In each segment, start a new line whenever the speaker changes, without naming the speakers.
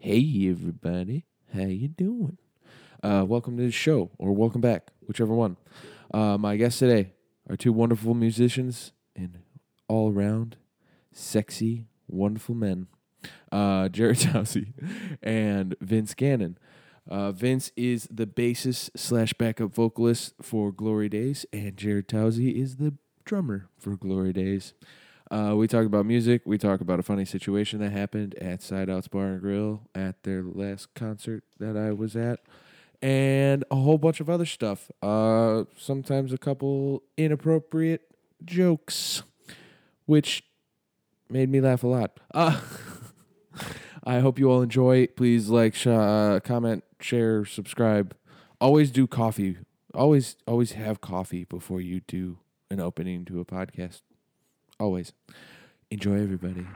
Hey everybody, how you doing? Uh, welcome to the show, or welcome back, whichever one. Uh, my guests today are two wonderful musicians and all around sexy, wonderful men, uh, Jared Towsey and Vince Gannon. Uh, Vince is the bassist slash backup vocalist for Glory Days, and Jared Towsey is the drummer for Glory Days. Uh, we talk about music. We talk about a funny situation that happened at Side Outs Bar and Grill at their last concert that I was at, and a whole bunch of other stuff. Uh, sometimes a couple inappropriate jokes, which made me laugh a lot. Uh, I hope you all enjoy. Please like, sh- uh, comment, share, subscribe. Always do coffee. Always, always have coffee before you do an opening to a podcast always. Enjoy, everybody.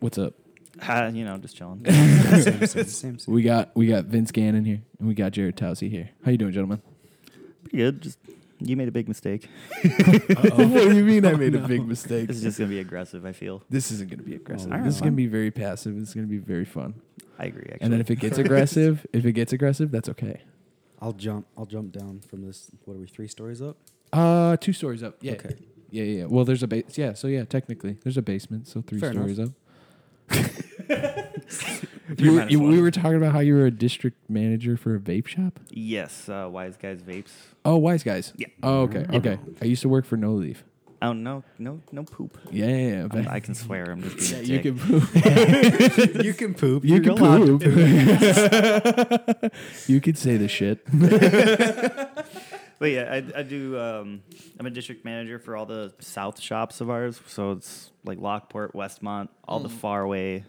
What's up?
Uh, you know, just chilling.
Same, same.
We got we got Vince Gannon here, and we got Jared Towsey here. How you doing, gentlemen?
Pretty good. Just you made a big mistake.
what do you mean I made a big mistake?
This is just gonna be aggressive. I feel.
This isn't going to be aggressive.
All right,
this is
fine.
going to be very passive. It's going to be very fun.
I agree. Actually.
And then if it gets aggressive, if it gets aggressive, that's okay.
I'll jump. I'll jump down from this. What are we? Three stories up.
Uh, two stories up. Yeah.
Okay.
Yeah, yeah. yeah. Well, there's a base. Yeah, so yeah, technically there's a basement, so three
Fair enough.
stories up. you, were-
minus
you- we
one.
were talking about how you were a district manager for a vape shop.
yes, uh, wise guys vapes.
Oh, wise guys.
Yeah.
Oh, okay. Okay. I used to work for No Leaf.
Oh no, no, no poop.
Yeah. yeah, yeah.
I'm-
Back-
I can swear. I'm just being a
you can
dick.
poop.
you can poop.
You can
allowed
poop. you can say the shit.
But yeah, I, I do. Um, I'm a district manager for all the south shops of ours. So it's like Lockport, Westmont, all the faraway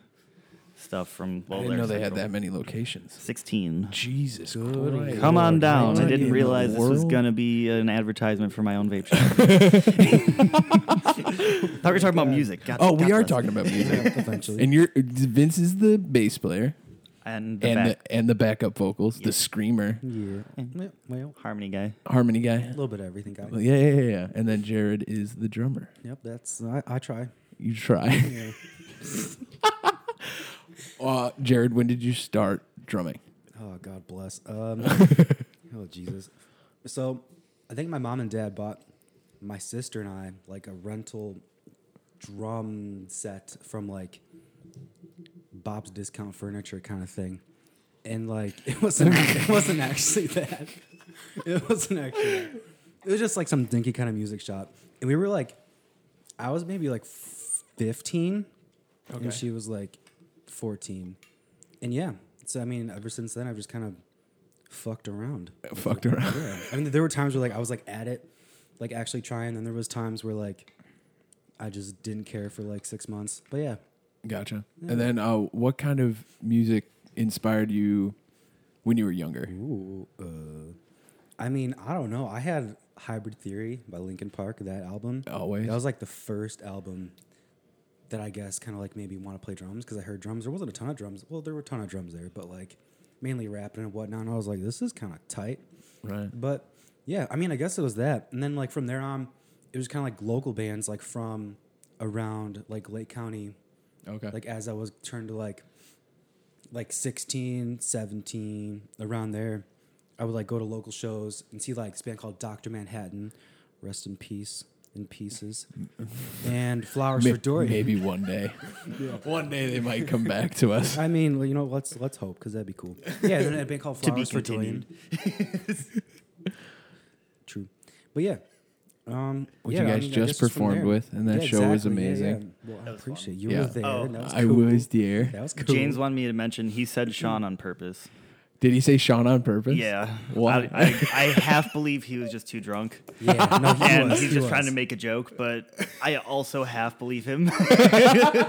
stuff from.
Mm. I
Well,
didn't
they're
know they had
central.
that many locations.
Sixteen.
Jesus
Christ.
Come on
Lord,
down.
what
I
in
didn't
the
realize this was gonna be an advertisement for my own vape shop. thought we were talking about music. God-
Oh, we
God
are
bless.
talking about music.
Eventually.
and you're Vince is the bass player
And the
and
back
the and the backup vocals, the screamer,
yeah. yeah. Well,
harmony guy.
harmony guy.
a little bit of everything, guy.
Well, Yeah, yeah, yeah, yeah. And then Jared is the drummer.
Yep. That's. I, I try.
You try.
Yeah.
Uh, Jared, when did you start drumming?
Oh God bless. Um, oh Jesus. So, I think my mom and dad bought my sister and I like a rental drum set from like Bob's Discount Furniture kind of thing, and like it wasn't it wasn't actually that. It wasn't actually. That. It was just like some dinky kind of music shop, and we were like, I was maybe like fifteen,
Okay.
and she was like fourteen, and yeah. So I mean, ever since then, I've just kind of fucked around.
Fucked around.
Yeah. I mean, there were times where like I was like at it, like actually trying, and there was times where like I just didn't care for like six months. But yeah,
Gotcha. And then, uh, what kind of music inspired you when you were younger?
Ooh, uh, I mean, I don't know. I had Hybrid Theory by Linkin Park, that album.
Always.
That was like the first album that I guess kind of like made me want to play drums because I heard drums. There wasn't a ton of drums. Well, there were a ton of drums there, but like mainly rapping and whatnot. And I was like, this is kind of tight.
Right.
But yeah, I mean, I guess it was that. And then like from there on, it was kind of like local bands like from around like Lake County
Okay.
like as i was turned to like like 16 17 around there i would like go to local shows and see like this band called dr manhattan rest in peace in pieces and flowers
Ma-
for dory
maybe one day. One day they might come back to us.
i mean well, you know let's let's hope because that'd be cool yeah and then a band called
To be
flowers for dory true but yeah um,
Which
yeah,
you
I
guys
mean, I
just
guess it's from
performed
there.
with, and that
Yeah,
show was
exactly, yeah, yeah.
amazing.
Well, I appreciate you
Yeah.
were there.
Oh,
and that was
I
cool.
was, dear.
That was cool.
James wanted me to mention he said Sean on purpose.
Did he say Sean on purpose?
Yeah.
Wow.
I, I, I half believe he was just too drunk.
Yeah, no, he
and
was,
he's
he
just trying to
was.
make a joke, but I also half believe him.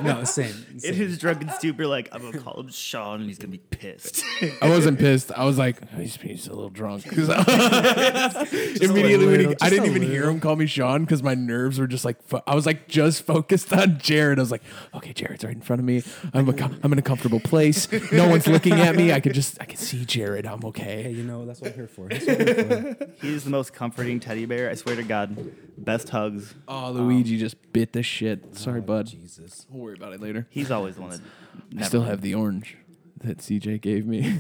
no same.
In
same.
his drunken stupor, like, I'm going to call him Sean and he's going to be pissed.
I wasn't pissed. I was like, "Oh, he's, he's a little drunk. 'Cause I- immediately, when
little,
he, I
just
didn't
a
even hear
little.
him call me Sean because my nerves were just like, fo- I was like just focused on Jared. I was like, okay, Jared's right in front of me. I'm a, com- I'm in a comfortable place. No one's looking at me. I could just, I could see Jared. I'm
Hey,
okay.
you know that's what I'm here for. That's what I'm here for.
he is the most comforting teddy bear. I swear to God. Best hugs.
Oh, Luigi just bit the shit. Sorry, bud.
Jesus.
oh, We'll worry about it later.
He's always the one that.
I
never-
still have the orange that CJ gave me.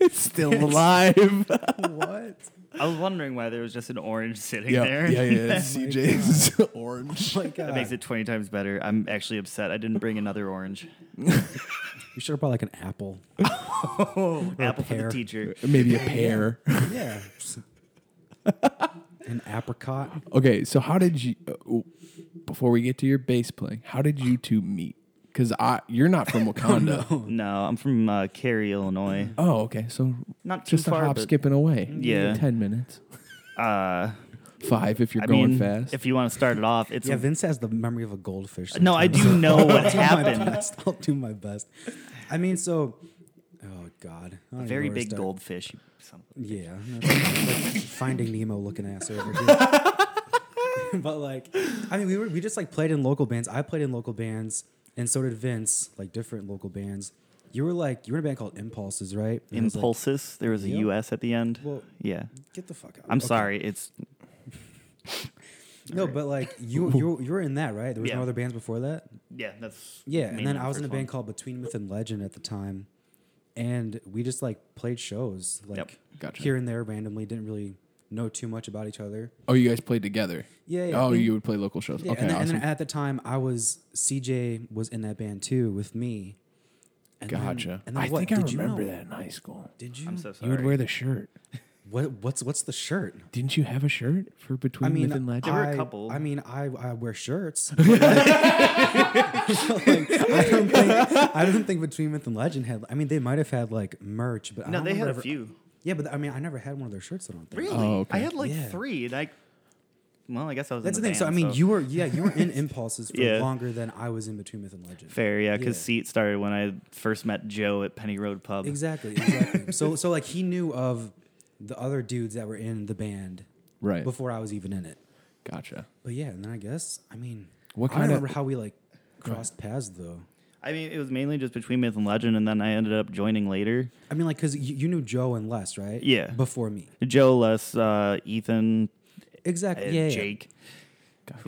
it's still alive.
What?
I was wondering why there was just an orange sitting
yeah, yeah,
there.
yeah. it's CJ's orange.
Like
That makes it 20 times better. I'm actually upset. I didn't bring another orange.
You should have brought like an apple.
Oh, apple for the
pear.
teacher.
Maybe a pear.
Yeah. an apricot.
Okay, so how did you? uh, oh, before we get to your bass playing, how did you two meet? Because I, you're not from Wakanda. oh,
No, I'm from uh, Cary, Illinois.
okay, so
Not too
just a
far,
hop,
but- Mm-hmm.
skipping away.
Yeah.
ten minutes,
Uh,
five if you're
I
going
mean,
fast.
if you want to start it off, it's
Yeah, Vince has the memory of a goldfish.
no. I
sometimes.
do know what
I'll do Oh my
happened.
best. I'll do my best. I mean, so, oh God, I don't even
Very
know where to
big
start.
goldfish. you son of a-
Yeah, that's like finding Nemo looking ass over here. but like, I mean, we were we just like played in local bands. I played in local bands, and so did Vince, like different local bands. You were like you were in a band called Impulses, right? And it was, like,
Impulses. there was a
Yep.
U.S. at the end.
Well-
yeah.
Get the fuck out.
I'm
Okay.
sorry. It's
No, but like you you you were in that right? There was
Yeah.
no other bands before that.
yeah. That's
Yeah,
mainly
and then
the
I was in a
first
band
one.
called Between Myth and Legend at the time, and we just like played shows like
Gotcha.
here and there randomly. Didn't really know too much about each other.
oh, you guys played together.
Yeah, yeah,
oh,
and-
you would play local shows.
Yeah,
okay,
and, then, and
awesome.
then at the time I was CJ was in that band too with me. And then-
gotcha.
and then
I
what?
think I
Did you
remember
know?
that in high school.
Did you?
I'm so sorry.
You would wear the shirt.
what? What's what's the shirt?
Didn't you have a shirt for
I
Between
mean,
Myth and Legend?
There were a
I-
couple.
I mean, I, I wear shirts. but, like, I, don't think, I don't think Between Myth and Legend had. I mean, they might have had like merch, but I
no,
don't
they had a
remember ever-
few.
Yeah, but I mean, I never had one of their shirts. I don't think.
Really?
Oh, okay.
I had like
Yeah.
three, and I. Well, I guess I was.
That's the
in
thing. so I
band,
mean, you were yeah, you were in Impulses for
Yeah.
longer than I was in Between Myth and Legend.
fair, yeah, because
Yeah.
Seat started when I first met Joe at Penny Road Pub.
Exactly. Exactly. so so like he knew of the other dudes that were in the band
right.
before I was even in it.
Gotcha.
But yeah, and then I guess I mean,
What
I
kind
don't
of-
remember how we like crossed paths though.
I mean, it was mainly just between Myth and Legend, and then I ended up joining later.
I mean, like, cause you, you knew Joe and Les, right?
Yeah.
Before me,
Joe, Les, uh, Ethan,
exactly.
and
Yeah, yeah.
Uh, Jake.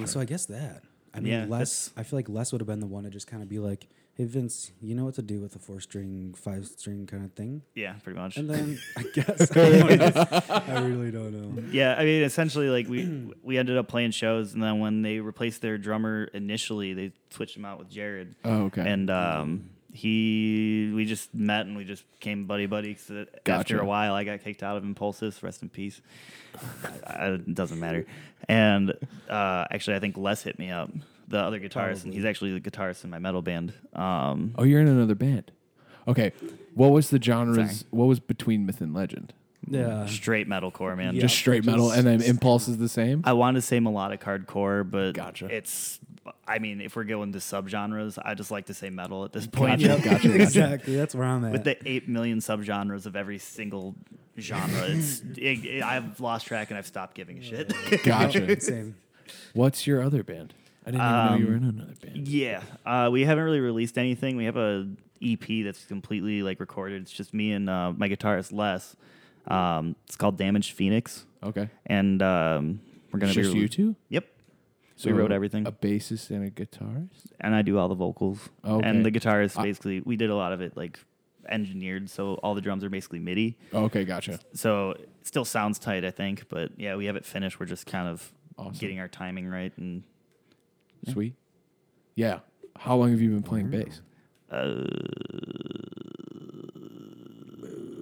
So I guess that. I mean,
Yeah,
Les. I feel like Les would have been the one to just kind of be like, "Hey Vince, you know what to do with a four-string, five-string kind of thing."
Yeah, pretty much.
And then I guess I, don't know. I really don't know.
Yeah, I mean, essentially, like we we ended up playing shows, and then when they replaced their drummer initially, they switched him out with Jared.
Oh, okay.
And um, he, we just met and we just became buddy buddy. 'cause it-
Gotcha.
After a while, I got kicked out of Impulses. Rest in peace. I, it doesn't matter. And uh, actually, I think Les hit me up. The other guitarist, and he's actually the guitarist in my metal band. Um,
Oh, you're in another band. Okay. What was the genres? What was between myth and legend?
Yeah.
straight metalcore, man.
Yeah.
just straight metal,
just-
and then impulse is the same.
I want to say melodic hardcore, but
Gotcha.
it's. I mean, if we're going to subgenres, I just like to say metal at this point.
Gotcha, gotcha, gotcha.
exactly. That's where I'm at.
With the eight million subgenres of every single genre, it's it, it- I've lost track and I've stopped giving a shit.
Gotcha.
Same.
What's your other band? I didn't even know you were
Um,
in another band.
yeah, uh, we haven't really released anything. We have a EP that's completely like recorded. It's just me and uh, my guitarist Les. Um, it's called Damaged Phoenix,
Okay.
and um, we're gonna
It's just
be
you two.
Yep, we wrote everything.
A bassist and a guitarist.
and I do all the vocals.
Okay.
And the guitarist
I-
basically we did a lot of it like engineered, so all the drums are basically MIDI.
Okay, gotcha.
So it still sounds tight, I think, but yeah, we have it finished. We're just kind of
Awesome.
getting our timing right and
Sweet. Yeah. How long have you been playing bass?
uh,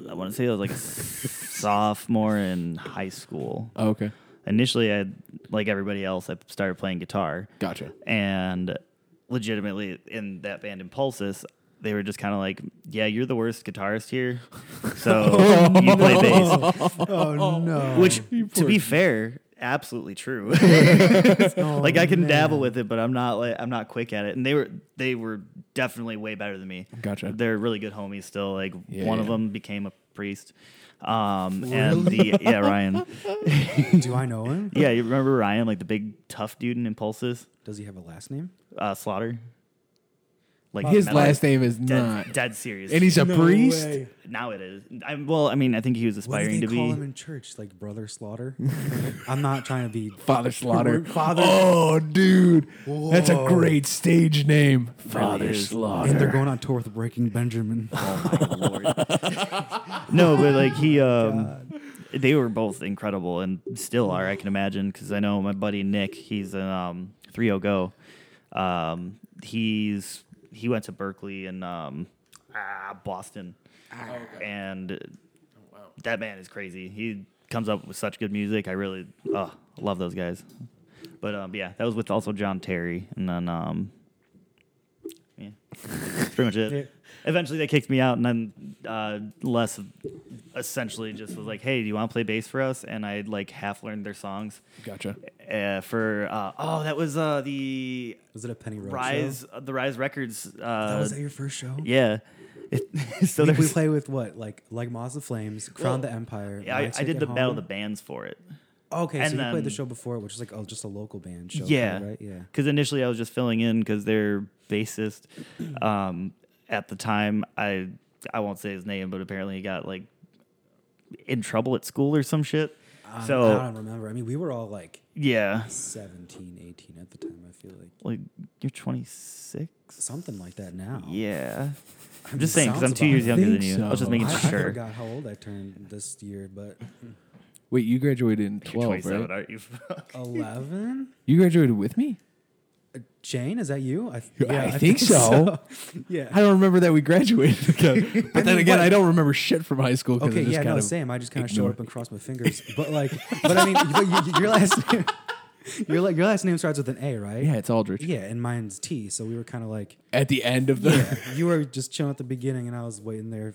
I want to say I was like sophomore in high school.
Oh, okay.
Initially, I like everybody else, I started playing guitar.
Gotcha.
and legitimately in that band Impulsus, they were just kind of like, "Yeah, you're the worst guitarist here, so you play bass."
Oh no!
Which, to be fair, absolutely true.
Oh,
like I can dabble with it, but I'm not like I'm not quick at it. And they were they were definitely way better than me.
Gotcha.
They're really good homies still. Like
Yeah,
one of
yeah.
them became a priest. Um and the yeah Ryan
Do I know him?
yeah you remember Ryan like the big tough dude in Impulses
Does he have a last name?
uh, Slaughter like
His
metal-
last name is
dead,
not.
dead serious
And he's a priest?
now it is I, well I mean I think he was
What do
aspiring to
they call him
be
in church? Like brother slaughter? I'm not trying to be.
Father Slaughter.
Father-
Oh, dude. That's a
Whoa.
great stage name. Father
is.
And
Slaughter.
they're going on tour with Breaking Benjamin.
no but like he um they were both incredible and still are I can imagine because I know my buddy Nick he's an um 30 go um he's he went to Berkeley and um ah, Boston and that man is crazy. He comes up with such good music. I really uh, love those guys. But um, yeah, that was with also John Terry, and then um, yeah, that's pretty much it. Eventually, they kicked me out, and then uh, Les essentially just was like, "Hey, do you want to play bass for us?" And I like half learned their songs
Gotcha.
uh, for uh, oh, that was uh, the
Was it a Penny Road
Rise,
Show?
the Rise Records. Uh,
That was at your first show.
yeah. It- so
I think we
there's-
play with what, like, like Moths of Flames, Crown the Empire.
I, I
Knights
did
Take
the
It
battle of
Home.
the bands for it.
Okay,
and
so you played
then-
the show before, which is like oh, just a local band show.
yeah,
right. Yeah.
Because initially I was just filling in because their bassist, um, at the time I I won't say his name, but apparently he got like in trouble at school or some shit.
I,
so
Uh, I don't remember. I mean, we were all like
yeah,
17, 18 at the time. I feel like
like you're 26.
something like that now.
Yeah, I'm
mean,
just saying because I'm
sounds
two
about
years
right.
younger
I
than you.
think
I was just
so.
making
I, I
sure.
forgot how old I turned this year, but
Wait, you graduated in
You're
12,
27,
right?
aren't you? Fuck.
eleven.
You graduated with me?
Jane, is that you? I,
I think so.
yeah.
I don't remember that we graduated together. But then
mean,
again,
what-
I don't remember shit from high school. 'cause I
Okay,
just
yeah,
kind
no,
of
same. I just kind of showed
ignored-
up and crossed my fingers, but like, but I mean, but you, you- your last, name, your la- your last name starts with an A, right?
Yeah, it's Aldrich.
Yeah, and mine's T. So we were kind of like,
At the end of the.
yeah, you were just chilling at the beginning, and I was waiting there,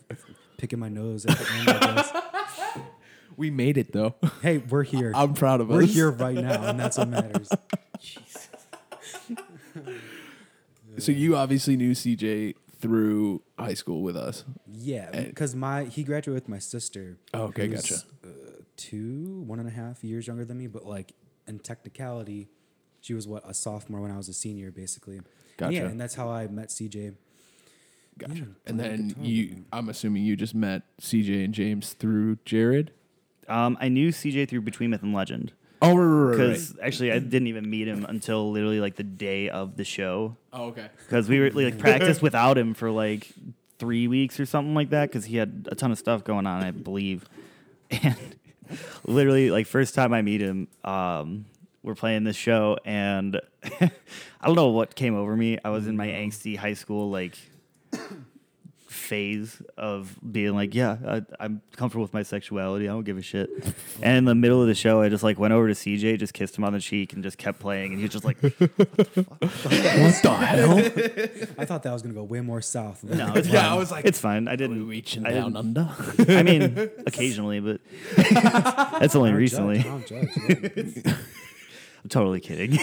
picking my nose. At the end, I guess.
We made it, though.
Hey, we're here.
I'm proud of
we're
us.
here right now, and that's what matters.
So you obviously knew CJ through high school with us.
Yeah,
Eh.
because my he graduated with my sister.
Oh, okay,
who's,
gotcha.
Uh, two, one and a half years younger than me, but like in technicality, she was what a sophomore when I was a senior, basically. And
Gotcha.
Yeah, and that's how I met CJ.
Gotcha.
Yeah,
and
playing
then
guitar with
you, I'm assuming you just met CJ and James through Jared.
Um, I knew CJ through Between Myth and Legend.
Oh, right, right, right, right.
Because actually, I didn't even meet him until literally like the day of the show.
Oh, okay.
because we were like practiced without him for like three weeks or something like that because he had a ton of stuff going on, I believe. And literally, like first time I meet him, um, we're playing this show, and I don't know what came over me. I was in my angsty high school like phase of being like, yeah, I, I'm comfortable with my sexuality. I don't give a shit. And in the middle of the show, I just like went over to CJ, just kissed him on the cheek, and just kept playing. And he was just like,
What the hell?
I thought that was gonna go way more south. than-
no, it's
Yeah,
fine.
I was like,
it's fine. I didn't
Reaching
I
down
didn't-
under.
I mean, occasionally, but that's only
I don't
recently.
judge, I don't judge, yeah.
I'm totally kidding.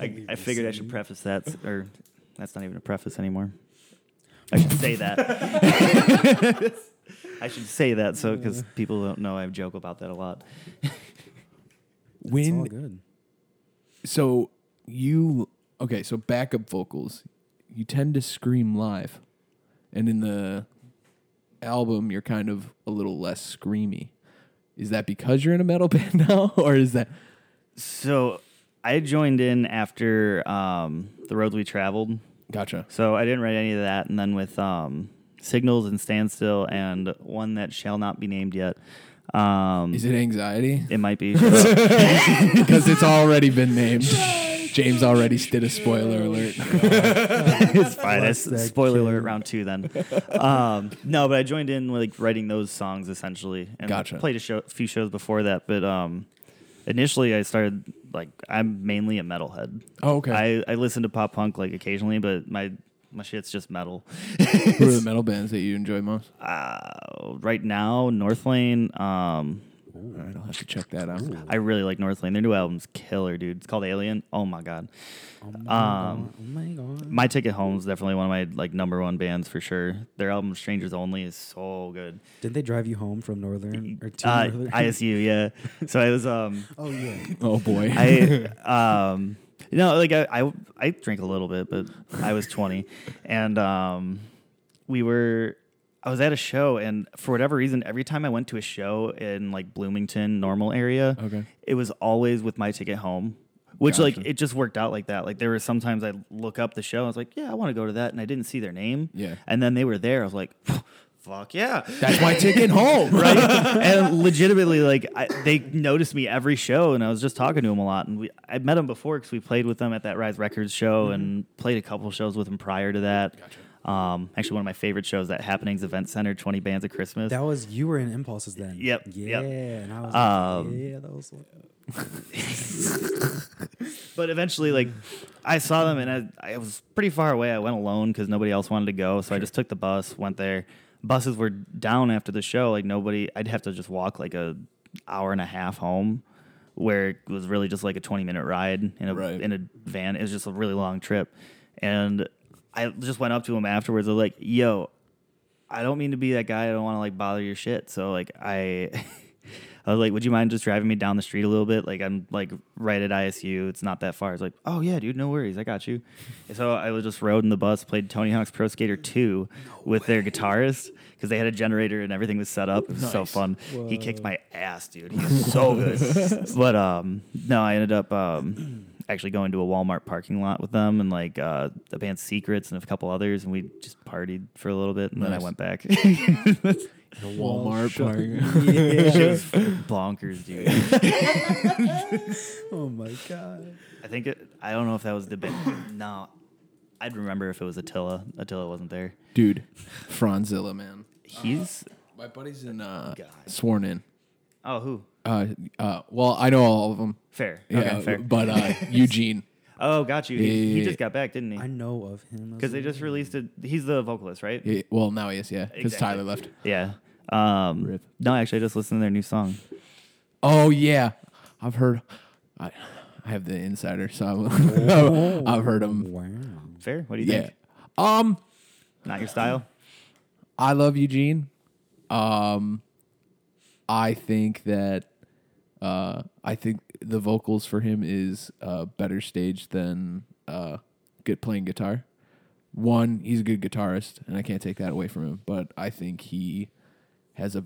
I, I figured I should preface that, s- or that's not even a preface anymore. I should say that. I should say that so because people don't know I joke about that a lot.
It's all
When
good.
so you okay? So backup vocals, you tend to scream live, and in the album, you're kind of a little less screamy. Is that because you're in a metal band now, or is that
So I joined in after um, the roads we traveled.
gotcha?
So I didn't write any of that, and then with um, signals and standstill and one that shall not be named yet. Um,
Is it anxiety?
It might be. Shut up.
Because it's already been named. James already did a spoiler alert.
it's fine.
Bless
It's-
that
spoiler
kid.
alert round two then. Um, no, but I joined in with, like writing those songs essentially, and
Gotcha.
played a show, few shows before that. But um, initially, I started like I'm mainly a metalhead.
Oh, okay.
I, I listen to pop punk like occasionally, but my My shit's just metal.
Who are the metal bands that you enjoy most?
Uh, right now, Northlane. Um,
All right, I'll have to check that out.
I really like Northlane. Their new album's killer, dude. It's called Alien. Oh my god.
Oh
my Um, God,
oh my god.
My Ticket Home is definitely one of my like number one bands for sure. Their album Strangers Only is so good.
Didn't they drive you home from Northern or to
Uh,
Northern?
ISU, yeah. So I was um
oh yeah.
Oh boy.
I um you know like I, I I drank a little bit, but I was 20, and um we were I was at a show, and for whatever reason, every time I went to a show in like Bloomington normal area,
Okay.
it was always with my ticket home. Which like
Gotcha.
it just worked out like that. Like there were sometimes I look up the show, I was like, yeah, I want to go to that, and I didn't see their name.
Yeah.
and then they were there. I was like, fuck yeah,
That's my ticket home.
right? and legitimately, like I, they noticed me every show, and I was just talking to him a lot. And we, I met him before because we played with them at that Rise Records show, and played a couple shows with him prior to that. Gotcha. Um, actually, one of my favorite shows at Happenings Event Center, Twenty Bands of Christmas.
That was you were in impulses then.
Yep,
Yeah,
yep.
and I was
Um,
like, yeah, that was.
but eventually, like I saw them, and I, I was pretty far away. I went alone because nobody else wanted to go, so I just took the bus, went there. Buses were down after the show. Like nobody, I'd have to just walk like a hour and a half home, where it was really just like a twenty minute ride in a
Right.
in a van. It was just a really long trip, and I just went up to him afterwards. I was like, "Yo, I don't mean to be that guy. I don't want to like bother your shit. So like I, I was like, would you mind just driving me down the street a little bit? Like I'm like right at ISU. It's not that far. It's like, oh yeah, dude, no worries. I got you. And so I was just rode in the bus, played Tony Hawk's Pro Skater 2 with their guitarist because they had a generator and everything was set up. It was so fun. He kicked my ass, dude. He was so good. but um, no, I ended up um. Actually, going to a Walmart parking lot with them and like uh, the band Secrets and a couple others, and we just partied for a little bit, and then I
Nice.
went back. Shit
Walmart
Well,
park.
was bonkers, dude.
Oh my god.
I think it, I don't know if that was the band. No, I'd remember if it was Attila. Attila wasn't there.
Dude, Franzilla, man.
He's
My buddy's in uh,
God.
sworn in.
oh who?
Uh, uh, well, I know all of them.
Fair.
Yeah,
okay, fair.
but uh, Eugene.
oh, got you. He, he
Yeah.
just got back, didn't he?
I know of him. as
Because they
well.
just released it. He's the vocalist, right?
Yeah, well, now he is, yeah, because
Exactly.
Tyler left.
Yeah. Um,
Rip.
no, actually, I just listened to their new song.
Oh yeah, I've heard. I, I have the insider, so I'm- I've heard him.
Wow.
Fair. What do you
Yeah.
think?
Um,
Not your style.
I love Eugene. Um, I think that. Uh, I think the vocals for him is uh, better staged than uh, good playing guitar. One, he's a good guitarist, and I can't take that away from him. But I think he has a,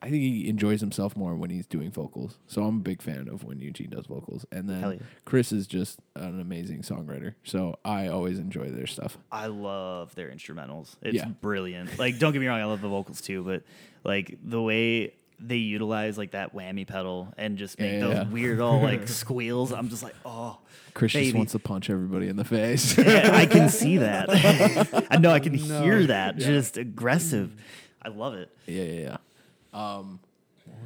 I think he enjoys himself more when he's doing vocals. So I'm a big fan of when Eugene does vocals. And then
Hell yeah.
Chris is just an amazing songwriter. So I always enjoy their stuff.
I love their instrumentals. It's
Yeah.
brilliant. Like, don't get me wrong, I love the vocals too, but like the way they utilize like that whammy pedal and just make
Yeah,
those
yeah.
weird all like squeals. I'm just like, oh,
Chris just
baby.
wants to punch everybody in the face.
Yeah, I can see that. I know I can hear that. Just aggressive. I love it.
Yeah, yeah, yeah. Um,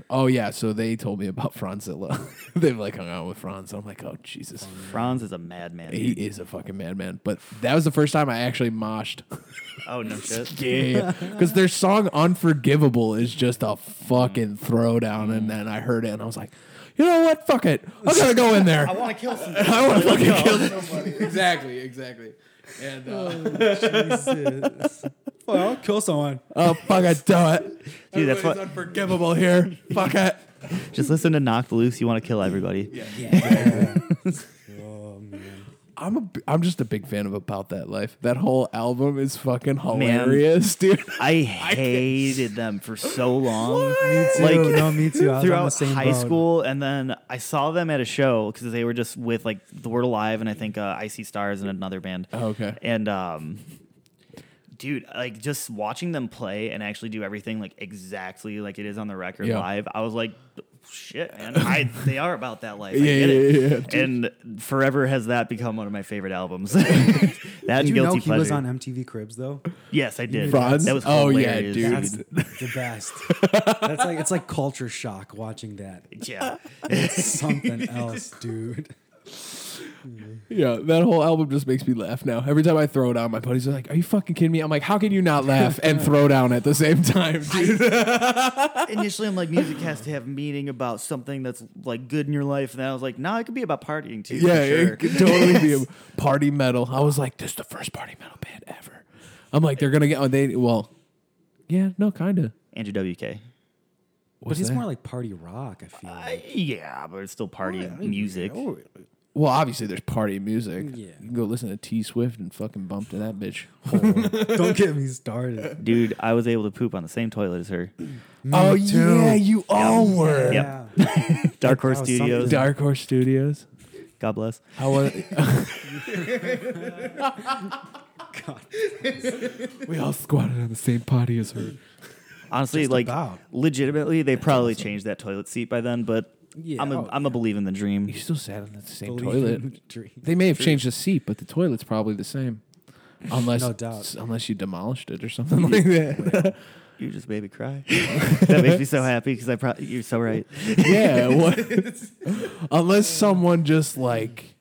oh yeah. So they told me about Franzilla. They've like hung out with Franz. I'm like, oh Jesus,
Franz is a madman.
he
dude.
is a fucking madman. But that was the first time I actually moshed.
Oh no shit.
yeah, because their song "Unforgivable" is just a fucking throwdown. And then I heard it, and I was like, you know what? Fuck it. I'm gonna go in there.
I want to kill some.
I want to fucking kill somebody. exactly. Exactly. And uh,
Jesus. Well, I'll kill someone.
oh fuck, I do it.
Dude, that's
Everybody's
what-
unforgivable here. Fuck it.
Just listen to Knocked Loose. You want to kill everybody.
Yeah. oh man.
I'm a, b- I'm just a big fan of About That Life. That whole album is fucking
Man.
hilarious, dude.
I hated them for so long.
Me too.
Like,
no, me too. I was on the
throughout
same
high
boat.
school, and then I saw them at a show because they were just with like the Word Alive and I think uh, Icy Stars and another band.
Oh, okay.
And um, dude, like just watching them play and actually do everything like exactly like it is on the record
Yeah.
live, I was like, shit, man, I they are about that life. I
Yeah,
get it.
yeah, yeah, yeah.
And forever has that become one of my favorite albums. that and
Did you know
guilty
he
pleasure.
was on MTV Cribs though?
yes, I did.
Franz?
That was
Oh, yeah,
hilarious.
dude.
That's the best. That's like it's like culture shock watching that.
Yeah.
It's something else, dude.
Yeah, that whole album just makes me laugh now. Every time I throw down, my buddies are like, "Are you fucking kidding me?" I'm like, "How can you not laugh and throw down at the same time, dude?"
Initially, I'm like, music has to have meaning about something that's like good in your life, and then I was like, no, it could be about partying too. for
yeah,
sure.
it could totally be a party metal. I was like, "This is the first party metal band ever." I'm like, "They're gonna get oh, they well, yeah, no, kind of."
Andrew WK.
but he's more like party rock. I feel. Like.
Yeah, but it's still party music.
Well, obviously, there's party music.
Yeah.
you can go listen to T Swift and fucking bump to that bitch.
Don't get me started.
Dude, I was able to poop on the same toilet as her.
oh yeah, you all were.
Yeah.
Dark Horse
That was something.
Studios.
Dark Horse Studios.
God bless.
How was? we all squatted on the same potty as her.
Honestly, like
about.
legitimately, they probably changed that toilet seat by then. But
Yeah,
I'm a,
oh,
am a believe in the dream.
You still sat on the same
Believe in
toilet.
the dream.
They may have changed the seat, but the toilet's probably the same. Unless,
No doubt.
unless you demolished it or something like that.
You just made me cry. that makes me so happy because I probably you're so right.
yeah. What? unless someone just like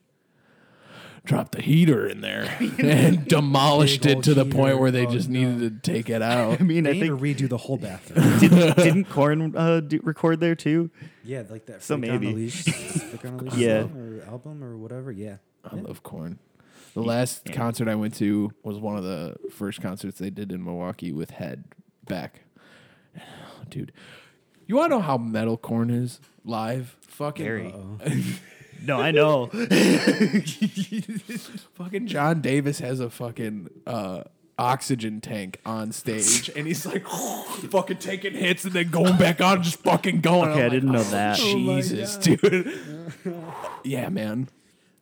dropped the heater in there and demolished
Big
it
old
to the
heater.
point where they
Oh,
just needed to take it out.
I mean,
They
I
need to
think
redo the whole bathroom.
didn't, didn't Corn uh, do, record there too?
yeah, like that.
So
Freak on the
maybe.
Leash- Freak on the leash
Yeah.
song or album or whatever. Yeah.
I love corn. The last concert I went to was one of the first concerts they did in Milwaukee with Head back. Dude, you want to know how metal corn is live? Fucking uh,
Very. No, I know.
fucking John Davis has a fucking uh, oxygen tank on stage, and he's like fucking taking hits and then going back on, just fucking going.
Okay, I
I'm
didn't
like, oh,
know that.
Jesus, dude. yeah, man.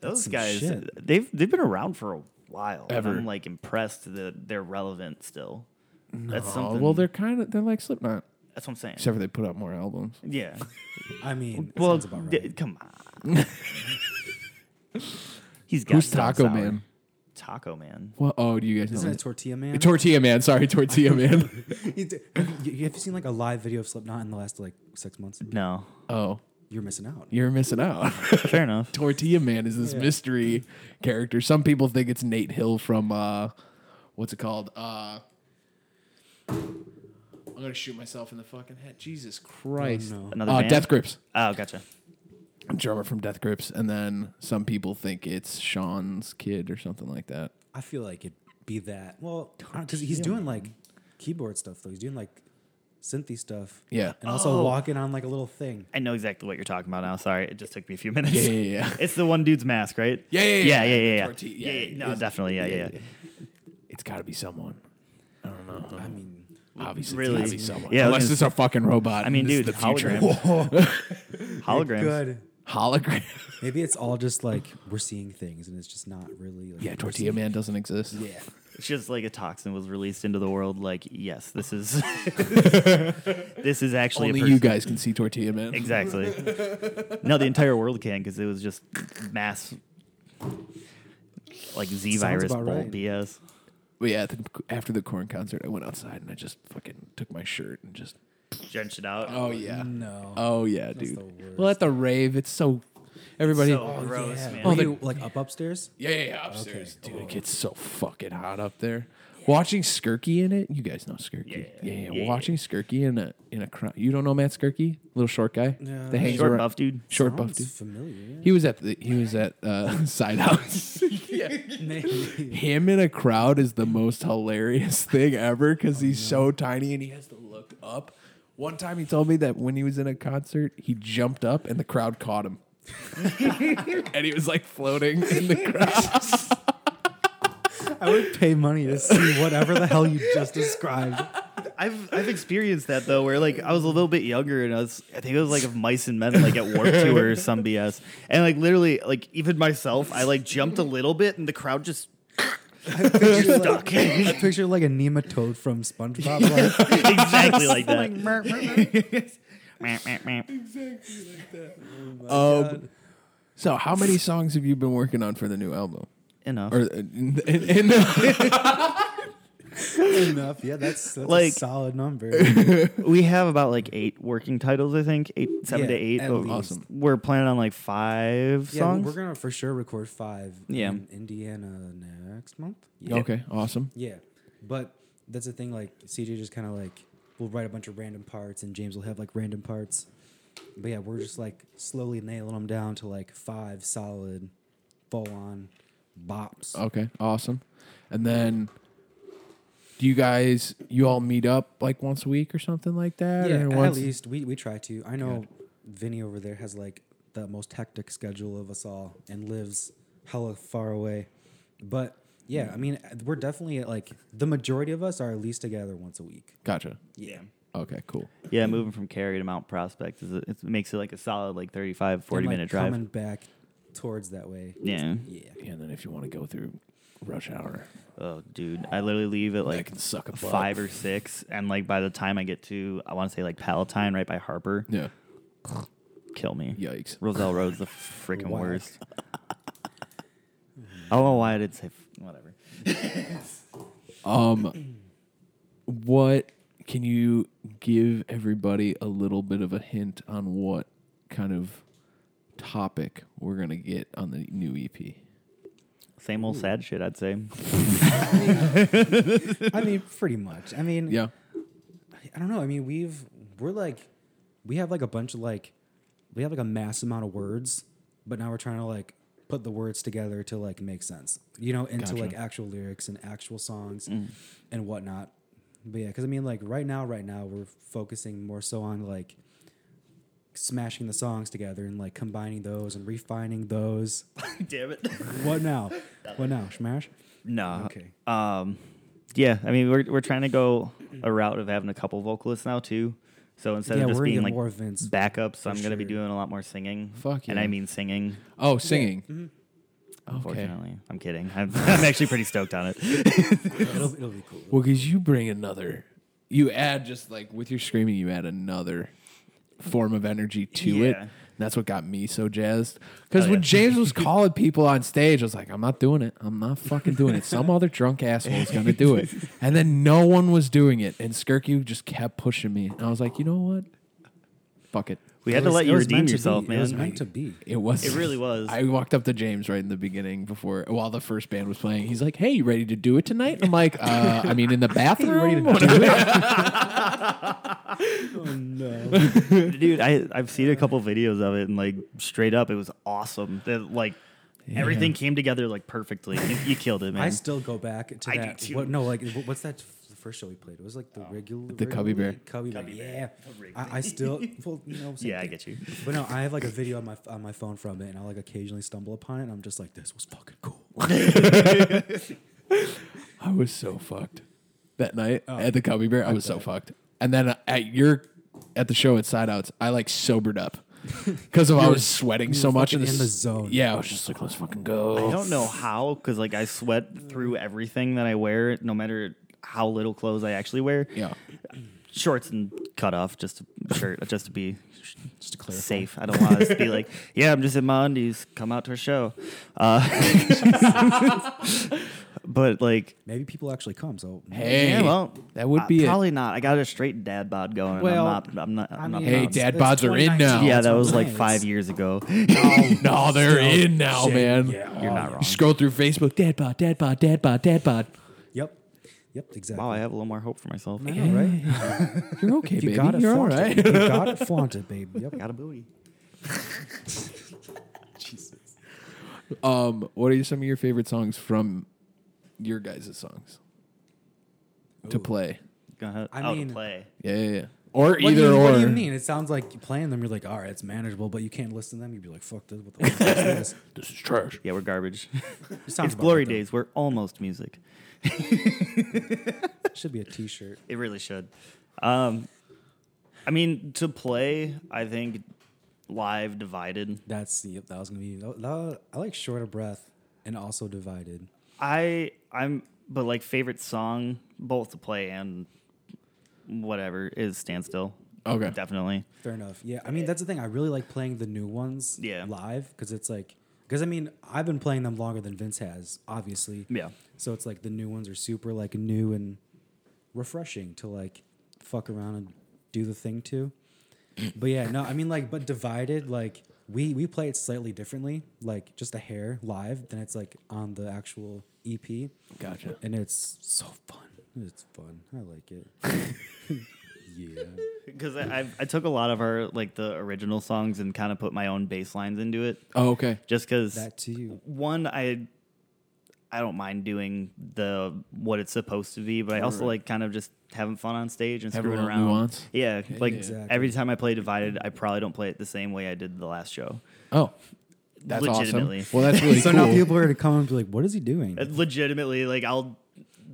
Those
some
guys,
shit.
they've they've been around for a while. and
Ever.
I'm like impressed that they're relevant still. That's
Oh,
something.
well, they're kind of they're like Slipknot,
that's what I'm saying.
except for they put out more albums.
Yeah.
I mean, it
Well,
sounds about
d-
right.
come on. He's got
Who's
some
Taco
sour.
Man?
Taco Man.
What? Oh, do you guys
Isn't
know?
it Tortilla Man?
that? Tortilla Man. Sorry, Tortilla Man.
You d- you- you- have you seen like a live video of Slipknot in the last like six months?
No,
oh,
You're missing out.
you're missing out.
fair enough.
Tortilla Man is this mystery character. Some people think it's Nate Hill from uh, what's it called? Uh, I'm gonna shoot myself in the fucking head. Jesus Christ!
no.
Another
Uh,
band?
Death Grips,
Oh, gotcha.
drummer from Death Grips, and then some people think it's Sean's kid or something like that.
I feel like it'd be that. Well, because he's doing like keyboard stuff though. He's doing like synthy stuff.
Yeah.
Oh.
And also walking on like a little thing.
I know exactly what you're talking about now. Sorry, it just took me a few minutes.
Yeah, yeah, yeah.
It's the one dude's mask, right?
Yeah, yeah,
yeah,
yeah.
yeah, yeah. yeah.
Tortilla-
Yeah,
yeah,
yeah, No, definitely. Yeah, yeah, yeah.
It's got to be someone. I don't know.
I mean,
Obviously,
really-
it's gotta be someone.
Yeah, I
unless
was gonna
it's a fucking robot.
I mean,
This is
dude,
the future.
Holograms.
good.
hologram.
Maybe it's all just like we're seeing things and it's just not really. Like,
Yeah, Tortilla Man doesn't exist.
Yeah.
It's just like a toxin was released into the world. Like, yes, this is this is actually
Only
a
you
person.
guys can see Tortilla Man.
exactly. no, the entire world can because it was just mass like Z
Sounds
virus
about
bull
right.
BS.
But yeah, at the, after the corn concert, I went outside and I just fucking took my shirt and just.
Drench it out.
Oh yeah.
No.
Oh yeah,
the
dude.
worst.
Well, at the rave, it's so everybody.
So gross,
yeah.
man.
Oh,
Were
they-
you like up upstairs?
yeah, yeah, yeah, upstairs, dude. It gets so fucking hot up there. Watching Skirky in it, you guys know Skirky.
Yeah,
Yeah, yeah.
yeah,
Watching Skirky in a in a crowd. You don't know Matt Skirky, little short guy.
No.
That hangs
Short
around-
buff dude.
Short buff
Sounds
dude.
familiar.
He was at the he was at uh, side house.
Yeah. Maybe.
Him in a crowd is the most hilarious thing ever
Oh,
because he's so tiny and he has to look up. One time he told me that when he was in a concert, he jumped up and the crowd caught him, and he was like floating in the crowd.
I would pay money to see whatever the hell you just described.
I've I've experienced that though, where like I was a little bit younger and I was I think it was like of mice and men like at Warp Tour or some BS, and like literally like even myself, I like jumped a little bit and the crowd just
Picture like, I picture like a nematode from SpongeBob. Like,
exactly like that.
Oh,
Um, so, how many songs have you uh, been working on for the new album?
Enough.
Or uh, in, in, in-
enough. Yeah, that's, that's
Like-
a solid number.
we have about like eight working titles, I think. Eight, seven to
Yeah,
eight.
at
Oh,
least.
Awesome.
We're planning on like five
Yeah,
songs.
we're gonna for sure record five.
Yeah.
in Indiana next month. Yeah,
Okay, awesome.
yeah, but that's the thing. Like CJ just kind of like we'll write a bunch of random parts, and James will have like random parts. But yeah, we're just like slowly nailing them down to like five solid, full on bops.
Okay, awesome. And then do you guys you all meet up like once a week or something like that?
yeah,
or
at
once-
least we we try to. I know Vinny over there has like the most hectic schedule of us all and lives hella far away. But yeah, I mean, uh, we're definitely at like the majority of us are at least together once a week.
Gotcha.
Yeah.
Okay, cool.
yeah, moving from Cary to Mount Prospect is a, it makes it like a solid like 35, 40
And, like,
minute drive.
Coming back towards that way.
Yeah.
Yeah.
And then if you want to go through rush hour,
Oh, dude, I literally leave at like
can suck a butt.
five or six, and like by the time I get to, I want to say like Palatine, right by Harper,
yeah,
kill me.
yikes.
Roselle Road's the freaking
Whack.
worst. I don't know why I did say f- whatever.
Um, what can you give everybody a little bit of a hint on what kind of topic we're gonna get on the new E EP?
Same old sad shit, I'd say.
I mean, pretty much. I mean,
Yeah,
I don't know. I mean, we've we're like we have like a bunch of like we have like a mass amount of words, but now we're trying to like put the words together to like make sense, you know, into like actual lyrics and actual songs
Mm.
and whatnot. But yeah, because I mean, like right now, right now we're focusing more so on like smashing the songs together and like combining those and refining those.
Damn it.
what now? What now? Smash?
No.
Okay.
Um, yeah, I mean, we're, we're trying to go a route of having a couple vocalists now, too. So instead
Yeah,
of just
we're gonna
being
get
like
more Vince,
backups, I'm going to be
sure.
doing a lot more singing.
Fuck
And
yeah.
I mean singing,
Oh, singing. Okay.
unfortunately. I'm kidding. I'm, I'm actually pretty stoked on it.
it'll, it'll be cool.
Well, because you bring another, you add just like with your screaming, you add another form of energy to it.
Yeah.
And that's what got me so jazzed. Because
Oh,
when
yeah.
James was calling people on stage, I was like, I'm not doing it. I'm not fucking doing it. Some other drunk asshole is going to do it. And then no one was doing it. And Skirky just kept pushing me. And I was like, you know what? Fuck it.
We
It
had to
was-
let
it
you
was
redeem
meant to
yourself,
be.
man.
It was meant to be.
It was.
It really was.
I walked up to James right in the beginning before, while the first band was playing. He's like, "Hey, you ready to do it tonight?" I'm like, uh, "I mean, in the bathroom."
dude i i've seen a couple videos of it and like straight up it was awesome that like everything came together like perfectly you, you killed it man
I still go back to
I do
that.
too. Oh.
What, no, like wh- what's that? f- The first show we played. It was like the regular.
The Cubby Bear.
Cubby, Bear. Yeah. I, I still. Well, you know, same
yeah i
thing.
get you
But no, I have like a video on my f- on my phone from it, and I'll like occasionally stumble upon it, and I'm just like, this was fucking cool.
I was so fucked that night
Oh.
at the Cubby Bear. I was so fucked. And then at your at the show at Side Outs, I like sobered up because of I was sweating so
were
much
fucking
and
in the
s-
zone.
Yeah, I was just like, let's fucking
i
go.
don't know how because like i sweat through everything that i wear no matter how little clothes i actually wear
Yeah,
shorts and cut off just to shirt uh, just to be
Just to clarify.
safe i don't want us to be like yeah i'm just in my undies come out to a show uh but like
Maybe people actually come, so
Hey.
yeah, well,
that would
uh,
be it.
probably not. I got a straight dad bod going.
Well,
I'm not. I'm not. I'm not
Hey,
proud.
Dad Oh, bods are in now.
Yeah,
that's
that was like five years ago.
no, they're in now, Oh, man.
You're not wrong.
Scroll through Facebook, dad bod, dad bod, dad bod, dad bod.
Yep. Yep. Exactly.
Wow, I have a little more hope for myself.
I know, right?
You're okay,
If
baby.
you got it,
You're all
flaunt
right.
it. If you got it, flaunt it, babe. Yep.
Got a buoy.
Um, what are some of your favorite songs from your guys' songs to play?
Gonna
I
out
mean-
to Oh, play.
Yeah, yeah, yeah. Or
What do
either
you,
or.
What do you mean? It sounds like playing them. You're like, all right, it's manageable, but you can't listen to them. You'd be like, fuck this. What the fuck is this?
This is trash.
Yeah, we're garbage.
It sounds
it's
about
glory
right, though.
days. We're almost music.
Should be a T-shirt.
It really should. Um, I mean, to play, I think live divided.
That's yep. That was gonna be. That, that- I like short of breath and also divided.
I I'm but like favorite song both to play and whatever is Stand Still.
Okay.
Definitely.
Fair enough. Yeah, I mean that's the thing. I really like playing the new ones.
Yeah.
live because it's like because I mean I've been playing them longer than Vince has, obviously.
Yeah.
So it's like the new ones are super like new and refreshing to like fuck around and do the thing to. But yeah, no, I mean like, but divided, like we we play it slightly differently, like just a hair live than it's like on the actual EP,
Gotcha.
and it's so fun. It's fun. I like it. yeah.
because I, I I took a lot of our like the original songs and kind of put my own bass lines into it,
Oh, okay.
just because
That too.
one I I don't mind doing the what it's supposed to be, but I also like kind of just having fun on stage and
Have
screwing
your own
around.
nuance.
Yeah, like
Exactly.
every time I play Divided, I probably don't play it the same way I did the last show.
Oh, that's awesome.
Legitimately.
Well, that's really
So
cool.
now people are gonna come and be like, "What is he doing?"
Uh, Legitimately, like I'll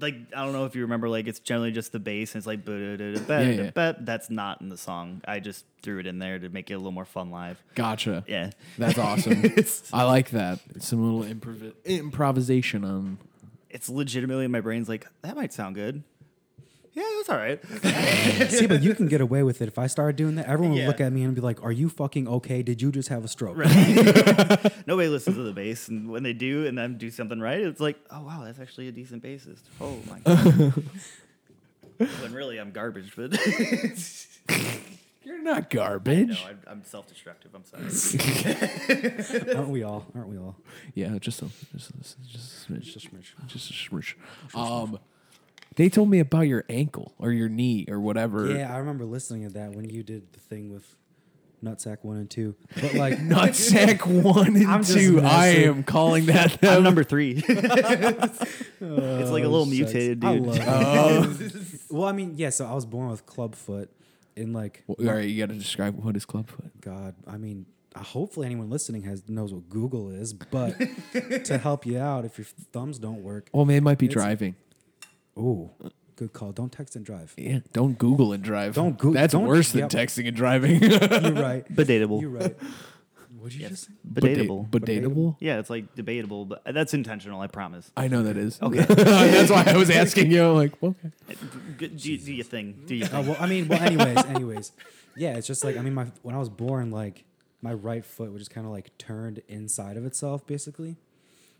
like I don't know if you remember, like it's generally just the bass and it's like
yeah.
but that's not in the song. I just threw it in there to make it a little more fun live.
Gotcha.
Yeah.
That's awesome. I like that. It's some little improv- improvisation on.
It's legitimately in my brain's like, that might sound good. Yeah, that's all right.
See, but you can get away with it. If I started doing that, everyone
Yeah.
would look at me and be like, "Are you fucking okay? Did you just have a stroke?"
Nobody listens to the bass, and when they do, and then do something right, it's like, oh wow, that's actually a decent bassist. Oh my god. when really I'm garbage, but
You're not
no,
garbage.
I'm, I'm self-destructive. I'm sorry.
Aren't we all? Aren't we all?
yeah, just some, just just just a smidge, just a smidge. Um, they told me about your ankle or your knee or whatever.
Yeah, I remember listening to that when you did the thing with Nutsack One and Two. But like,
Nutsack one and
I'm just
two. I
messing.
am calling that.
I'm number three. it's like a little
Oh, sucks.
mutated,
I
dude. Oh.
love it. well, I mean, yeah. So I was born with club foot, and like,
Well, all right, you got to describe what is clubfoot.
God, I mean, hopefully anyone listening has knows what Google is, but to help you out, if your thumbs don't work,
Well, man, it might be
It's-
driving.
ooh, good call. Don't text and drive.
Yeah, don't Google and drive.
Don't Goo-
That's
don't-
worse than
yep.
texting and driving.
You're right.
Bedatable.
You're right. What did you just say?
Bedatable.
but dateable.
yeah, it's like debatable, but that's intentional. I promise.
I know that is.
Okay.
That's why I was asking you. I'm like, okay.
Uh, G- Do, do your thing. Do your
Oh,
thing.
well, I mean, well, anyways, anyways, yeah, it's just like I mean, my when I was born, like my right foot was just kind of like turned inside of itself, basically.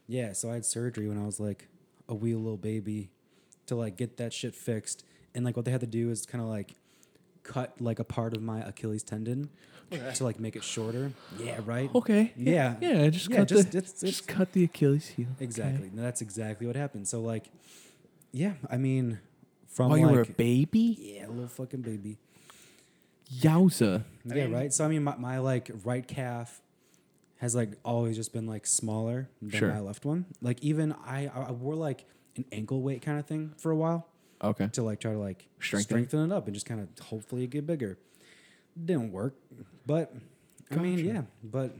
Yeah, so I had surgery when I was like a wee little baby to like get that shit fixed, and like what they had to do is kind of like cut like a part of my Achilles tendon to like make it shorter. Yeah, right.
Okay.
Yeah.
Yeah. Just
Yeah,
cut
just-
the
it's-
just
it's-
cut the Achilles heel.
Exactly. No, that's exactly what happened. So like, yeah, I mean, from
While
like
Oh, you were a baby,
yeah, little fucking baby.
yowza.
yeah, right. So I mean, my, my like right calf has like always just been like smaller than
Sure.
my left one. Like even I, I I wore like an ankle weight kind of thing for a while
Okay.
to like try to like
Strengthen?
it up and just kind of hopefully get bigger. Didn't work, but I mean, yeah, but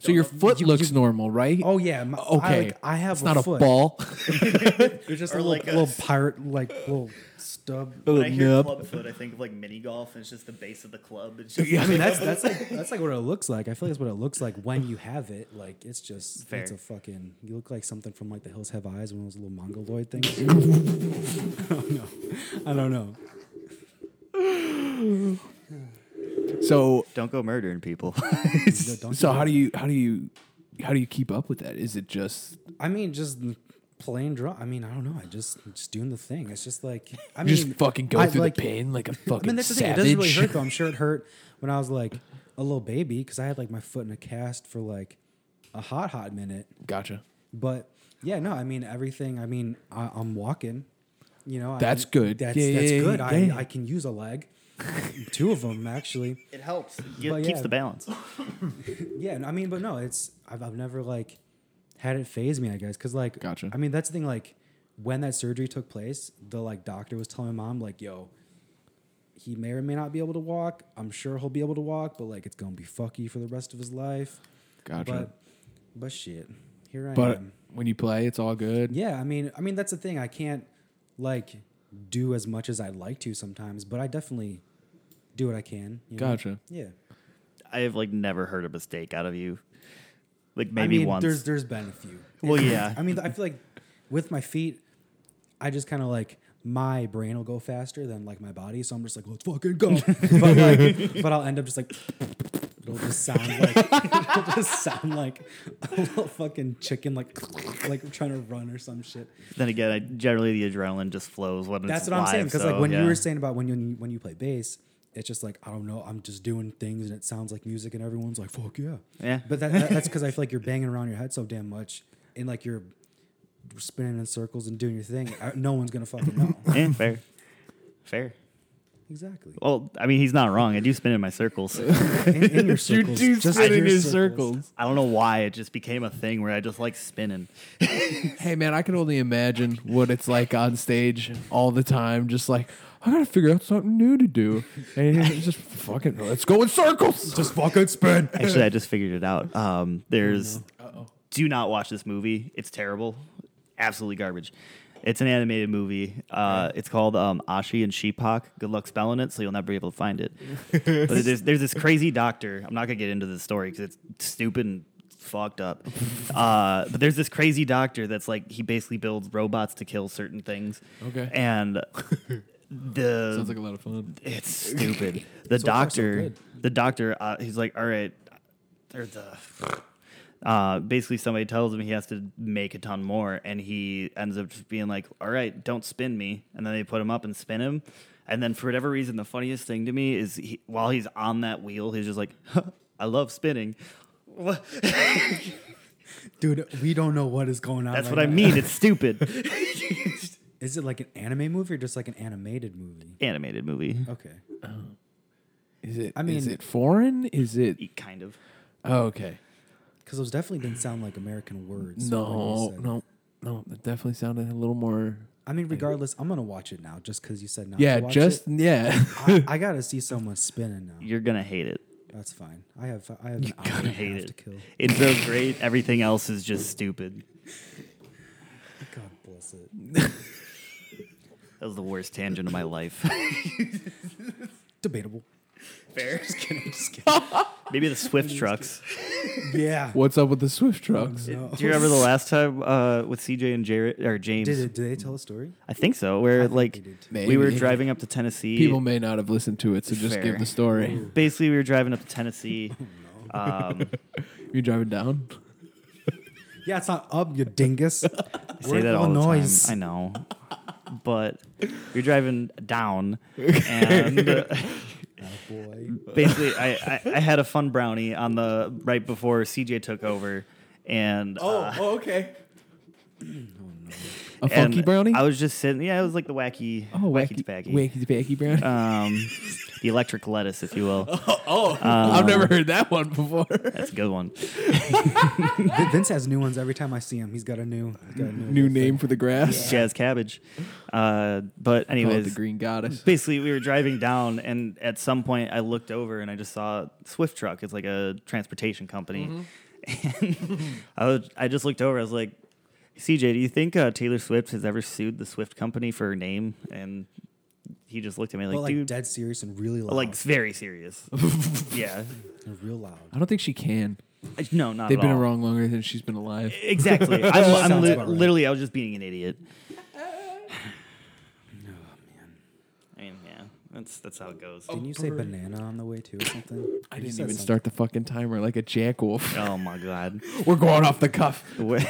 So your foot
You-
looks
you-
normal, right?
oh yeah, my,
okay.
I, like, I have
it's not a
foot.
ball.
It's just
Or
a little,
like a
little
s-
pirate, like little stub.
When I hear
Yep.
club foot, I think of like mini golf, and it's just the base of the club. It's just
I mean, that's that's like that's like what it looks like. I feel like that's what it looks like when you have it. Like it's just
Fair.
it's a fucking. You look like something from like The Hills Have Eyes, one of those little mongoloid things. I don't know. I don't know.
So
don't go murdering people.
No, don't
so how do you how do you how do you keep up with that? Is it just
I mean, just playing draw. I mean, I don't know. I just just doing the thing. It's just like I mean,
you just fucking go
I,
through
like-
the pain like a fucking
I mean, that's the thing. It
savage?
doesn't really hurt though. I'm sure it hurt when I was like a little baby because I had like my foot in a cast for like a hot hot minute.
Gotcha.
But yeah, no, I mean everything. I mean, I, I'm walking. You know, I
That's
mean,
good.
That's
Yeah,
that's
yeah,
good.
yeah.
I, I can use a leg, two of them actually.
it helps. It
But
keeps
yeah.
the balance.
Yeah, and I mean, but no, it's I've I've never like had it phase me. I guess because like
Gotcha.
I mean, that's the thing. Like when that surgery took place, the like doctor was telling my mom like, "Yo." He may or may not be able to walk. I'm sure he'll be able to walk, but like it's gonna be fucky for the rest of his life.
Gotcha.
But um, but shit, here I
But
am.
when you play, it's all good.
Yeah, I mean, I mean that's the thing. I can't like do as much as I'd like to sometimes, but I definitely do what I can. you know?
Gotcha.
Yeah.
I have like never heard a mistake out of you. Like maybe
I mean,
once.
There's there's been a few.
well, yeah.
I mean, I feel like with my feet, I just kind of like my brain will go faster than like my body, so I'm just like let's fucking go. but like, but I'll end up just like it'll just sound like it'll just sound like a little fucking chicken like like trying to run or some shit.
Then again, I, generally the adrenaline just flows when
That's
it's
what I'm saying.
live,
Because like
so,
when
yeah.
you were saying about when you when you play bass, it's just like I don't know. I'm just doing things and it sounds like music and everyone's like fuck yeah.
Yeah.
But that, that- that's because I feel like you're banging around your head so damn much and like you're spinning in circles and doing your thing. I, no one's gonna fucking know.
Eh, fair, fair.
exactly.
Well, I mean, he's not wrong. I do spin in my circles.
In, in your circles, just your
I don't know why it just became a thing where I just like spinning.
Hey man, I can only imagine what it's like on stage all the time. Just like I gotta figure out something new to do, and it's just fucking let's go in circles. Just fucking spin.
Actually, I just figured it out. Um, there's do not watch this movie. It's terrible, absolutely garbage. It's an animated movie. Uh, it's called um, Ashi and Sheepak. Good luck spelling it, so you'll never be able to find it. but there's, there's this crazy doctor. I'm not gonna get into the story because it's stupid and fucked up. Uh, but there's this crazy doctor that's like he basically builds robots to kill certain things.
Okay.
and the
Sounds like a lot of fun.
it's stupid. The
So far, so
doctor,
good.
the doctor, uh, he's like, all right, there's a. Uh, basically, somebody tells him he has to make a ton more, and he ends up just being like, "All right, don't spin me." And then they put him up and spin him, and then for whatever reason, the funniest thing to me is he, while he's on that wheel, he's just like, "I love spinning." What?
dude. We don't know what is going on.
That's
right
what I
now.
mean. It's stupid.
Is it like an anime movie or just like an animated movie?
Animated movie,
Okay.
Is it?
I mean-
is it foreign? Is it?
kind of.
Oh, okay.
Because those definitely didn't sound like American words. when you
No,
said-
no, no. It definitely sounded a little more.
I mean, regardless, I'm gonna watch it now just because you said not.
Yeah,
to watch
just
it.
yeah.
I, I gotta see someone spinning now.
You're gonna hate it.
That's fine. I have. I have. an hour
Gonna
and a
hate
half
it.
To kill.
It's so great. Everything else is just stupid.
God bless it.
That was the worst tangent of my life.
Debatable.
Fair.
Just kidding. Just kidding.
Maybe the Swift trucks.
yeah.
What's up with the Swift trucks?
No.
Do you remember the last time uh, with CJ and Jared or James?
Did it? Did they tell a story?
I think so. Where
think
like
they did.
we were
Maybe.
driving up to Tennessee.
People may not have listened to it, so just
Fair.
give the story.
Basically, we were driving up to Tennessee. um,
You driving down?
Yeah, it's not up, you dingus.
I say that all the time. I know, but you're driving down, and uh,
Oh, boy.
basically, I, I, I had a fun brownie on the right before CJ took over, and uh,
oh, okay. Oh, A
and
funky brownie?
I was just sitting. Yeah, it was like the wacky,
oh, wacky,
wacky,
wacky tabacky brownie.
Uh,
um, the electric lettuce, if you
Oh,
will.
um,
I've never heard that one before.
That's a good one.
Vin- Vince has new ones every time I see him. He's got a new, he's got a new,
New
little thing.
name for the grass.
Jazz cabbage. Uh, but
Call it the
anyways,
Green Goddess.
basically we were driving down, and at some point I looked over and I just saw Swift Truck. It's like a transportation company,
Mm-hmm.
and I was, I just looked over. I was like, CJ, do you think uh, Taylor Swift has ever sued the Swift company for her name? And he just looked at me like,
But like
dude,
dead serious and really loud.
like very serious. yeah,
and real loud.
I don't think she can.
I- no, not.
They've
at
been
all.
around longer than she's been alive.
Exactly. I'm, I'm
Sounds
li-
about right.
literally, I was just being an idiot. Oh, I mean, yeah, that's that's how it goes.
Didn't you say banana on the way too or something?
I didn't even start the fucking timer like a jackwolf.
Oh my god,
We're going off the cuff.
we're,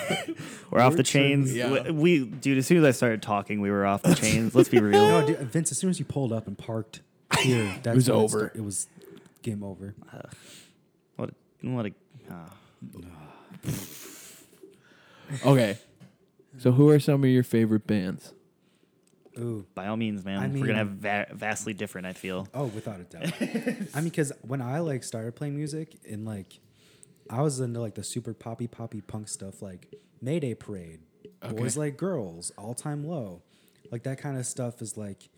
we're off the chains.
yeah.
We, we- dude, as soon as I started talking, we were off the chains. Let's be real.
No, dude, Vince. As soon as you pulled up and parked here, that's
was
when
over.
sta- It was game over.
What? What? A, ah.
Okay. So, who are some of your favorite bands?
Ooh.
by all means, man,
I
we're gonna have
mean-
va- vastly different. I feel.
Oh, without a doubt. I mean, because when I like started playing music and like I was into like the super poppy poppy punk stuff, like Mayday Parade, Boys Like Girls, All Time Low, like that kind of stuff is like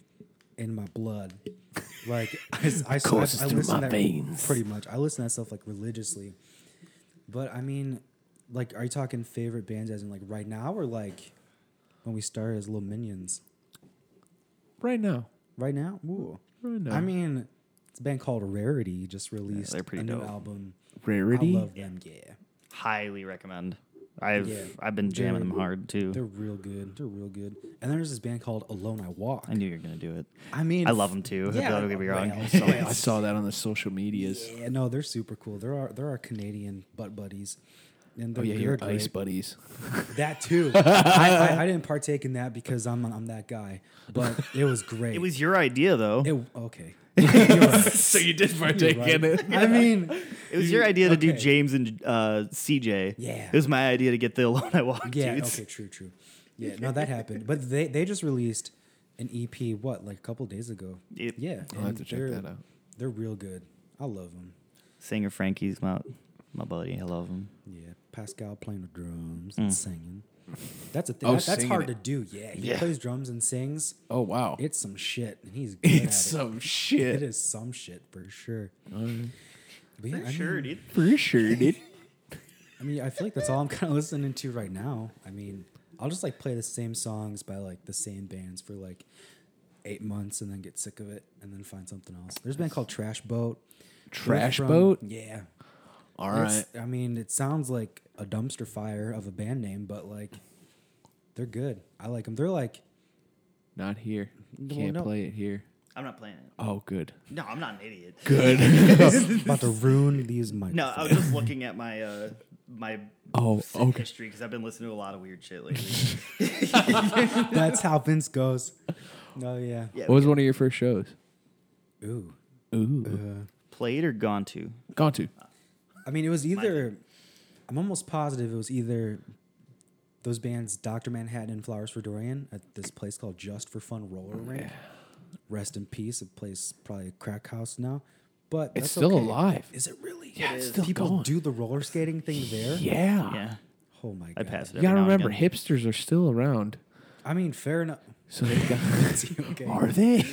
in my blood. Like I, s- I, s- I-
courses
I
through
listen
my
to that
veins.
pretty much. I listen to that stuff like religiously. But I mean, like, are you talking favorite bands as in like right now or like when we started as little minions?
Right now.
Right now? Ooh.
Right now.
I mean, it's a band called Rarity just released
they're pretty
a new
dope.
album.
Rarity?
I love them, yeah.
Highly recommend. I've
Yeah.
I've been jamming them hard
They're
too.
real good. They're real good. And there's this band called Alone I Walk.
I knew you were gonna do it.
I mean,
I love them too.
yeah,
don't get me
well,
wrong.
so-
I saw that on the social medias.
Yeah, no, they're super cool. There are there are Canadian butt buddies, and
Oh
they're,
yeah,
they're
your
great.
ice buddies.
That too. I, I, I didn't partake in that because I'm I'm that guy, but it was great.
It was your idea though. It,
It- okay.
so you did partake
Right. I mean,
was your idea to do
okay.
James and uh, CJ.
Yeah.
It was my idea to get the alone I walk
yeah.
dudes.
Okay. True. True. Yeah. No, that happened. But they they just released an EP. What like a couple days ago.
It-
yeah.
I'll have
and
to check
they're-
that out.
They're real good. I love them.
Singer Frankie's my my buddy. I love him.
Yeah, Pascal playing the drums and singing. That's a thing.
Mm. Oh,
that, that's
singing
hard
it.
to do. Yeah, he
Yeah.
plays drums and sings.
Oh wow,
It's some shit, and he's good
it's
at
some
it. It
shit.
is some shit for sure. But yeah, I mean,
dude.
For sure, dude.
I mean, I feel like that's all I'm kind of listening to right now. I mean, I'll just like play the same songs by like the same bands for like eight months, and then get sick of it, and then find something else. There's a band called Trash Boat. They're
Trash
from-
boat.
Yeah,
All
It's-
right.
I mean, it sounds like a dumpster fire of a band name, but like, they're good. I like them. They're like,
Not here.
Well,
Can't
no.
play it here.
I'm not playing it.
Oh, good.
No, I'm not an idiot.
Good.
about to ruin these
No, I
microphones.
was just looking at my uh, my
Oh,
s-
okay.
history because I've been listening to a lot of weird shit lately.
That's how Vince goes. Oh yeah.
yeah,
what was one of your first shows?
Ooh.
Ooh.
Uh,
played or gone to?
Gone to.
I mean, it was either. I'm almost positive it was either those bands, Doctor Manhattan and Flowers for Dorian, at this place called Just for Fun Roller Rink. Rest in peace. A place probably a crack house now, but
It's
that's
still
okay.
alive.
Is it really?
Yeah, it's still
People
going.
do the roller skating thing there.
Yeah.
Yeah,
Oh my god.
I pass it.
Ah, You gotta
every now and
remember,
again.
hipsters are still around.
I mean, fair enough.
So they got.
okay.
are they?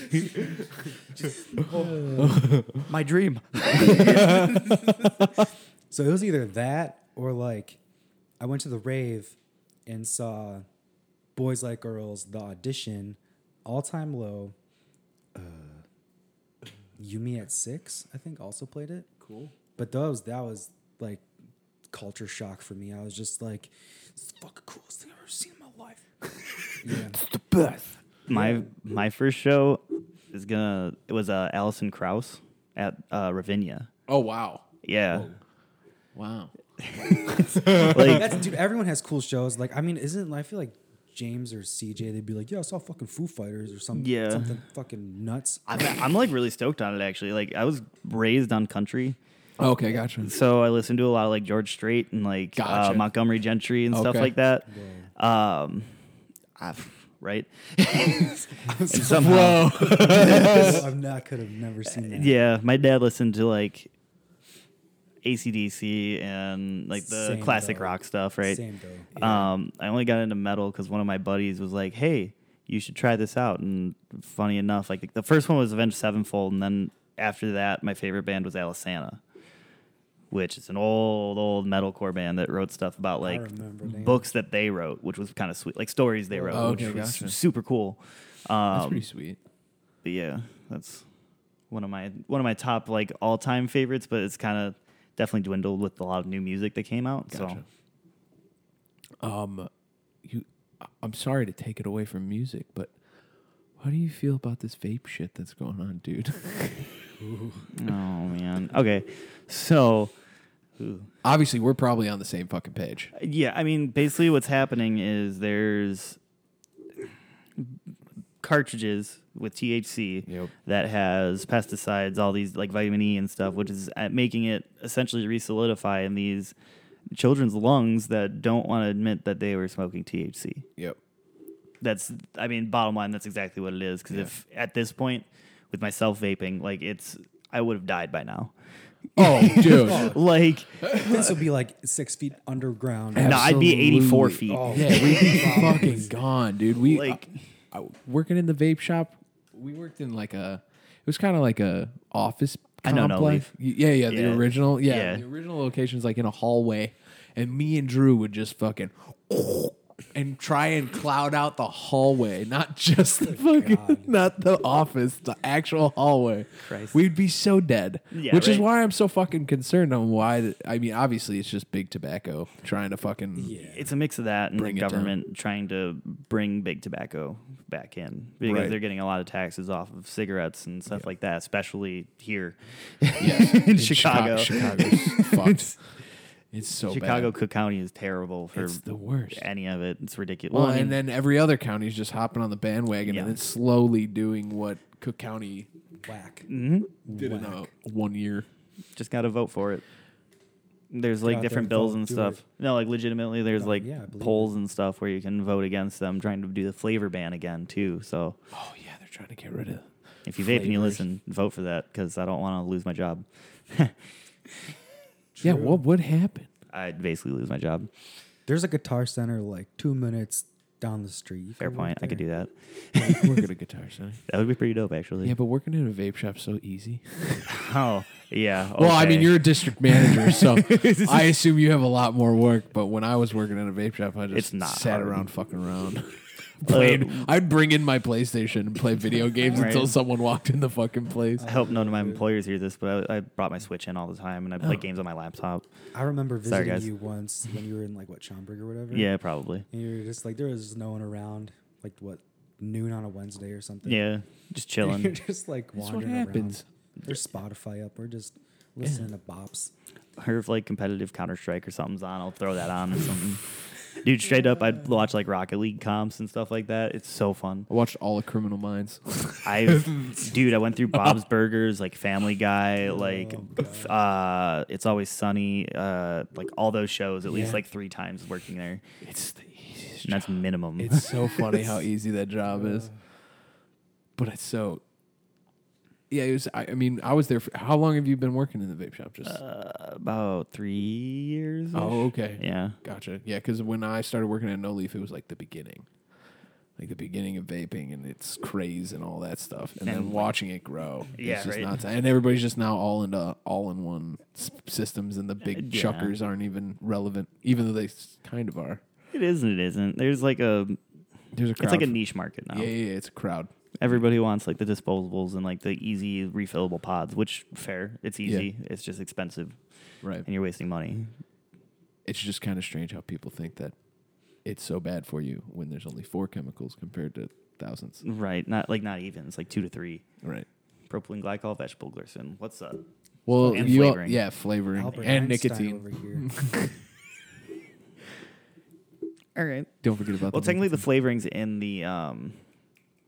my dream.
So it was either that or like I went to the rave and saw Boys Like Girls, The Audition, All Time Low. Uh, Yumi at Six, I think, also played it. Cool. But those, that was like culture shock for me. I was just like, this is the fucking coolest thing I've ever seen in my life. yeah.
the best.
my my first show is gonna. It was uh, Allison Krauss at uh, Ravinia.
Oh wow.
Yeah,
Wow.
like
That's, dude, everyone has cool shows. Like, I mean, isn't, I feel like James or CJ, they'd be like, yeah, I saw fucking Foo Fighters or some,
Yeah.
something fucking nuts.
I'm, I'm like really stoked on it actually. Like I was raised on country.
Okay, gotcha.
so I listened to a lot of like George Strait and like uh,
Gotcha.
Montgomery Gentry and stuff
Okay.
like that. Um, I've, right? and
Um,
somehow,
I'm not could have never seen that.
yeah, my dad listened to like ACDC and like the
Same
classic
though.
rock stuff, right?
Same though.
Um, I only got into metal because one of my buddies was like, "Hey, you should try this out." And funny enough, like the first one was Avenged Sevenfold, and then after that, my favorite band was Alisana, which is an old, old metalcore band that wrote stuff about like
remember, damn.
books that they wrote, which was kind of sweet, like stories they wrote,
Oh, okay,
which was
gotcha.
super cool.
That's
Um,
pretty sweet.
but yeah, that's one of my one of my top like all time favorites, but it's kind of definitely dwindled with a lot of new music that came out. So
Gotcha. Um, you. I- I'm sorry to take it away from music, but how do you feel about this vape shit that's going on, dude?
Oh man. Okay. So
Obviously, we're probably on the same fucking page.
yeah, I mean, basically, what's happening is there's cartridges with THC
Yep.
that has pesticides, all these like vitamin E and stuff, which is uh, making it essentially re-solidify in these children's lungs that don't want to admit that they were smoking THC.
Yep.
That's, I mean, bottom line, that's exactly what it is. Because
Yeah.
if at this point, with myself vaping, like it's, I would have died by now.
Oh, dude.
Like,
Vince would be like six feet underground.
no, I'd be 84
Absolutely.
feet.
Oh,
Yeah, we'd be fucking gone, dude. We
Like-
like working in the vape shop. We worked in like a. It was kind of like a office.
I know, no
complex. Y- Yeah, yeah. The
Yeah.
original, yeah,
Yeah.
The original location's like in a hallway, and me and Drew would just fucking and try and cloud out the hallway, not just
Oh
the fucking, not the office, the actual hallway.
Christ.
We'd be so dead.
Yeah,
which is
right.
why I'm so fucking concerned on why. th- I mean, obviously, it's just big tobacco trying to fucking.
It's a mix of that and
Bring
the
it down.
government trying to bring big tobacco back in because
Right.
they're getting a lot of taxes off of cigarettes and stuff like that, especially here
Yes. Chica-
in Chicago.
Chicago's fucked. It's so
Chicago,
Oh, bad.
Cook County is terrible for
It's the worst.
any of it. It's ridiculous.
Well,
I mean,
and then every other county's just hopping on the bandwagon and
Yeah.
it's slowly doing what Cook County
Whack.
Mm-hmm.
did in a one year.
just got to vote for it. There's like
out there
different
and
bills
vote.
and
Do
stuff.
it.
No, like legitimately, there's
Oh,
like
yeah, I believe
polls and stuff where you can vote against them, trying to do the flavor ban again too. So
Oh yeah, they're trying to get rid of.
if you vape and you
Flavors.
listen, vote for that because I don't want to lose my job.
Yeah, what would happen?
I'd basically lose my job.
There's a guitar center like two minutes down the street. You
Fair
can
point.
work
I could
there.
do that.
Working a guitar center.
That would be pretty dope, actually.
Yeah, but working in a vape shop's so easy.
Oh, yeah.
Well, I mean,
okay.
you're a district manager, so I assume you have a lot more work. But when I was working in a vape shop, I just
It's not
sat
hard. Um,
around fucking around. Played, I'd bring in my PlayStation and play video games
Right.
until someone walked in the fucking place.
I hope none of my employers hear this, but I, I brought my Switch in all the time and I
Oh.
play games on my laptop.
I remember
Sorry,
visiting
guys.
you once when you were in like what Schaumburg or whatever.
Yeah, probably.
And you were just like there was no one around, like what noon on a Wednesday or something.
Yeah, just
You're
chilling.
just like
what
wandering
happens.
around. There's Spotify up. We're just listening to bops.
or if like competitive Counter Strike or something's on, I'll throw that on or something. Dude, straight up, I'd watch like Rocket League comps and stuff like that. It's so fun.
I watched all of Criminal Minds.
I, dude, I went through Bob's Burgers, like Family Guy, like
Oh,
uh, It's Always Sunny, uh, like all those shows at least
Yeah.
like three times working there.
It's the easiest.
And that's minimum.
It's so funny how easy that job is. But it's so. Yeah, it was. I, I mean, I was there. For, how long have you been working in the vape shop?
Uh,
Just
about three years.
oh, okay.
Yeah.
Gotcha. Yeah, because when I started working at No Leaf, it was like the beginning, like the beginning of vaping and its craze and all that stuff, and, then
And-
watching it grow. is
Yeah,
just
right.
nuts. And everybody's just now all into all-in-one s- systems, and the big
Yeah.
chuckers aren't even relevant, even though they s- kind of are.
It is and it isn't. There's like a
There's a
it's
crowd.
like a
for-
niche market now.
Yeah, yeah, yeah, it's a crowd.
Everybody wants like the disposables and like the easy refillable pods, which fair. It's easy. It's just expensive
Right.
and you're wasting money.
It's just kind of strange how people think that it's so bad for you when there's only four chemicals compared to thousands.
Right. Not like not even. It's like two to three.
Right.
Propylene glycol, vegetable glycerin. What's up?
Well,
And
you al-
flavoring.
yeah, flavoring
Albert
and
Einstein
nicotine.
over here.
All right.
Don't forget about
Well,
the
technically the flavorings in the um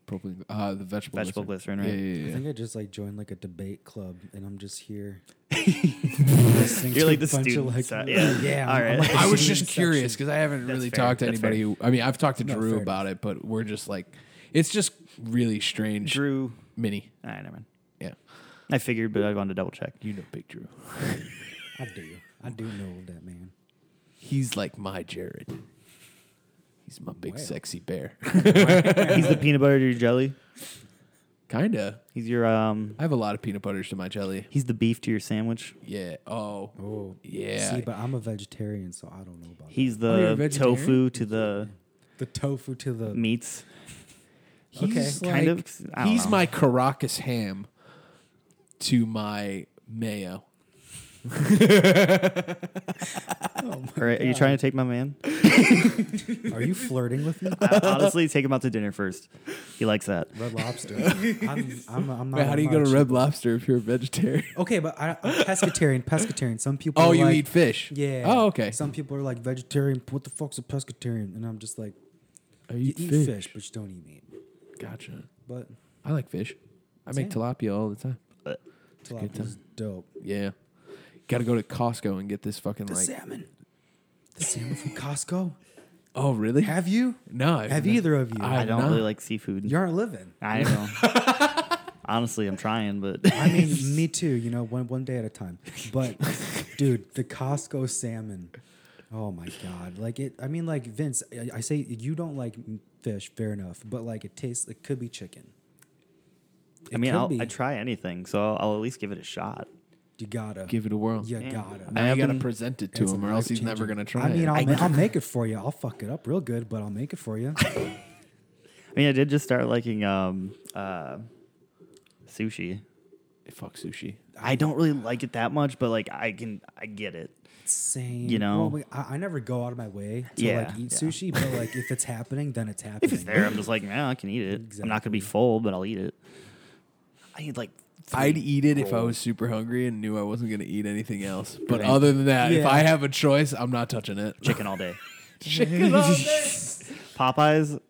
propylene, uh, the vegetable,
Vegetable glycerin, right?
Yeah, yeah,
I
yeah.
think I just like joined like a debate club, and I'm just here. listening
You're
to
like
a
the
bunch of,
student
like,
side. Yeah.
yeah.
All
I'm-
right.
I'm like
I
the
was
student
just curious
section.
because I haven't
That's
really
fair.
talked to
That's
anybody who. I mean, I've talked to
No,
Drew
fair
about it, but we're just like, it's just really strange.
Drew.
Mini,
All right, never mind.
yeah,
I figured, but I wanted to double check.
you know, Big Drew.
I do. I do know that man.
He's like my Jared. He's my big
Wow.
sexy bear.
He's the peanut butter to your jelly.
Kinda.
He's your um.
I have a lot of peanut butters to my jelly.
He's the beef to your sandwich.
Yeah. Oh.
Oh,
Yeah.
See, but I'm a vegetarian, so I don't know about
He's
Oh, you're a
the
vegetarian?
tofu to the
that. the tofu to the
meats.
He's
Okay. Kind
like-
of. I don't
He's
know.
my Caracas ham to my mayo.
All right, are you trying to take my man?
Are you flirting with me?
I- honestly, take him out to dinner first. He likes that.
Red Lobster. I'm, I'm, I'm not.
Wait, how do you
I'm not
go to
a
Red
chi-
Lobster if you're a vegetarian?
Okay, but I, I'm pescatarian. Pescatarian. Some people.
Oh,
are
you
like-
eat fish.
Yeah.
Oh, okay.
Some people are like vegetarian. What the fuck's a pescatarian? And I'm just like,
I
you eat fish, but you don't eat meat.
Gotcha.
But
I like fish. I make
Same.
tilapia all the time.
tilapia's dope.
Yeah. Got to go to Costco and get this fucking
The
like.
salmon. The salmon from Costco.
Oh really?
Have you?
no. I've
Have
never-
either of you?
I-
I
I'm
don't really
not.
like seafood.
you aren't living.
I don't. honestly, I'm trying, but
I mean, me too. You know, one one day at a time. But, dude, the Costco salmon. Oh my god! Like it. I mean, like Vince. I, I say you don't like m- fish. Fair enough. But like, it tastes. It could be chicken.
I
It
mean,
could
I'll,
be.
I try anything, so I'll, I'll at least give it a shot.
You gotta.
Give it a whirl.
You
Yeah.
gotta.
Now you got to
Evan-
present it to
It's
him, or else he's
life-changing.
never going to try.
I mean,
it.
I'll, ma- I'll make it for you. I'll fuck it up real good, but I'll make it for you.
I mean, I did just start liking um, uh, sushi.
fuck sushi.
I don't really like it that much, but like I can, I get it.
Same.
You know?
Well, we, I, I never go out of my way to
Yeah,
like eat
yeah.
sushi, but like if it's happening, then it's happening.
If it's there, I'm just like, yeah, I can eat it. I'm not gonna be
Exactly.
full, but I'll eat it. I eat like.
I'd
three
eat it if I
rolls.
was super hungry and knew I wasn't going to eat anything else. But
Right.
other than that, if
Yeah.
I have a choice, I'm not touching it.
chicken all day. Popeyes,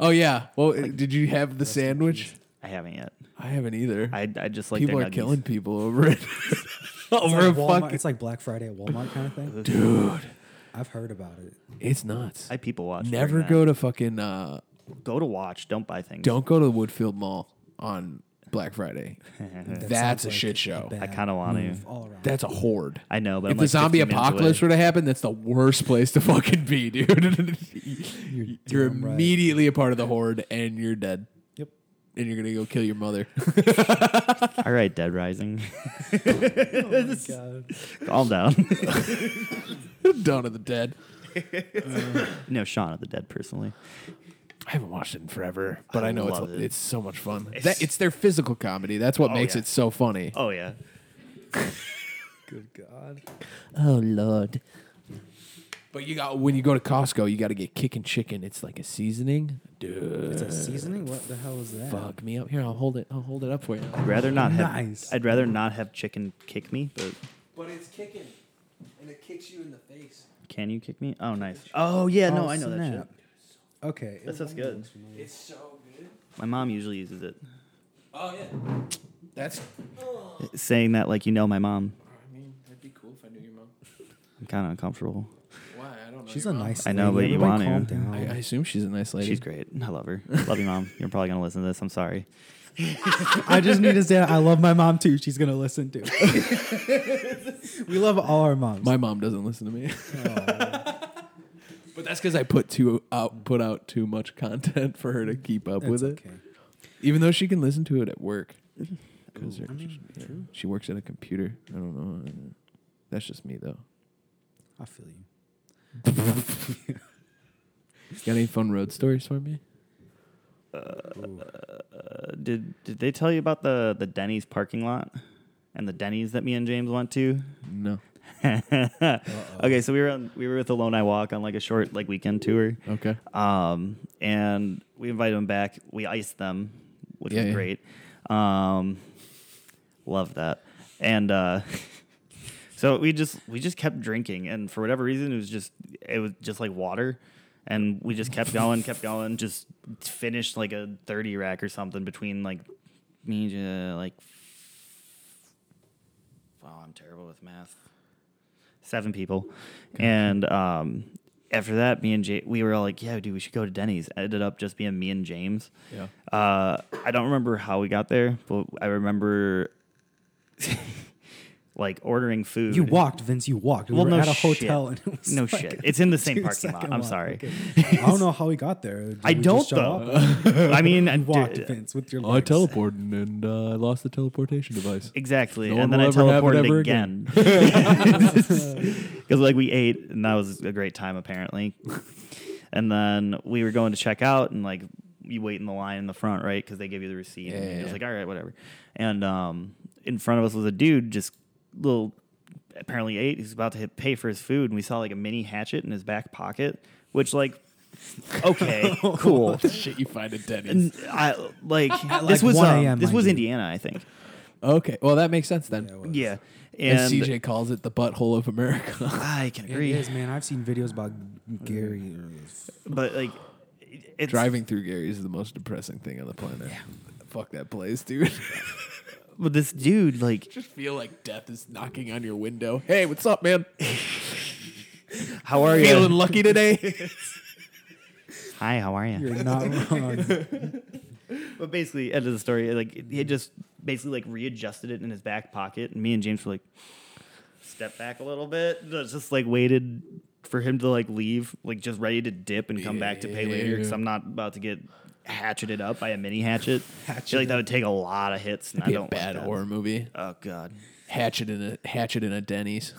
Oh yeah. Well, did you have the sandwich?
I haven't yet.
I haven't either.
I, I just like
people
their
are
nuggies.
killing people over it.
It's
over
like,
a
Walmart,
fucking
it's like Black Friday at Walmart kind of thing.
dude.
I've heard about it.
It's nuts.
I people watch. during
Never
that.
go to fucking. Uh,
go to watch. Don't buy things.
don't go to the Woodfield Mall on Black Friday.
That
That's
sounds
a
like
shit show.
bad
I kinda wanna.
move All around.
That's a horde.
I know, but
if
I'm
the
like
zombie
15 minutes
apocalypse
away.
were to happen, that's the worst place to fucking be, dude. you're
damn right.
immediately a part of the horde, and you're dead,
Yep.
and you're gonna go kill your mother.
all right, Dead Rising,
God.
calm down.
Dawn of the Dead.
no, Shaun of the Dead, personally.
I haven't watched it in forever, but I,
I
know it's
love it.
it's so much fun. It's, that, it's their physical comedy. That's what makes
yeah.
it so funny.
Oh yeah,
Good God.
Oh lord.
But you got when you go to Costco, you got to get kicking chicken. It's like a seasoning, dude.
It's a seasoning? What the hell is that?
Fuck me up here. I'll hold it. I'll hold it up for you.
I'd rather not have.
Nice.
I'd rather not have chicken kick me, but
But it's kicking, and it kicks you in the face.
can you kick me? Oh nice. Oh yeah, no,
Oh,
I know that shit.
snap. Okay.
That
it-
sounds good.
It's so good.
My mom usually uses it,
Oh yeah. That's.
saying that like you know my mom.
I mean, that'd be cool if I knew your mom.
I'm kind of uncomfortable.
Why? I don't know.
She's
your
a
mom.
nice
I know,
lady.
but you
Everybody
wanna.
calm
I, I
down.
assume she's a nice lady.
She's great. I love her. Love you, mom. You're probably gonna listen to this. I'm sorry.
I just need to say I love my mom too. She's gonna listen too. we love all our moms.
My mom doesn't listen to me,
Oh,
but that's because I put too out put out too much content for her to keep up
that's
with it.
okay.
Even though she can listen to it at work, 'Cause her-
I mean,
yeah.
mm, true.
she works at a computer. I don't know. That's just me though.
I feel you.
Got any fun road stories for me?
Ooh.
Uh, did did they tell you about the the Denny's parking lot and the Denny's that me and James went to?
No.
okay, so we were on, we were with Alone I Walk on like a short like weekend tour.
Okay.
Um, and we invited them back. We iced them, which
Yeah,
was
yeah.
great. Um, love that. And uh, so we just we just kept drinking, and for whatever reason, it was just it was just like water, and we just kept going, kept going, just finished like a thirty rack or something between like me and uh, like. Wow, I'm terrible with math seven people. And um, after that, me and Jay, we were all like, yeah, dude, we should go to Denny's. It ended up just being me and James.
Yeah.
Uh, I don't remember how we got there, but I remember like ordering food.
You walked, Vince. You walked. We
Well,
were
no
at a
shit.
hotel, and it was
No
like
shit.
a
It's in the same
two-second
parking lot. I'm
walk.
sorry.
Okay. I don't know how we got there. Did
I
we
don't
just show up?
though. I mean, I
You walked,
did-
Vince, with your.
Oh, I
Legs.
teleported and uh, I lost the teleportation device.
Exactly.
No one
and then I
will ever have it ever
teleported again.
again.
Because like we ate and that was a great time apparently. and then we were going to check out and like you wait in the line in the front, right? Because they give you the receipt.
Yeah,
and you're
yeah,
just
yeah.
like, all right, whatever. And um, in front of us was a dude just little apparently ate. He's about to hit, pay for his food and we saw like a mini hatchet in his back pocket, which like okay, cool.
Shit, you find at Denny's.
And I like,
like
this was
1
um,
a.m.,
this
mind
was
you.
Indiana, I think.
Okay. Well, that makes sense then.
Yeah, well,
Yeah. And
As CJ calls it, the butthole of America.
I can
It
agree.
is, man. I've seen videos about Gary.
But like, it- it's
Driving through Gary is the most depressing thing on the planet. Fuck that place, dude.
But this dude, like,
Just feel like death is knocking on your window. Hey, what's up, man?
how are
Feeling
you?
lucky today?
Hi, how are you?
You're not wrong.
But basically, end of the story. Like, he just basically like readjusted it in his back pocket, and me and James were like, step back a little bit. And I Just like waited for him to like leave, like just ready to dip and come back to pay later because I'm not about to get hatcheted up by a mini hatchet. I feel like that would take a lot of hits, and I
Be a
don't like
bad
that.
horror movie.
Oh god.
Hatchet in a hatchet in a Denny's.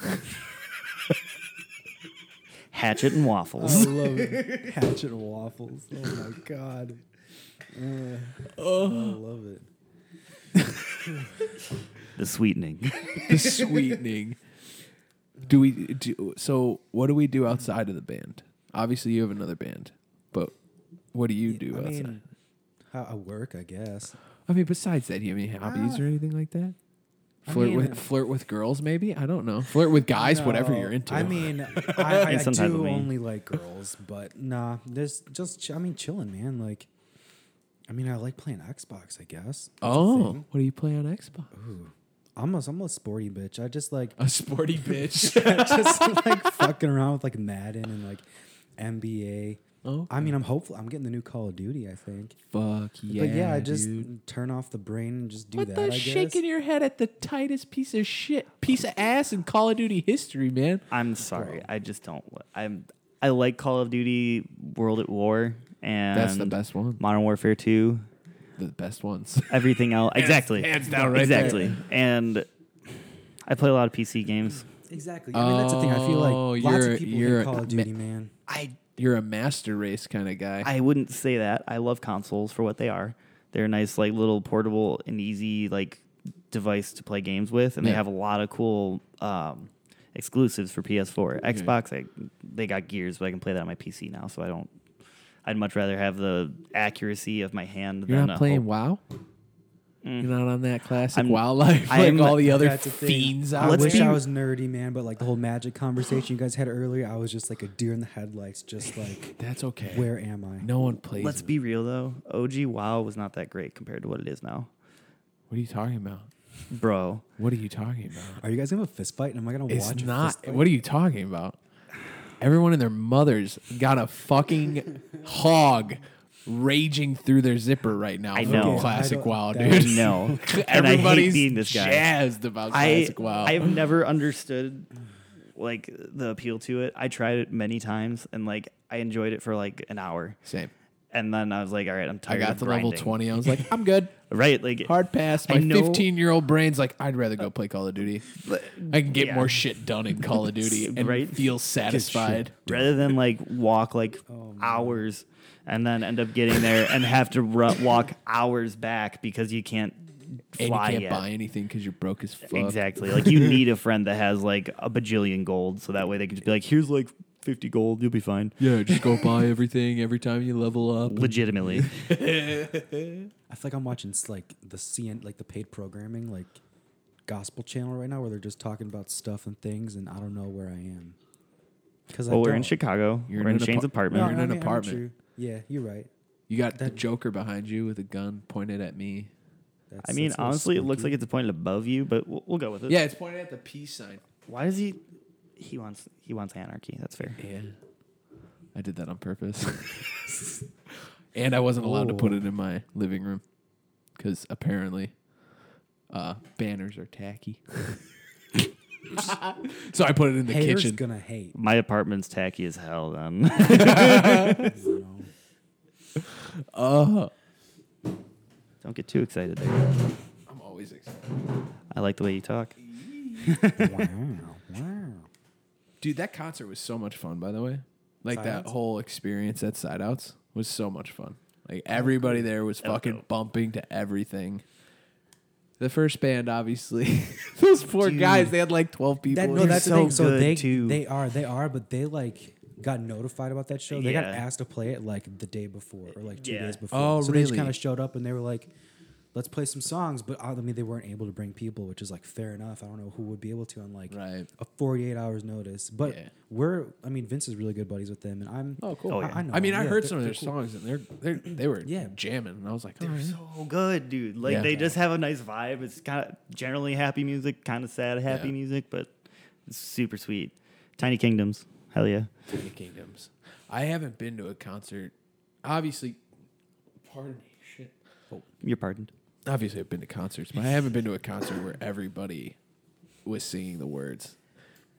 Hatchet and
I
waffles.
love it. Hatchet waffles. Oh my god. Uh, I love it. Oh.
the sweetening.
the sweetening. Do we do so? What do we do outside of the band? Obviously, you have another band, but what do you do
I
outside?
mean, how I work, I guess.
I mean, besides that, do you have any hobbies or anything like that?
I
Flirt
mean-
with flirt with girls, maybe. I don't know. Flirt with guys, whatever
No,
you're into.
I mean, I, I,
And sometimes with
do
me.
only like girls, but nah, there's just ch- I mean, chilling, man. Like, I mean, I like playing Xbox, I guess. That's a
oh,
thing.
what do you play on Xbox?
I'm a, I'm a sporty bitch. I just like
A sporty bitch.
I just like fucking around with like Madden and like NBA.
oh
I mean, I'm hopeful. I'm getting the new Call of Duty, I think.
fuck yeah!
but yeah, I just
dude.
turn off the brain and just do
What
that.
the
I
shaking
guess.
your head at the tightest piece of shit, piece of ass in Call of Duty history, man.
I'm sorry. I just don't. li- I'm. I like Call of Duty, World at War, and
That's the best one.
Modern Warfare Two.
The best ones.
Everything else, exactly,
hands down right there.
exactly. And I play a lot of PC games.
Exactly. I mean, that's the thing. I feel
Oh,
like lots
you're-
of people
you're
hate Call
a
of Duty, man.
I
You're a master race kind of guy.
I wouldn't say that. I love consoles for what they are. They're a nice, like little portable and easy like device to play games with, and they
Yeah.
have a lot of cool um, exclusives for PS4,
Mm-hmm.
Xbox. I, they got Gears, but I can play that on my PC now, so I don't. I'd much rather have the accuracy of my hand
You're
than
not
a
playing WoW.
whole-
You're not on that classic
Mm. I'm-
wildlife
I
like
am-
all the other
That's the thing.
fiends
I
out
Let's
there.
wish
be-
I was nerdy, man, but like the whole magic conversation you guys had earlier, I was just like a deer in the headlights, just like,
That's okay.
where am I?
no one plays.
Let's
it.
be real though. OG WoW was not that great compared to what it is now,
What are you talking about?
bro.
What are you talking about?
Are you guys gonna have a fist fight? And am I gonna
It's
watch?
not.
A fist
What are you talking about? Everyone and their mothers got a fucking hog raging through their zipper right now.
I
from
know.
I
classic
don't-
WoW,
that
dude.
is-
No, and I hate
Everybody's
being this guy.
jazzed about
I
classic WoW.
I've never understood like the appeal to it. I tried it many times and like I enjoyed it for like an hour,
Same.
and then I was like, all right, I'm
I
tired.
got
of
to
grinding.
level twenty. I was like, I'm good.
right? Like
Hard pass.
I
My
know-
15 year old brain's like, I'd rather go play Call of Duty. I can get
yeah.
more shit done in Call of Duty and
Right?
feel satisfied.
rather than like walk like hours and then end up getting there and have to ru- walk hours back because you can't
And you
fly
can't
yet.
buy anything because you're broke as fuck.
Exactly. Like you need a friend that has like a bajillion gold, so that way they can just be like, "Here's like fifty gold, you'll be fine."
Yeah, just go buy everything every time you level up.
Legitimately,
I feel like I'm watching s- like the CN, like the paid programming, like gospel channel right now, where they're just talking about stuff and things, and I don't know where I am. Because
well, we're in Chicago.
You're
we're
in
in
an
Shane's
apar-
apartment.
No, You're in an apartment.
Yeah, you're right.
You got the Joker behind you with a gun pointed at me.
That's,
I mean,
that's a little
honestly, it looks
spooky.
like it's pointed above you, but we'll, we'll go with it.
Yeah, it's pointed at the peace sign.
Why does he? He wants. He wants anarchy. That's fair.
Yeah. I did that on purpose. and I wasn't allowed to put it in my living room because apparently uh, banners are tacky. so I put it in the
Haters
kitchen.
gonna hate.
My apartment's tacky as hell. um, Then
You know?
Uh-huh.
don't get too excited. There.
I'm always excited.
I like the way you talk.
wow, wow.
Dude, that concert was so much fun, by the way. Like
Side
that
Outs?
whole experience at Side Outs was so much fun. Like everybody there was fucking bumping to everything. The first band, obviously, those poor
Dude.
guys, they had like 12 people.
That,
in
no,
there.
that's
so
the thing. So
good,
they
too.
they are they are, but they like got notified about that show. They got
Yeah.
asked to play it like the day before or like two
Yeah.
days before.
Oh,
so They just
really?
kind of showed up and they were like, "Let's play some songs," but I mean, they weren't able to bring people, which is like fair enough. I don't know who would be able to on like
Right.
a forty eight hours notice. But
Yeah.
we're, I mean, Vince is really good buddies with them, and I'm.
Oh, cool.
Oh,
I,
yeah.
I mean, I
them. Yeah,
heard
they're-
some of
they're
their songs, and they're, they're they were
Yeah.
jamming, and I was like, oh,
So good, dude. Like
Yeah.
they just have a nice vibe. It's kind of generally happy music, kind of sad happy
Yeah.
music, but it's super sweet. Tiny Kingdoms. Hell yeah.
Tiny Kingdoms. I haven't been to a concert. Obviously, pardon me, shit.
You're pardoned.
Obviously, I've been to concerts, but I haven't been to a concert where everybody was singing the words.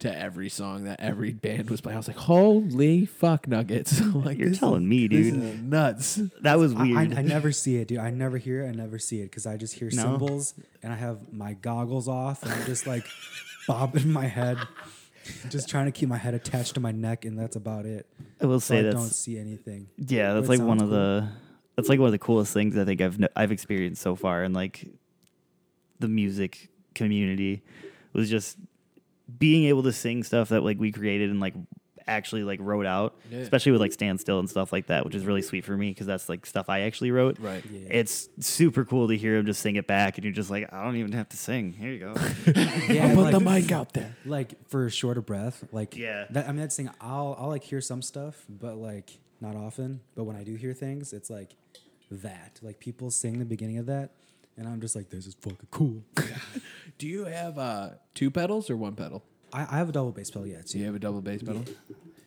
to every song that every band was playing. I was like, holy fuck nuggets. I'm like,
You're
this
telling
is-
me,
this
dude.
is nuts.
That was
I,
weird.
I, I never see it, dude. I never hear it. I never see it because I just hear
No.
cymbals and I have my goggles off and I'm just like bobbing my head, just trying to keep my head attached to my neck, and that's about it.
I will
So
say
I
that's
don't see anything.
yeah, that's
but it
like one
sounds
of the that's like one of the coolest things I think I've kn- I've experienced so far in like the music community was just being able to sing stuff that like we created and like actually like wrote out,
Yeah.
especially with like standstill and stuff like that, which is really sweet for me because that's like stuff I actually wrote.
Right.
Yeah.
It's super cool to hear him just sing it back, and you're just like, I don't even have to sing. Here you go.
Yeah,
I'll put
like-
the mic out there.
like for a shorter breath like
Yeah.
that, i mean that's the thing i'll i'll like hear some stuff but like not often but when i do hear things it's like that like people sing the beginning of that and i'm just like this is fucking cool
Do you have uh, two pedals or one pedal?
i, I have a double bass pedal yeah
Do
too
you have a double bass pedal?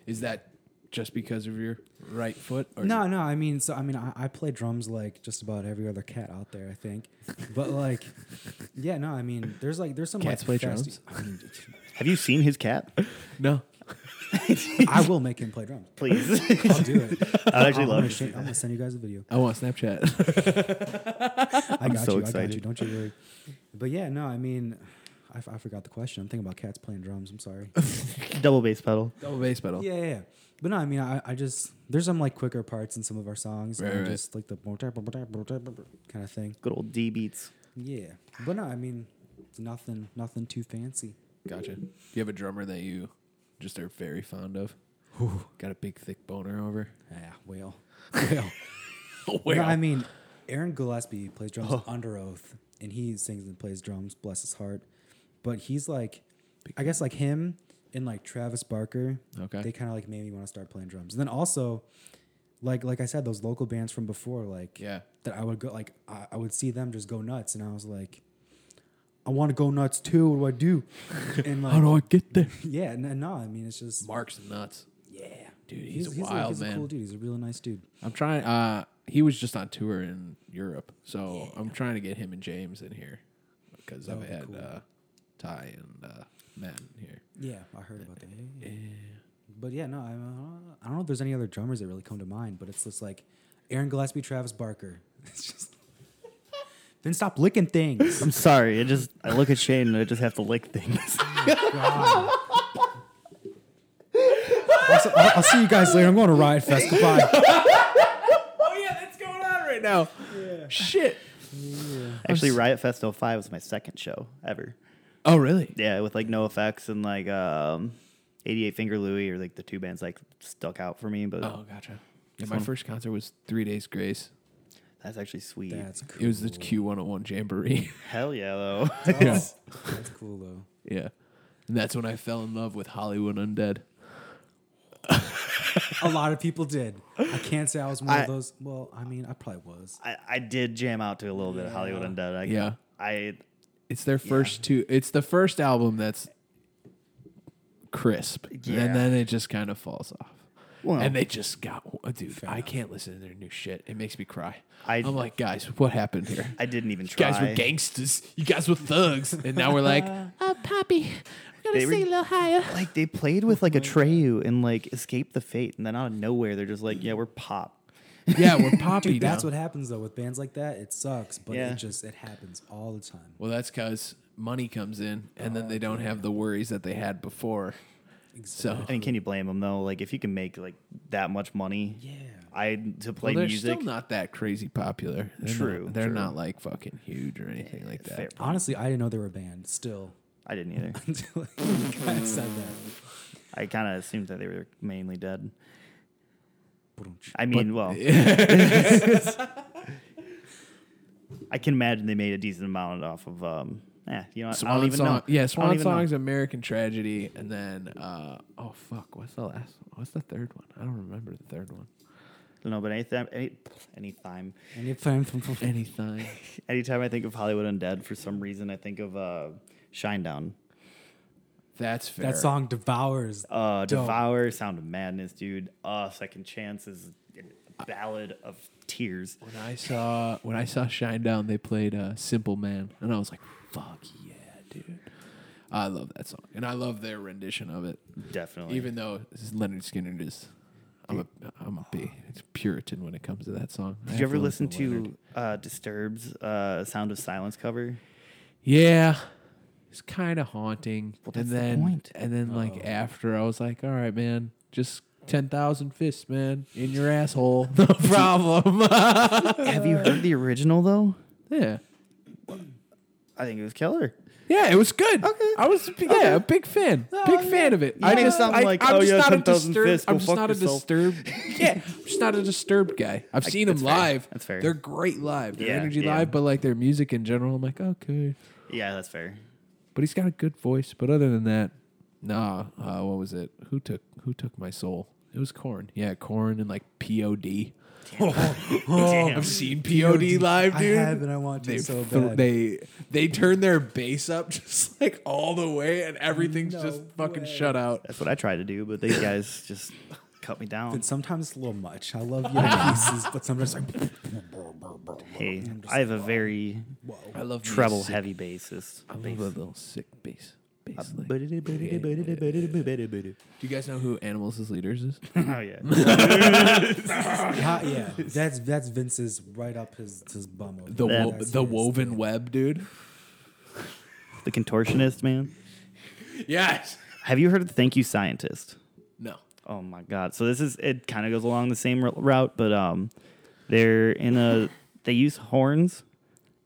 Is that just because of your right foot? Or
no no i mean so i mean I, I play drums like just about every other cat out there i think but like yeah no i mean there's like there's some
Cats play
like fast-
drums?
I, mean,
have you seen his cat?
No.
I will make him play drums
Please,
i'll do it
I'd actually
I'm
love
gonna
to
sh-
see
i'm gonna send you guys a video
I want Snapchat.
I got
so
you. I got
excited.
you. Don't you worry. But yeah, no, I mean, I, f- I forgot the question. I'm thinking about cats playing drums. I'm sorry.
double bass pedal.
double bass pedal.
yeah, yeah, yeah. But no, I mean, I, I just there's some like quicker parts in some of our songs,
Right,
and
right.
just like the kind of thing.
Good old D beats.
Yeah. But no, I mean, it's nothing, nothing too fancy.
Gotcha. Do you have a drummer that you just are very fond of? Got a big thick boner over.
Yeah, well, well.
Oh,
No, I mean, Aaron Gillespie plays drums under oath, and he sings and plays drums. Bless his heart. But he's like, I guess like him and like Travis Barker.
Okay.
They kind of like made me want to start playing drums. And then also, like like I said, those local bands from before, like
Yeah.
that I would go like I, I would see them just go nuts, and I was like, I want to go nuts too. What do I do? And like,
How do I get there?
yeah, n- no, I mean it's just
Mark's nuts.
yeah,
Dude, he's a wild
he's
man.
a cool dude. He's a really nice dude.
I'm trying. Uh, he was just on tour in Europe, so I'm trying to get him and James in here because I've
would be
had
cool.
uh, Ty and uh, Matt in here.
Yeah, I heard about that. Yeah. But yeah, no, I, uh, I don't know if there's any other drummers that really come to mind, but it's just like Aaron Gillespie, Travis Barker. It's just then stop licking things.
I'm sorry. I just I look at Shane and I just have to lick things.
God. I'll, s- I'll- I'll see you guys later. I'm going to Riot Fest. Goodbye.
Oh yeah, that's going on right now. Shit.
Actually, Riot Fest 05 was my second show ever.
Oh really?
Yeah, with like No Effects and like um, 88 Finger Louie or like the two bands like stuck out for me. But
Oh gotcha. Yeah, my first concert was Three Days Grace.
that's actually sweet.
That's cool.
It was the Q101 Jamboree.
Hell yeah, though.
yeah.
That's cool though.
yeah. And that's when I fell in love with Hollywood Undead.
A lot of people did. I can't say I was one
I-
of those. Well, I mean, I probably was.
I, I did jam out to a little bit of Hollywood Undead. I,
Yeah.
I
It's their first two. It's the first album that's crisp,
Yeah.
and then it just kind of falls off.
Well-
and they just got uh, dude. I can't listen to their new shit. It makes me cry. I,
I-
am like, guys, what happened here?
I didn't even
you
try.
guys were gangsters. You guys were thugs, and now we're like, oh, Poppy, we're gonna
They were-
sing a little higher. Oh
Like they played with like Atreyu and like Escape the Fate, and then out of nowhere they're just like, yeah, we're pop.
Yeah, we're Poppy.
Dude, that's
now.
what happens though with bands like that. It sucks, but
Yeah.
it just it happens all the time.
Well, that's because money comes in, and
Oh,
then they don't have the worries that they had before. So
I mean, can you blame them though? Like if you can make like that much money,
Yeah.
I to play
well, they're
music.
still not that crazy popular. They're not-
True,
they're
true.
not like fucking huge or anything like that.
Fair.
Honestly, I didn't know they were banned. Still,
I didn't either.
until I kind of said that.
I kind of assumed that they were mainly dead. I mean, well, I can imagine they made a decent amount off of. Um, eh, you know, what? I
Swan
don't even
song,
know. I
yeah.
don't
Swan
even know.
songs, American Tragedy, and then uh, oh fuck, what's the last? One? What's the third one? I don't remember the third one.
No, but anytime, any, anytime,
And if I'm from, from
Anything?
anytime I think of Hollywood Undead, for some reason I think of uh, Shinedown,
That's fair.
that song devours.
uh,
Dope.
Devour, Sound of Madness, dude. Uh, Second Chance is a ballad of tears.
When I saw when I saw Shine Down, they played uh, Simple Man, and I was like, fuck yeah, dude. I love that song, and I love their rendition of it.
Oh, Definitely.
Even though this is Leonard Skinner just, I'm a I'm a big Puritan when it comes to that song. I
Did
have
you ever listen
Leonard.
to uh, Disturb's uh, "Sound of Silence" cover?
Yeah, it's kind of haunting.
Well,
and
that's the
then,
point.
and then, like after, I was like, "All right, man, just ten thousand fists, man, in your asshole, no problem."
Have you heard the original though?
yeah,
I think it was killer.
yeah, it was good.
Okay.
I was, yeah, a big fan, big fan of it.
You make it sound like, oh, yeah, 10,000 fists, go
I'm just
fuck
not
yourself.
a disturbed. yeah, I'm just not a disturbed guy. I've seen them
that's fair.
live.
That's fair.
They're great live. Their
Yeah,
energy
yeah.
live, but like their music in general, I'm like, okay.
Yeah, that's fair.
but he's got a good voice. But other than that, nah. Uh, what was it? Who took who took my soul? It was Corn. Yeah, Corn and like Pod. Oh, I've seen Pod live,
I
dude.
have, and I want to
They
so
thro-
bad.
they they turn their bass up just like all the way, and everything's
No
just fucking
way.
shut out.
That's what I try to do, but these guys just cut me down.
And sometimes it's a little much. I love you in pieces, but sometimes like
Hey, I have a very
I love
treble heavy bassist.
I love a little sick bass. bass lick.
Oh
Do you guys know who Animals as Leaders is?
yeah.
yeah, yeah. That's that's Vince's right up his his bum. over
The
there.
wo-
That's
the
his-
woven web, dude.
The contortionist, man.
Yes.
Have you heard of Thank You Scientist?
No.
Oh my god! So this is it. Kind of goes along the same r- route, but um, they're in a they use horns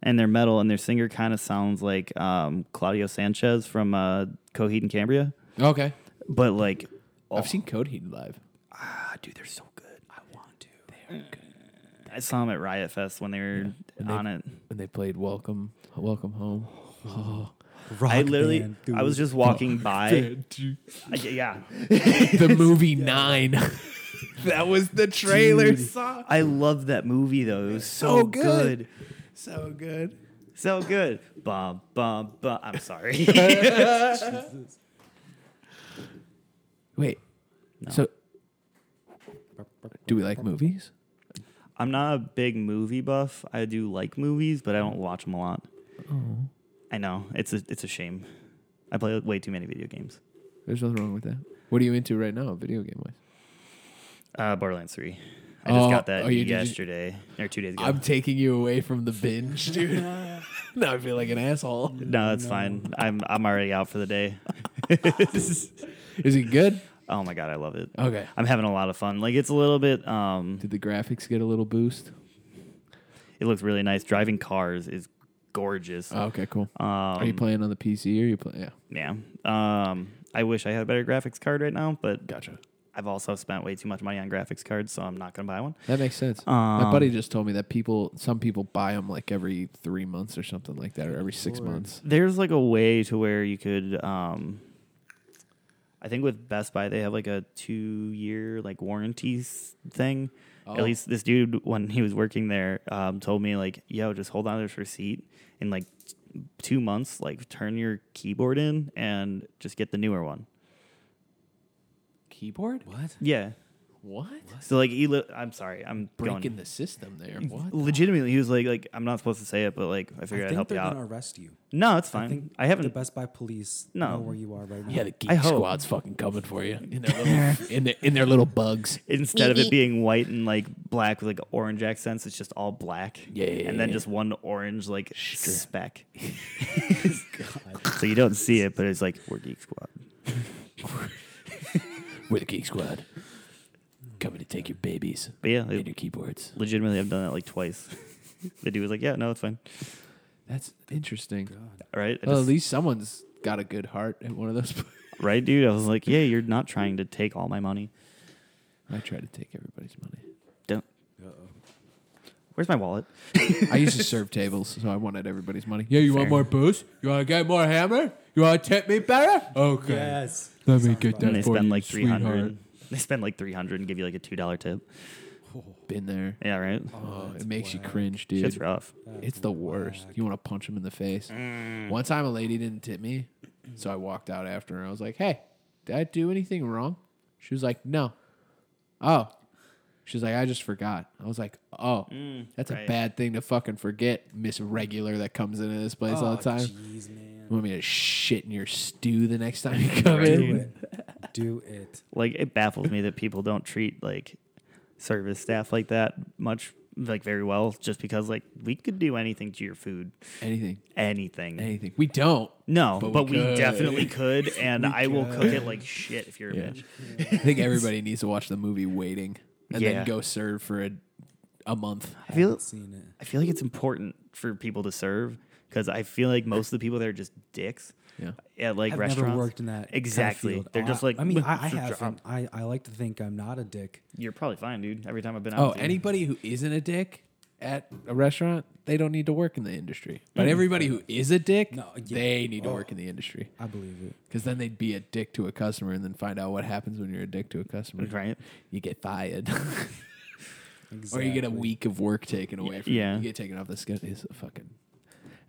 and they're metal, and their singer kind of sounds like um Claudio Sanchez from uh Coheed and Cambria,
Okay.
but like oh,
I've seen Code Heat live.
ah, dude, they're so good. I want to. They're good. I saw them at Riot Fest when they were
and they-
on it.
when they played "Welcome, Welcome Home." Oh,
Rock
I literally,
band,
I was
dude.
just walking by.
the
I- yeah,
movie Nine. that was the trailer
Dude.
song.
I loved that movie though. It was so,
so
good.
good. So good.
so good. Bum bum bum. I'm sorry.
Wait. So, do we like movies?
I'm not a big movie buff. I do like movies, but I don't watch them a lot.
Oh.
I know it's a it's a shame. I play way too many video games.
There's nothing wrong with that. What are you into right now, video game wise?
Uh, Borderlands Three. I just
Oh,
got that
oh, you- did you-
yesterday or two days ago.
I'm taking you away from the binge, dude. now I feel like an asshole.
no, that's fine. I'm I'm already out for the day.
Is it good?
Oh my god, I love it.
Okay.
I'm having a lot of fun. Like it's a little bit. Um,
Did the graphics get a little boost?
it looks really nice. Driving cars is gorgeous.
Oh, okay, cool.
um,
are you playing on the PC or you play? Yeah,
Yeah. Um, I wish I had a better graphics card right now, but
gotcha.
I've also spent way too much money on graphics cards, so I'm not gonna buy one.
That makes sense. My
Um,
buddy just told me that people, some people buy them like every three months or something like that, or every six months.
There's like a way to where you could. Um, I think with Best Buy they have like a two year like warranties thing. At
Oh.
least this dude when he was working there um, told me like, "Yo, just hold on to this receipt in like t- two months. Like turn your keyboard in and just get the newer one."
Keyboard?
what?
Yeah.
What?
So like, he li- I'm sorry, I'm
Breaking
going.
the system there. What?
legitimately he was like like i'm not supposed to say it but like i
I
figured i'd
think
help
they're
you out
gonna arrest you.
no it's
I
fine
think
i
the
haven't
Best Buy police
No.
know where you are right now.
Yeah, the
I
Geek
hope.
Squad's fucking coming for you in their little, in, their, in their little bugs.
instead of it being white and like black with like orange accents it's just all black
Yeah, yeah,
and then
yeah.
just one orange like speck
Oh
so you don't see it but it's like we're geek squad
We're the Geek Squad. Coming to take your babies
but yeah
and
it,
your keyboards.
legitimately i've done that like twice the dude was like yeah no it's fine
That's interesting.
all right I
Well, at
just-
least someone's got a good heart at one of those.
right dude i was like yeah you're not trying to take all my money
I try to take everybody's money.
don't where's my wallet
I used to serve tables, so I wanted everybody's money. Yeah, you want more booze? You want to get more hammer? You want to tip me better? Okay.
Yes.
Let me
Sounds
get
about
that
and they
for
spend
you,
like 300
sweetheart.
they spend like 300 and give you like a $2 tip
Been there.
yeah right
Oh,
that's
it makes you
whack.
cringe,
Shit's
dude.
rough.
It's the worst. You want to punch him in the face.
Mm.
One time, a lady didn't tip me, so I walked out after her. I was like, "Hey, did I do anything wrong?" She was like, "No." Oh, She's like, I just forgot. I was like, oh, that's a
Mm, right.
bad thing to fucking forget, Miss Regular that comes into this place all the time.
Jeez,
You
man.
want me to shit in your stew the next time you come in?
Do it. Do it.
Like it baffles me that people don't treat like service staff like that much like very well just because like we could do anything to your food.
Anything,
Anything.
anything. We don't.
No,
But
but,
we
we,
could.
definitely could and I will cook it like shit if you're
Yeah.
a bitch.
I think everybody needs to watch the movie Waiting and
Yeah.
then go serve for a, a month.
I feel
Seen it.
I feel like it's important for people to serve because I feel like most of the people there are just dicks
Yeah.
at like
I've
restaurants.
never worked in that kind of
Exactly.
field.
They're
Oh,
just like
I mean,
"Look,
I, I
it's a
haven't.
job."
I, I like to think I'm not a dick.
You're probably fine, dude. Every time I've been out.
Oh,
with you.
anybody who isn't a dick at a restaurant, they don't need to work in the industry. But everybody who is a dick,
No, yeah.
they need to
Oh.
work in the industry
I believe it.
because then they'd be a dick to a customer and then find out what happens when you're a dick to a customer.
right?
You get fired, or
Exactly.
you get a week of work taken away from you.
Yeah.
You get taken off the schedule. It's a fucking.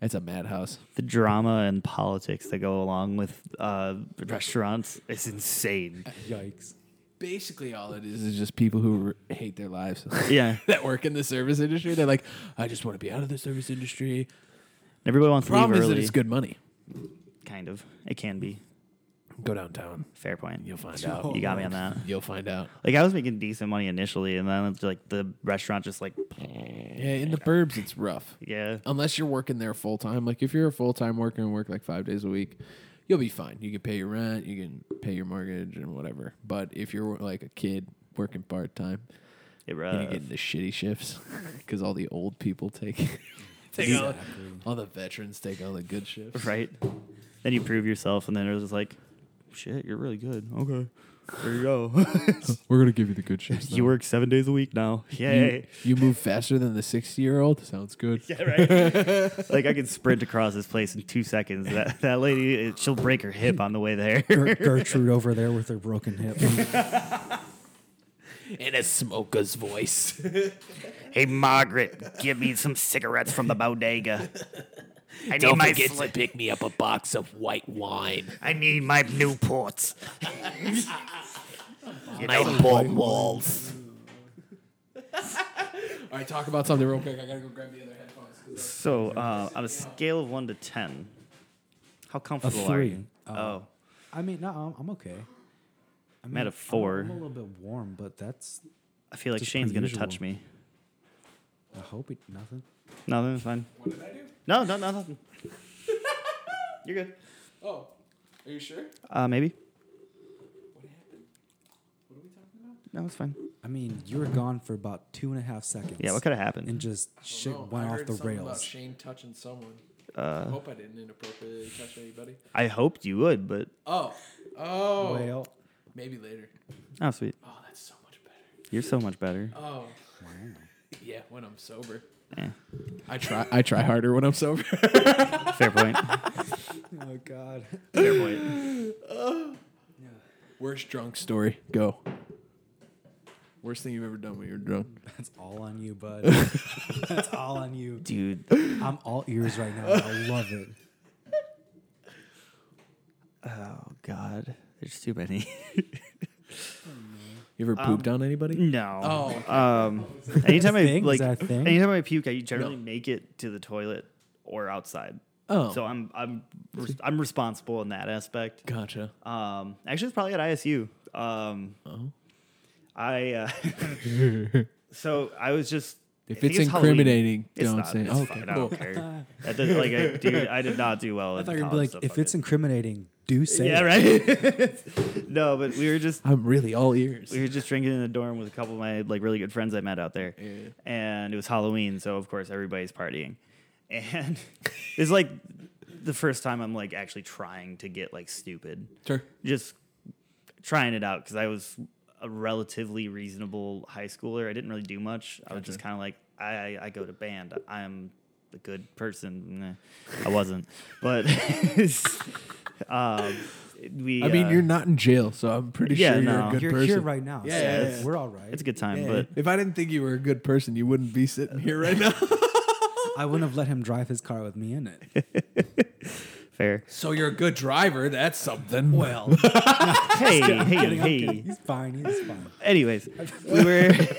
It's a madhouse.
The drama and politics that go along with uh, restaurants is insane.
Yikes.
Basically, all it is is just people who r- hate their lives.
yeah,
that work in the service industry. They're like, I just want to be out of the service industry.
everybody wants to leave
Problem is
early.
that it's good money.
Kind of, it can be.
Go downtown.
Fair point.
You'll find out.
You got me on that.
You'll find out.
Like I was making decent money initially, and then it's like the restaurant just like,
Yeah, in the burbs, it's rough.
yeah,
Unless you're working there full time. Like if you're a full time worker and work like five days a week, you'll be fine. You can pay your rent, you can pay your mortgage and whatever. But if you're like a kid working part time,
it
you're
rough.
getting the shitty shifts because all the old people take. Take all, all the veterans take all the good shifts.
right? Then you prove yourself, and then it was just like, shit, you're really good. Okay, there you go.
We're gonna give you the good shifts.
you work seven days a week now.
You,
Yay.
you move faster than the 60 year old? Sounds good.
Yeah, right. like I can sprint across this place in two seconds. That that lady, uh, she'll break her hip on the way there.
Ger- Gertrude over there with her broken hip.
In a smoker's voice.
hey, Margaret, give me some cigarettes from the bodega. I need my sli-
pick me up a box of white wine.
I need my Newports. my ball walls.
All right, talk about something real quick. I gotta go grab the other headphones.
So, uh, on a scale of one to ten, how comfortable are
three.
you? oh,
I mean, no, I'm, I'm okay. I mean,
at a
I'm-
four.
I'm a little bit warm, but that's.
I feel like
Just
Shane's gonna
unusual.
touch me.
I hope it nothing.
No, that's fine. What did I do? No, no, no, nothing. You're good.
Oh, are you sure?
Uh, maybe. What happened? What are we talking about? No, it's fine.
I mean, you were gone for about two and a half seconds.
Yeah, what could have
And
happened?
just
Oh,
shit went off the rails.
Shane touching someone. I hope I didn't inappropriately touch anybody.
I hoped you would, but
Oh, oh,
Well,
maybe later.
oh, sweet,
Oh, that's so much better.
you're so much better.
Oh, yeah, when I'm sober.
Eh,
I try. I try harder when I'm sober.
fair point.
oh god.
Fair point.
Worst drunk story. Go. Worst thing you've ever done when you're drunk.
That's all on you, bud. That's all on you.
Dude,
I'm all ears right now. I love it.
oh god, there's too many.
You ever pooped
Um,
on anybody?
no.
Oh, okay.
Um. Anytime I
Thing? Is
like,
that a thing?
anytime I puke, I generally make it to the toilet or outside.
Oh.
So I'm I'm res- I'm responsible in that aspect.
Gotcha.
Um, actually, it's probably at ISU. Um,
Oh.
I uh, so I was just I
If
think
it's
Halloween.
incriminating,
It's
don't
not,
say it.
It's
Okay,
fine. I don't care. That does, like, I, dude, I did not do well.
I thought you'd be like, if it's
in
incriminating, do say
yeah,
it.
right. no, but we were just
I'm really all ears.
we were just drinking in the dorm with a couple of my like really good friends I met out there, and it was Halloween, so of course everybody's partying, and it's like the first time I'm like actually trying to get like stupid,
Sure.
just trying it out because I was a relatively reasonable high schooler. I didn't really do much. I was just kind of like, I, I go to band. I'm a good person. Nah, I wasn't, but um, we.
I mean,
uh,
you're not in jail, so I'm pretty
Yeah,
sure you're
no.
a good
You're
person.
here right now.
Yeah,
so
yeah, yeah.
We're all right.
It's a good time,
Yeah.
but
if I didn't think you were a good person, you wouldn't be sitting here right now.
I wouldn't have let him drive his car with me in it.
fair.
so you're a good driver. That's something. Well,
hey, hey,
Kidding, I'm
hey.
kidding. He's fine. He's fine.
Anyways, we were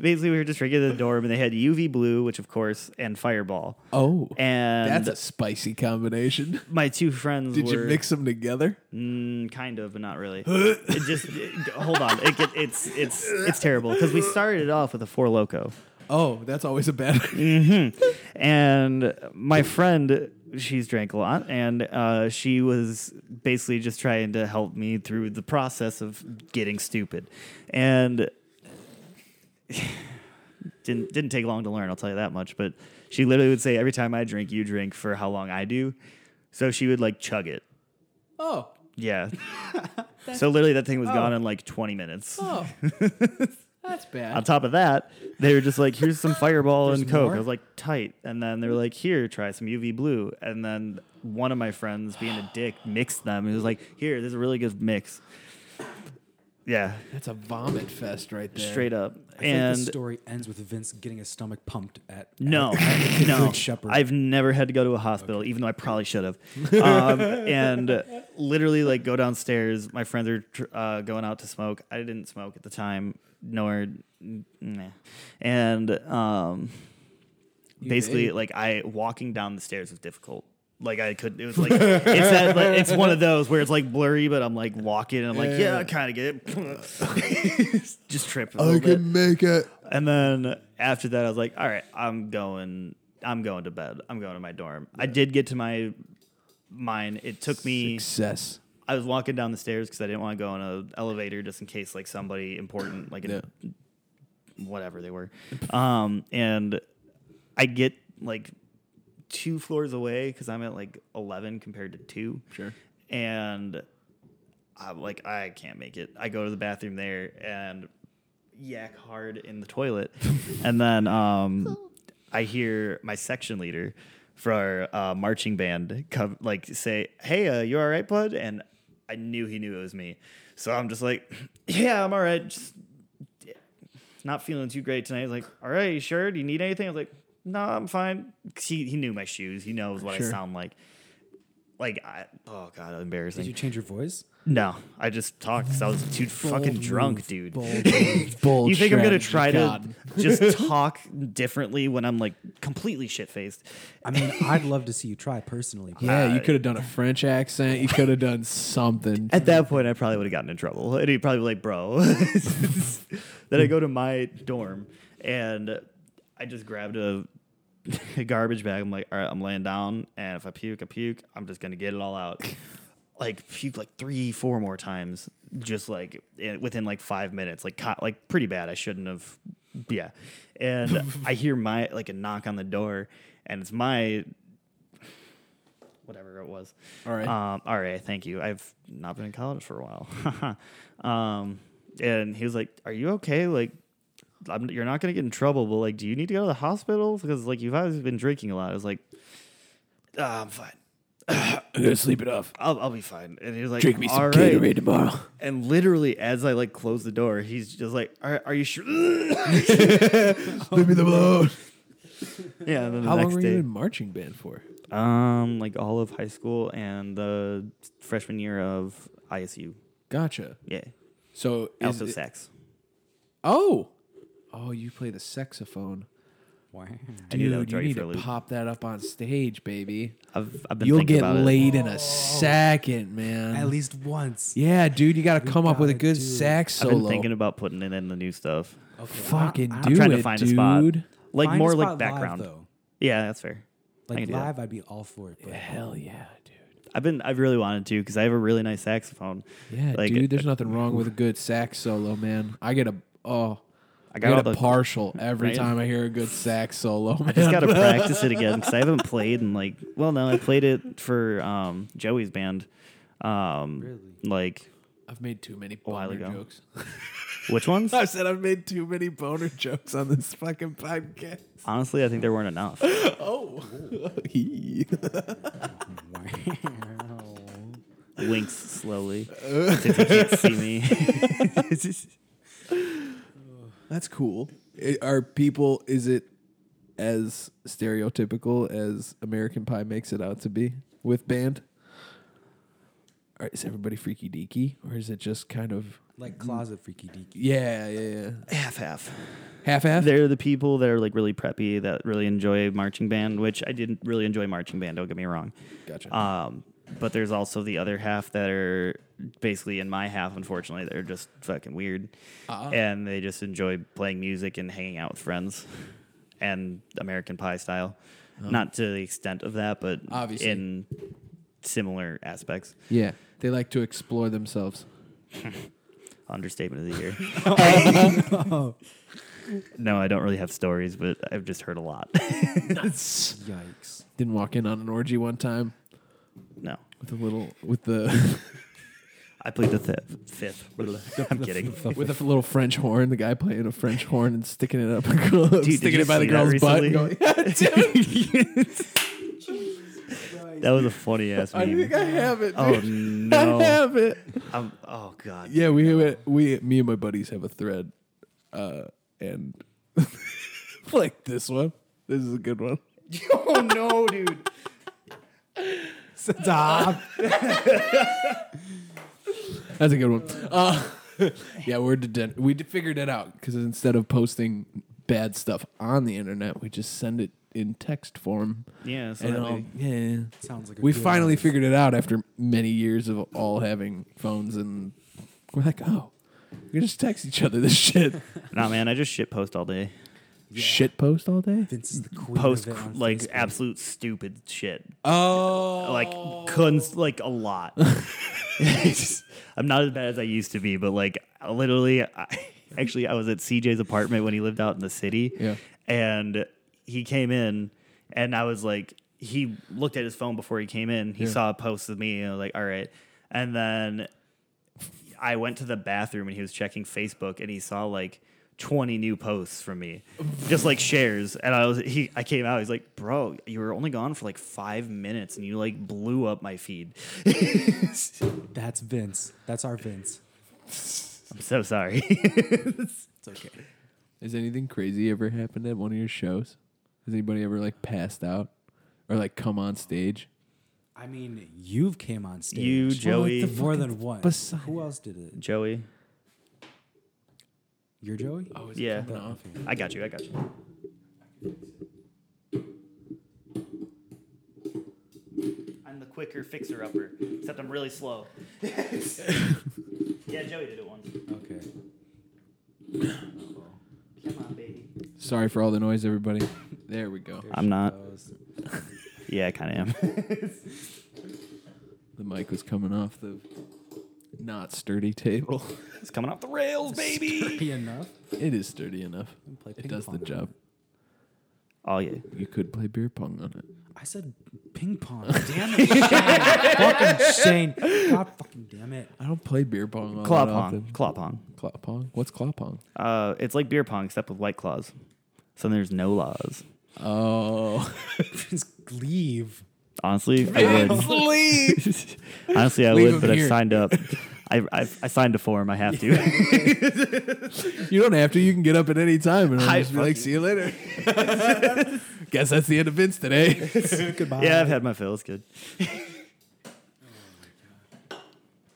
basically we were just drinking at the dorm, and they had UV blue, which of course, and Fireball.
Oh,
And
that's a spicy combination.
my two friends
Did
were
you mix them together?
Mm, kind of, but not really. it just it- hold on. It get, it's it's it's terrible because we started off with a four loco.
Oh, that's always a bad idea.
and my friend she's drank a lot and uh, she was basically just trying to help me through the process of getting stupid and didn't didn't take long to learn i'll tell you that much but she literally would say every time i drink you drink for how long i do so she would like chug it
Oh,
yeah so literally that thing was gone in like 20 minutes
oh, that's bad.
on top of that, they were just like, "Here's some Fireball and Coke."
more?
I was like, "Tight." And then they were like, "Here, try some UV Blue." And then one of my friends, being a dick, mixed them. and was like, "Here, this is a really good mix." Yeah,
That's a vomit fest right there.
straight up.
I think
and
the story ends with Vince getting his stomach pumped at
no, no,
Good Shepherd.
I've never had to go to a hospital, even though I probably should have. Um, and literally, like, go downstairs. My friends are tr- uh, going out to smoke. I didn't smoke at the time, nor, nah. and um, basically,
did.
like, I walking down the stairs was difficult. Like I could, it was like it's that, like, it's one of those where it's like blurry, but I'm like walking and I'm like, yeah, I kind of get it. Just trip. a little bit.
make it.
And then after that, I was like, all right, I'm going. I'm going to bed. I'm going to my dorm. I did get to my mine. It took me.
Success.
I was walking down the stairs because I didn't want to go in an elevator just in case like somebody important, like
Yeah.
a whatever they were. Um, and I get like two floors away because I'm at like 11 compared to two.
Sure.
And I'm like, I can't make it. I go to the bathroom there and yak hard in the toilet. and then um, I hear my section leader for our uh, marching band come, like say, Hey, uh, you all right, bud? And I knew he knew it was me. So I'm just like, Yeah, I'm all right. Just not feeling too great tonight. He's like, all right, you sure? Do you need anything? I was like, no, I'm fine. 'Cause He, he knew my shoes. He knows what I sound like. Like, I, oh God, embarrassing.
Did you change your voice?
no, I just talked because I was too fucking drunk, dude.
Bold
you think I'm going
strategy,
to try
God.
to just talk differently when I'm like completely shit faced?
I mean, I'd love to see you try personally. but
Yeah,
Uh,
you could have done a French accent. You could have done something.
At that point, I probably would have gotten in trouble. And he'd probably be like, bro. then I go to my dorm and I just grabbed a, a garbage bag. I'm like, all right, I'm laying down. And if I puke, I puke. I'm just going to get it all out. like, puke like three, four more times, just like in, within like five minutes. Like, co- like pretty bad. I shouldn't have. Yeah. And I hear my, like, a knock on the door. And it's my whatever it was.
All right.
Um, all right. Thank you. I've not been in college for a while. um, and he was like, "Are you okay? Like, I'm, you're not gonna get in trouble, but like, do you need to go to the hospital? Because like, you've always been drinking a lot." I was like, "Ah, "I'm fine.
sleep it off.
I'll, I'll be fine." And he was like,
Drink me some
"All right."
Gatorade tomorrow.
And literally, as I like close the door, he's just like, "Are, are you sure?" yeah.
Leave me the alone.
And then the
How long
next
were
day,
you in marching band for?
um, like all of high school and the freshman year of ISU.
Gotcha.
Yeah.
So is
Also
it-
sex.
Oh, oh, you play the saxophone,
Wow.
I knew that would
dude.
throw
You
you
need
for a
to
loop.
pop that up on stage, baby.
I've, I've been
You'll
thinking
get
about it.
laid in a second, man.
At least once.
yeah, dude, you got to come up with a
gotta
good
do it.
sax
I've
solo.
been thinking about putting it in the new stuff.
Fucking
I'm
do
trying to
it,
find a
dude.
spot. Like
Find a
more
spot
like background.
Live, though.
yeah, that's fair. I
Like
can do that.
live, I'd be all for it. But
Hell yeah, dude.
I've been I've really wanted to because I have a really nice saxophone.
Yeah,
like,
dude. There's nothing wrong with a good sax solo, man. I get a oh,
I
I
got all
got
the-
a partial every
Right?
time I hear a good sax solo. Man.
I just gotta practice it again because I haven't played in like well no I played it for um, Joey's band. Um, Like
I've made too many
while
boner
ago.
jokes.
which ones?
I said I've made too many boner jokes on this fucking podcast.
Honestly, I think there weren't enough. Winks slowly since he can't see me.
That's cool. I- are people? Is it as stereotypical as American Pie makes it out to be with band? Or is everybody freaky deaky, or is it just kind of
like closet freaky deaky.
Yeah, yeah, yeah.
Half half.
Half half.
They're the people that are like really preppy that really enjoy marching band, which I didn't really enjoy marching band. Don't get me wrong.
Gotcha.
Um, but there's also the other half that are basically in my half. Unfortunately, they're just fucking weird,
Ah.
and they just enjoy playing music and hanging out with friends, and American Pie style. Not to the extent of that, but
Obviously.
in similar aspects.
yeah, they like to explore themselves.
Understatement of the year. no, I don't really have stories, but I've just heard a lot.
Yikes.
Didn't walk in on an orgy one time
no.
with a little with the
I played the fifth. Fifth. I'm kidding.
with a little French horn. The guy playing a French horn and sticking it up a girl,
did
sticking
you
it by the
see that
girl's butt. And
recently?
going, yeah, dude,
That was a funny ass
I think
meme.
I have it.
Oh
Dude. I
no!
have it.
I'm, oh god!
Yeah, we we, we me and my buddies have a thread, uh, and like this one. This is a good one.
Oh no, dude!
Stop.
That's a good one. Uh, yeah, we're deden- we d- figured it out because instead of posting bad stuff on the internet, we just send it in text form.
Yeah, so
And um,
that
all,
way-
Oh, yeah,
Sounds like a
we
good
finally
idea.
figured it out after many years of all having phones, and we're like, oh, we just text each other this shit.
nah, man, I just shit post all day.
Shit post all day.
Vince is the queen
Post
of it on
like
Facebook.
absolute stupid shit,
Oh,
like cons, like a lot. I'm not as bad as I used to be, but like literally, I, actually, I was at CJ's apartment when he lived out in the city,
Yeah.
and he came in, and I was like, he looked at his phone before he came in. He saw a post of me, and I was like, all right, and then I went to the bathroom and he was checking Facebook and he saw like 20 new posts from me, just like shares. And I was, he, I came out, he's like, bro, you were only gone for like five minutes and you like blew up my feed.
That's Vince. That's our Vince.
I'm so sorry.
It's okay.
Has anything crazy ever happened at one of your shows? Has anybody ever like passed out or like come on stage?
I mean, you've came on stage.
You, Joey.
the more than one.
beside-
Who else did it?
Joey.
You're Joey.
Oh, is it
Yeah.
coming off?
I got you. I got you. I'm the quicker fixer upper, except I'm really slow. yeah, Joey did it once.
Okay.
Come on, baby.
Sorry for all the noise, everybody. There we go.
I'm not.
Those-
Yeah, I kind of am.
The mic was coming off the not sturdy table.
It's coming off the rails, baby.
Happy enough.
It is sturdy enough.
play
It
ping
does the
pong.
job.
Oh yeah.
You could play beer pong on it.
I said ping pong. damn it, Shane. fucking Shane. God fucking damn it.
I don't play beer pong all
Claw
that
pong.
often.
Claw pong.
Claw pong? What's claw pong?
Uh, it's like beer pong except with white claws. So there's no laws.
Oh,
Just leave.
Honestly, I would.
please!
Honestly, I
Leave
would,
him
but I've
here.
signed up. I, I I signed a form. I have to.
you don't have to. You can get up at any time and
Hi,
I'll just be
fuck
like,
you.
"See you later." Guess that's the end of Vince today.
Goodbye.
yeah, I've had my fill. It's good.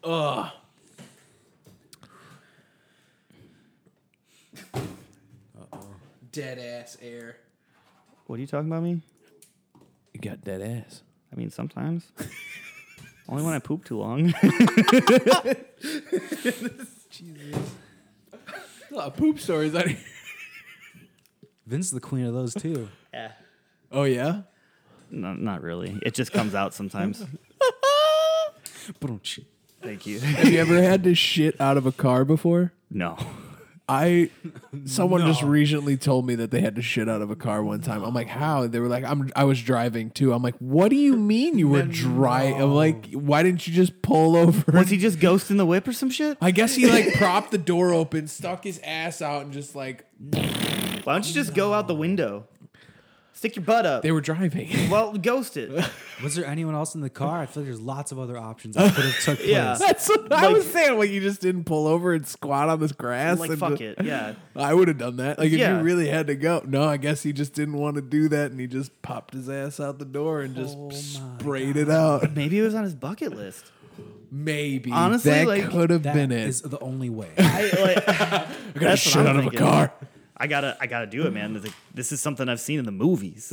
Ugh. Dead ass air.
What are you talking about me?
You got dead ass.
I mean, sometimes. Only when I poop too long.
A lot of poop stories out here.
Vince is the queen of those too.
Oh yeah.
no, not really. It just comes out sometimes.
Ba-dum-tsh.
Thank you.
Have you ever had to shit out of a car before?
No.
I someone just recently told me that they had to shit out of a car one time. I'm like, how? They were like, I'm I was driving too. I'm like, what do you mean you were dry? I'm like, why didn't you just pull over?
Was he just ghosting the whip or some shit?
I guess he like propped the door open, stuck his ass out, and just like
Why don't you just go out the window? Stick your butt up.
they were driving.
Well, ghost it.
Was there anyone else in the car? I feel like there's lots of other options that could have took place.
Yeah.
That's what I was saying. Like you just didn't pull over and squat on this grass.
like
and
fuck
ju-
it. Yeah.
I would have done that. Like if
Yeah.
you really had to go. No, I guess he just didn't want to do that, and he just
Oh
popped his ass out the door and just sprayed it out.
Maybe it was on his bucket list.
Maybe
Honestly,
that
like,
could have
That
been it.
is the only way.
I, like,
got
that's what
shit
I'm
out of a
thinking.
car.
I gotta, I gotta do it, man. It's like, this is something I've seen in the movies.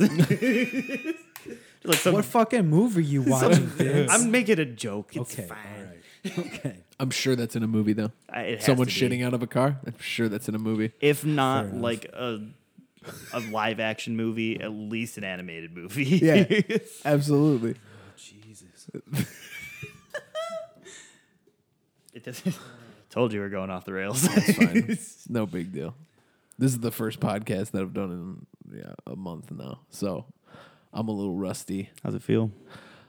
like some,
what fucking movie you watching, Vince?
I'm making a joke. It's
okay,
fine.
all right. Okay.
I'm sure that's in a movie though.
I- it has
Someone
to be.
shitting out of a car. I'm sure that's in a movie.
If
Fair
not
enough.
like a a live action movie, at least an animated movie.
Yeah. Absolutely.
Jesus.
it doesn't. Told you we're going off the rails.
It's fine. It's no big deal. This is the first podcast that I've done in yeah, a month now, so I'm a little rusty.
How's it feel?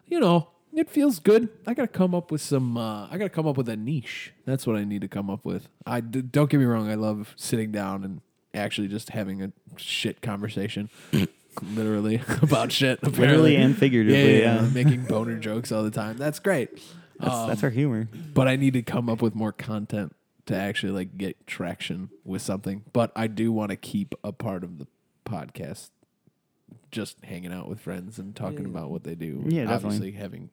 You know, it feels good. I gotta come up with some. Uh, I gotta come up with a niche. That's what I need to come up with. I d- don't get me wrong. I love sitting down and actually just having a shit conversation, literally about shit. Apparently.
Literally and figuratively. Yeah,
making boner jokes all the time. That's great.
That's,
Um,
that's our humor.
but I need to come up with more content to actually like get traction with something. But I do want to keep a part of the podcast just hanging out with friends and talking about what they do.
Yeah,
obviously having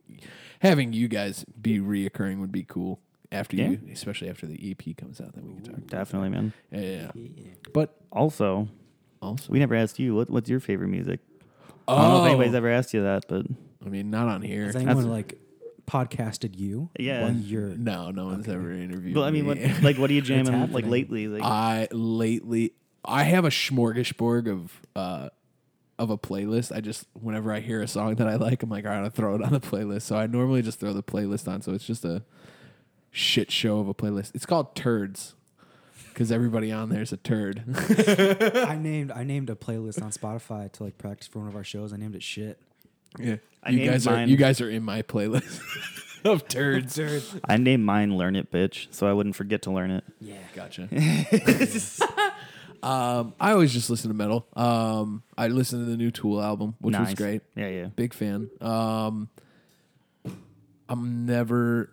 having you guys be reoccurring would be cool after
Yeah.
you, especially after the EP comes out. Then we can talk.
Definitely, man.
Yeah, yeah, yeah. but
Also,
also
we never asked you what, what's your favorite music.
oh,
I don't know if anybody's ever asked you that, but
I mean, not on here.
Has anyone
That's-
like podcasted you?
Yeah.
While you're
No, no one's ever interviewed.
but I mean, what
me.
like what are you jamming like
happening.
lately? Like
I lately I have a smorgasbord of uh of a playlist. I just whenever I hear a song that I like, I'm like, all right, I'll throw it on the playlist. So I normally just throw the playlist on. So it's just a shit show of a playlist. It's called Turds because everybody on there is a turd.
I named I named a playlist on Spotify to like practice for one of our shows. I named it shit.
yeah,
I
you
named
guys
mine-
are you guys are in my playlist of turds.
I named mine "Learn It, Bitch," so I wouldn't forget to learn it.
Yeah.
Gotcha. um, I always just listen to metal. Um, I listened to the new Tool album, which
nice.
was great.
Yeah, yeah.
Big fan. Um, I'm never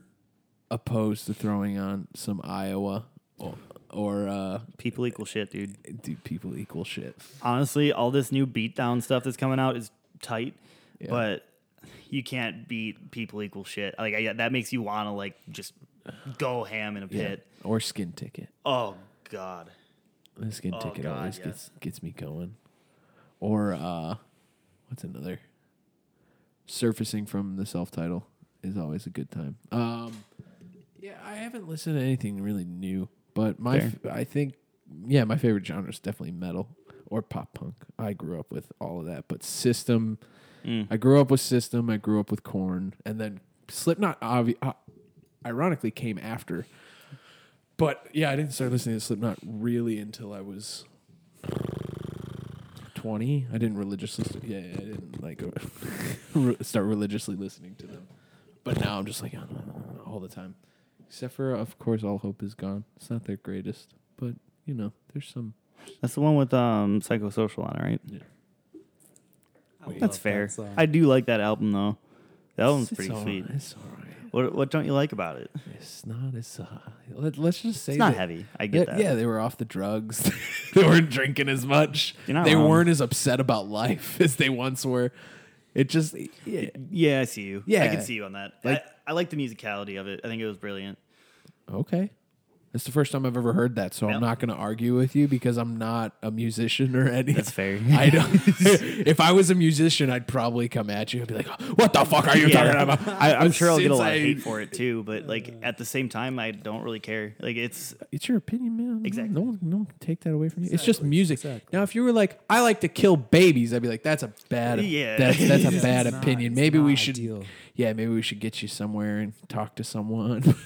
opposed to throwing on some Iowa or, or uh,
People equal shit, dude.
do people equal shit?
honestly, all this new beatdown stuff that's coming out is tight,
Yeah.
but you can't beat people equal shit. Like I, that makes you want to like just go ham in a pit.
Or skin ticket.
Oh god,
The skin ticket
God,
always
yes.
gets gets me going. Or uh, what's another? Surfacing from the self title is always a good time. Um, yeah, I haven't listened to anything really new, but my
Fair.
f- I think yeah, my favorite genre is definitely metal or pop punk. I grew up with all of that, but System.
Mm.
I grew up with System. I grew up with Corn, and then Slipknot. Obvi- uh, ironically, came after. But yeah, I didn't start listening to Slipknot really until I was twenty. I didn't religiously, yeah, yeah, I didn't like re- start religiously listening to them. But now I'm just like all the time, except for of course, all hope is gone. It's not their greatest, but you know, there's some.
that's the one with um psychosocial on it, right? that's fair. I
I,
do like that album though. That one's
it's
pretty
all-
sweet.
It's all right.
What what don't you like about it?
It's not as uh, let, let's just say
It's not
that-
heavy. I get
yeah,
that.
yeah, they were off the drugs. they weren't drinking as much.
You're not
They
wrong.
weren't as upset about life as they once were. It just yeah.
Yeah, I see you. I
Yeah.
can see you on that.
Like-
I, I like the musicality of it. I think it was brilliant.
Okay. That's the first time I've ever heard that, so
Yeah.
I'm not going to argue with you because I'm not a musician or anything.
That's fair.
I don't. if I was a musician, I'd probably come at you and be like, "What the fuck are you
Yeah.
talking about?"
I, I'm
But
sure I'll get a
since
lot
I-
of hate for it too, but like at the same time, I don't really care. Like it's
It's your opinion, man.
Exactly.
No one, no one can take that away from you. It's just music. Now, if you were like, I like to kill babies, I'd be like, that's a bad.
Yeah.
That's, that's a
It's
bad
not-
opinion.
it's
Maybe we
not
should.
ideal.
Yeah, maybe we should get you somewhere and talk to someone.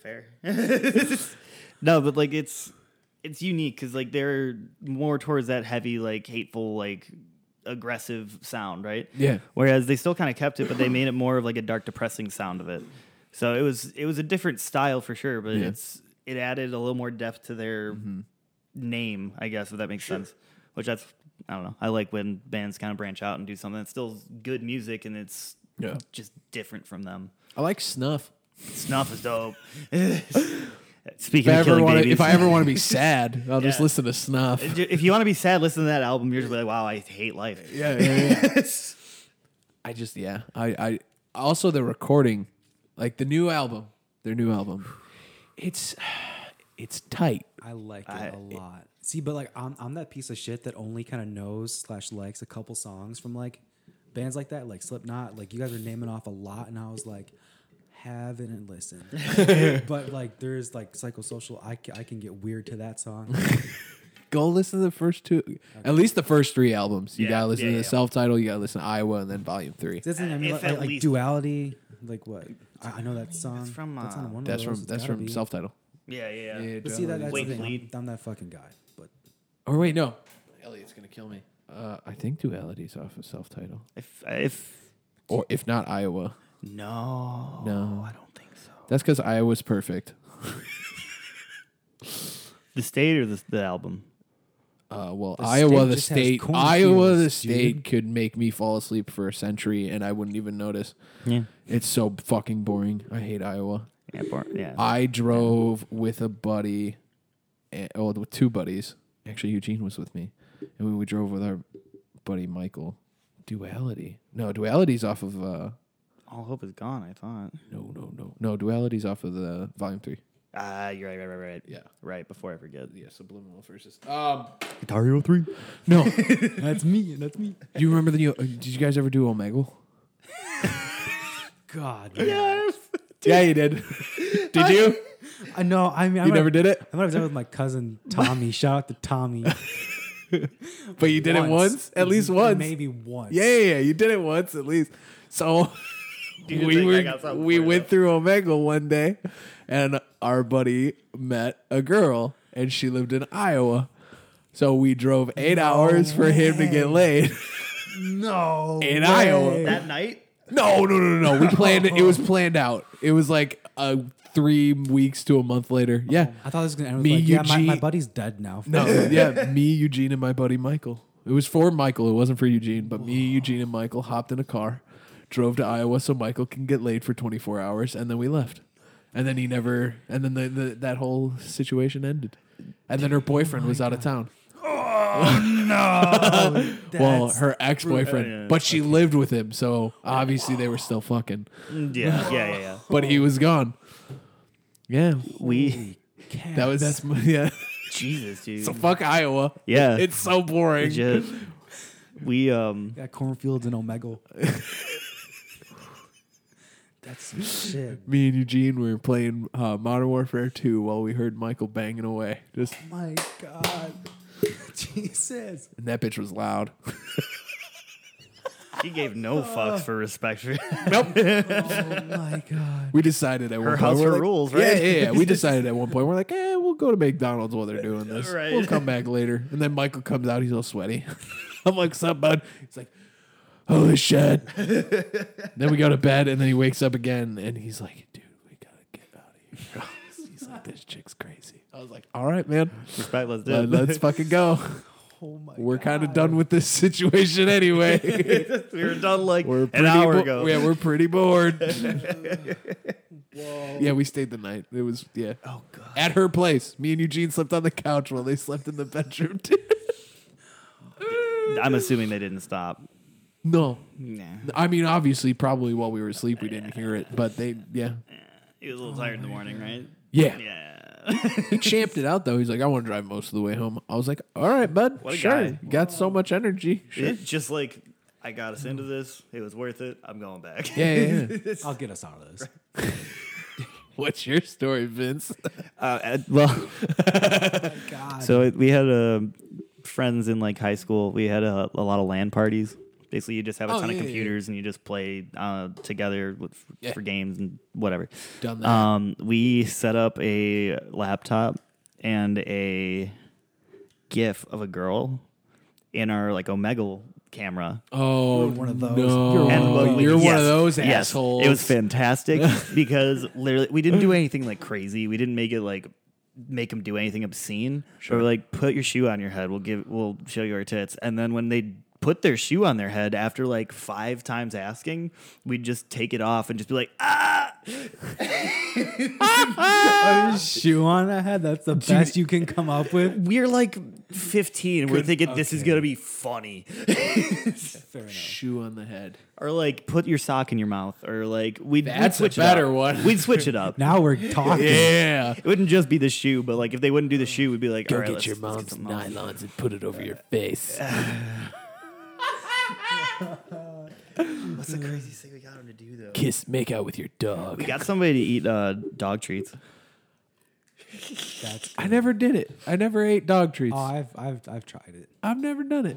fair. no, but like it's it's unique because like they're more towards that heavy, like hateful, like aggressive sound, right?
Yeah.
Whereas they still kind of kept it, but they made it more of like a dark, depressing sound of it. So it was it was a different style for sure, but
Yeah. Mm-hmm.
it's it added a little more depth to their name, I guess, if that makes sense. Which that's I don't know. I like when bands kind of branch out and do something that's still good music and it's
Yeah.
just different from them.
I like snuff.
Snuff is dope. Speaking
If I
of
ever
killing
want to,
babies,
if I ever want to be sad, I'll just
Yeah.
listen to snuff.
if you want to be sad, listen to that album. You're just like, wow, I hate life.
yeah, yeah, yeah. I just yeah. I I also the recording
Like the new album, their new album.
It's it's tight.
I like it
I-
a lot. See, but like I'm I'm that piece of shit that only kind of knows slash likes a couple songs from like bands like that, like Slipknot. Like you guys are naming off a lot, and I was like, haven't listened. but like there's like psychosocial. I can, I can get weird to that song.
Go listen to the first two, at least the first three albums. You
Yeah,
gotta listen
yeah,
to the
yeah.
self title. You gotta listen to Iowa and then Volume Three.
That's the thing, I mean,
If
like,
at
like
least-
duality. Like what? I, I know that song.
from,
that's on
uh,
one of
That's
those,
from
it's
that's
gotta
from
be.
self title.
Yeah, yeah. yeah.
But see that that's
Wake
the thing. I'm,
Lead.
I'm that fucking guy. But
Or wait, no, Elliot's gonna kill me. Uh, I think Duality's off of self title,
If if
or if not Iowa,
no,
No.
I don't think so.
that's because Iowa's perfect.
The state or the, the album?
Uh, well,
The
Iowa,
state
the
just has
state,
cornfields,
Iowa, the
dude.
state could make me fall asleep for a century, and I wouldn't even notice.
Yeah.
It's so fucking boring. I hate Iowa.
Yeah. Bar- yeah.
I drove with a buddy, and, oh, with two buddies. Actually, Eugene was with me, and we, we drove with our buddy Michael. Duality. No, Duality's off of. Uh,
All hope is gone. I thought.
no, no, no, no. Duality's off of the volume three.
Ah, you're right, right, right, right.
Yeah.
Right before I forget.
Yeah, subliminal versus. Um,
Guitar Hero Three.
no.
that's me. That's me.
do you remember the? uh, Did you guys ever do Omegle?
God. Yeah.
Yeah, you did. did you?
I know. I mean, I
You never did it,
I might have done it with my cousin Tommy. Shout out to Tommy.
but you did it once, at least once.
Maybe once.
Yeah, yeah, yeah, you did it once at least. So
you
we
think I
were,
got something
we
for you,
went through Omega one day, and our buddy met a girl, and she lived in Iowa. So we drove eight hours for him to get laid
No.
in
way.
Iowa.
That night.
No, no, no, no, no. We planned it. It was planned out. It was like uh, three weeks to a month later. Yeah.
Oh
I thought it was gonna end with
Me,
like, yeah, my, my
Eugene-
buddy's dead now.
No, yeah, me, Eugene, and my buddy Michael. It was for Michael. It wasn't for Eugene, but me, Eugene, and Michael hopped in a car, drove to Iowa so Michael can get laid for 24 hours, and then we left. And then he never. And then the, the, that whole situation ended. And then her boyfriend was out of town.
Oh,
Well,
that's-
her ex boyfriend, but she lived with him, so obviously they were still fucking.
Yeah. Yeah. Yeah. yeah.
But he was gone. Yeah,
We.
cats.
that was that's my- yeah.
Jesus, dude.
So fuck Iowa.
yeah.
It's so boring.
legit. We um.
got cornfields and Omegle. that's some shit.
me and Eugene were playing uh, Modern Warfare 2 while we heard Michael banging away. Just
My God. Jesus.
and that bitch was loud.
She gave no fucks for respect. For
Oh my God.
We decided at one
Her
point
house,
we're
her
like-
rules,
Yeah,
right?
yeah, yeah. We decided at one point we're like, eh, we'll go to McDonald's while they're doing this.
Right.
We'll come back later. And then Michael comes out, he's all sweaty. I'm like, sup, bud? He's like, holy shit. then we go to bed, and then he wakes up again, and he's like, dude, we gotta get out of here. he's like, this chick's crazy. I was like, all right, man,
respect. Let's do.
let-
it.
let's fucking go.
Oh my
We're kind of done with this situation anyway.
we were done like
we're
an
pretty
hour
bo-
ago.
Yeah, we're pretty bored. Yeah, we stayed the night. It was yeah. Oh god. At her place, me and Eugene slept on the couch while they slept in the bedroom. too.
I'm assuming they didn't stop.
no,
Nah.
I mean obviously probably while we were asleep we didn't hear it, but they yeah
He was a little tired in the morning, right?
yeah.
Yeah.
He champed it out though. He's like, I want to drive most of the way home. I was like, all right, bud.
What a
sure.
guy.
Got so much energy. Sure.
It's just like I got us into this. It was worth it. I'm going back.
Yeah, yeah, yeah.
I'll get us out of this.
What's your story, Vince?
Uh, and- well,
God.
so it, we had uh, friends in like high school. We had a, a lot of LAN parties. Basically, you just have a
Oh,
ton
yeah,
of
yeah, yeah.
computers and you just play uh, together with,
Yeah.
for games and whatever.
Done that.
Um, we set up a laptop and a GIF of a girl in our like Omegle camera.
Oh,
one of those.
No.
You're
And
Oh,
like, we-
you're one
yes,
of those
yes.
assholes.
It was fantastic because literally we didn't do anything like crazy. We didn't make it like make them do anything obscene. Sure. Or like put your shoe on your head. We'll give we'll show you our tits. And then when they put their shoe on their head after like five times asking, we'd just take it off and just be like ah.
A shoe on a head. That's the best you can come up with.
We're like 15. We're thinking this is going to be funny.
Fair enough.
Shoe on the head.
Or like put your sock in your mouth. Or like we'd, we'd
That's a
switch it
better
up.
one.
We'd switch it up.
Now we're talking.
Yeah.
It wouldn't just be the shoe, but like if they wouldn't do the shoe, we'd be like, all right, let's, let's get something else.
and put it over your face.
What's the craziest thing we got him to do though?
Kiss, make out with your dog.
We got somebody to eat uh, dog treats.
That's,
I never did it. I never ate dog treats.
oh, I've, I've, I've tried it.
I've never done it.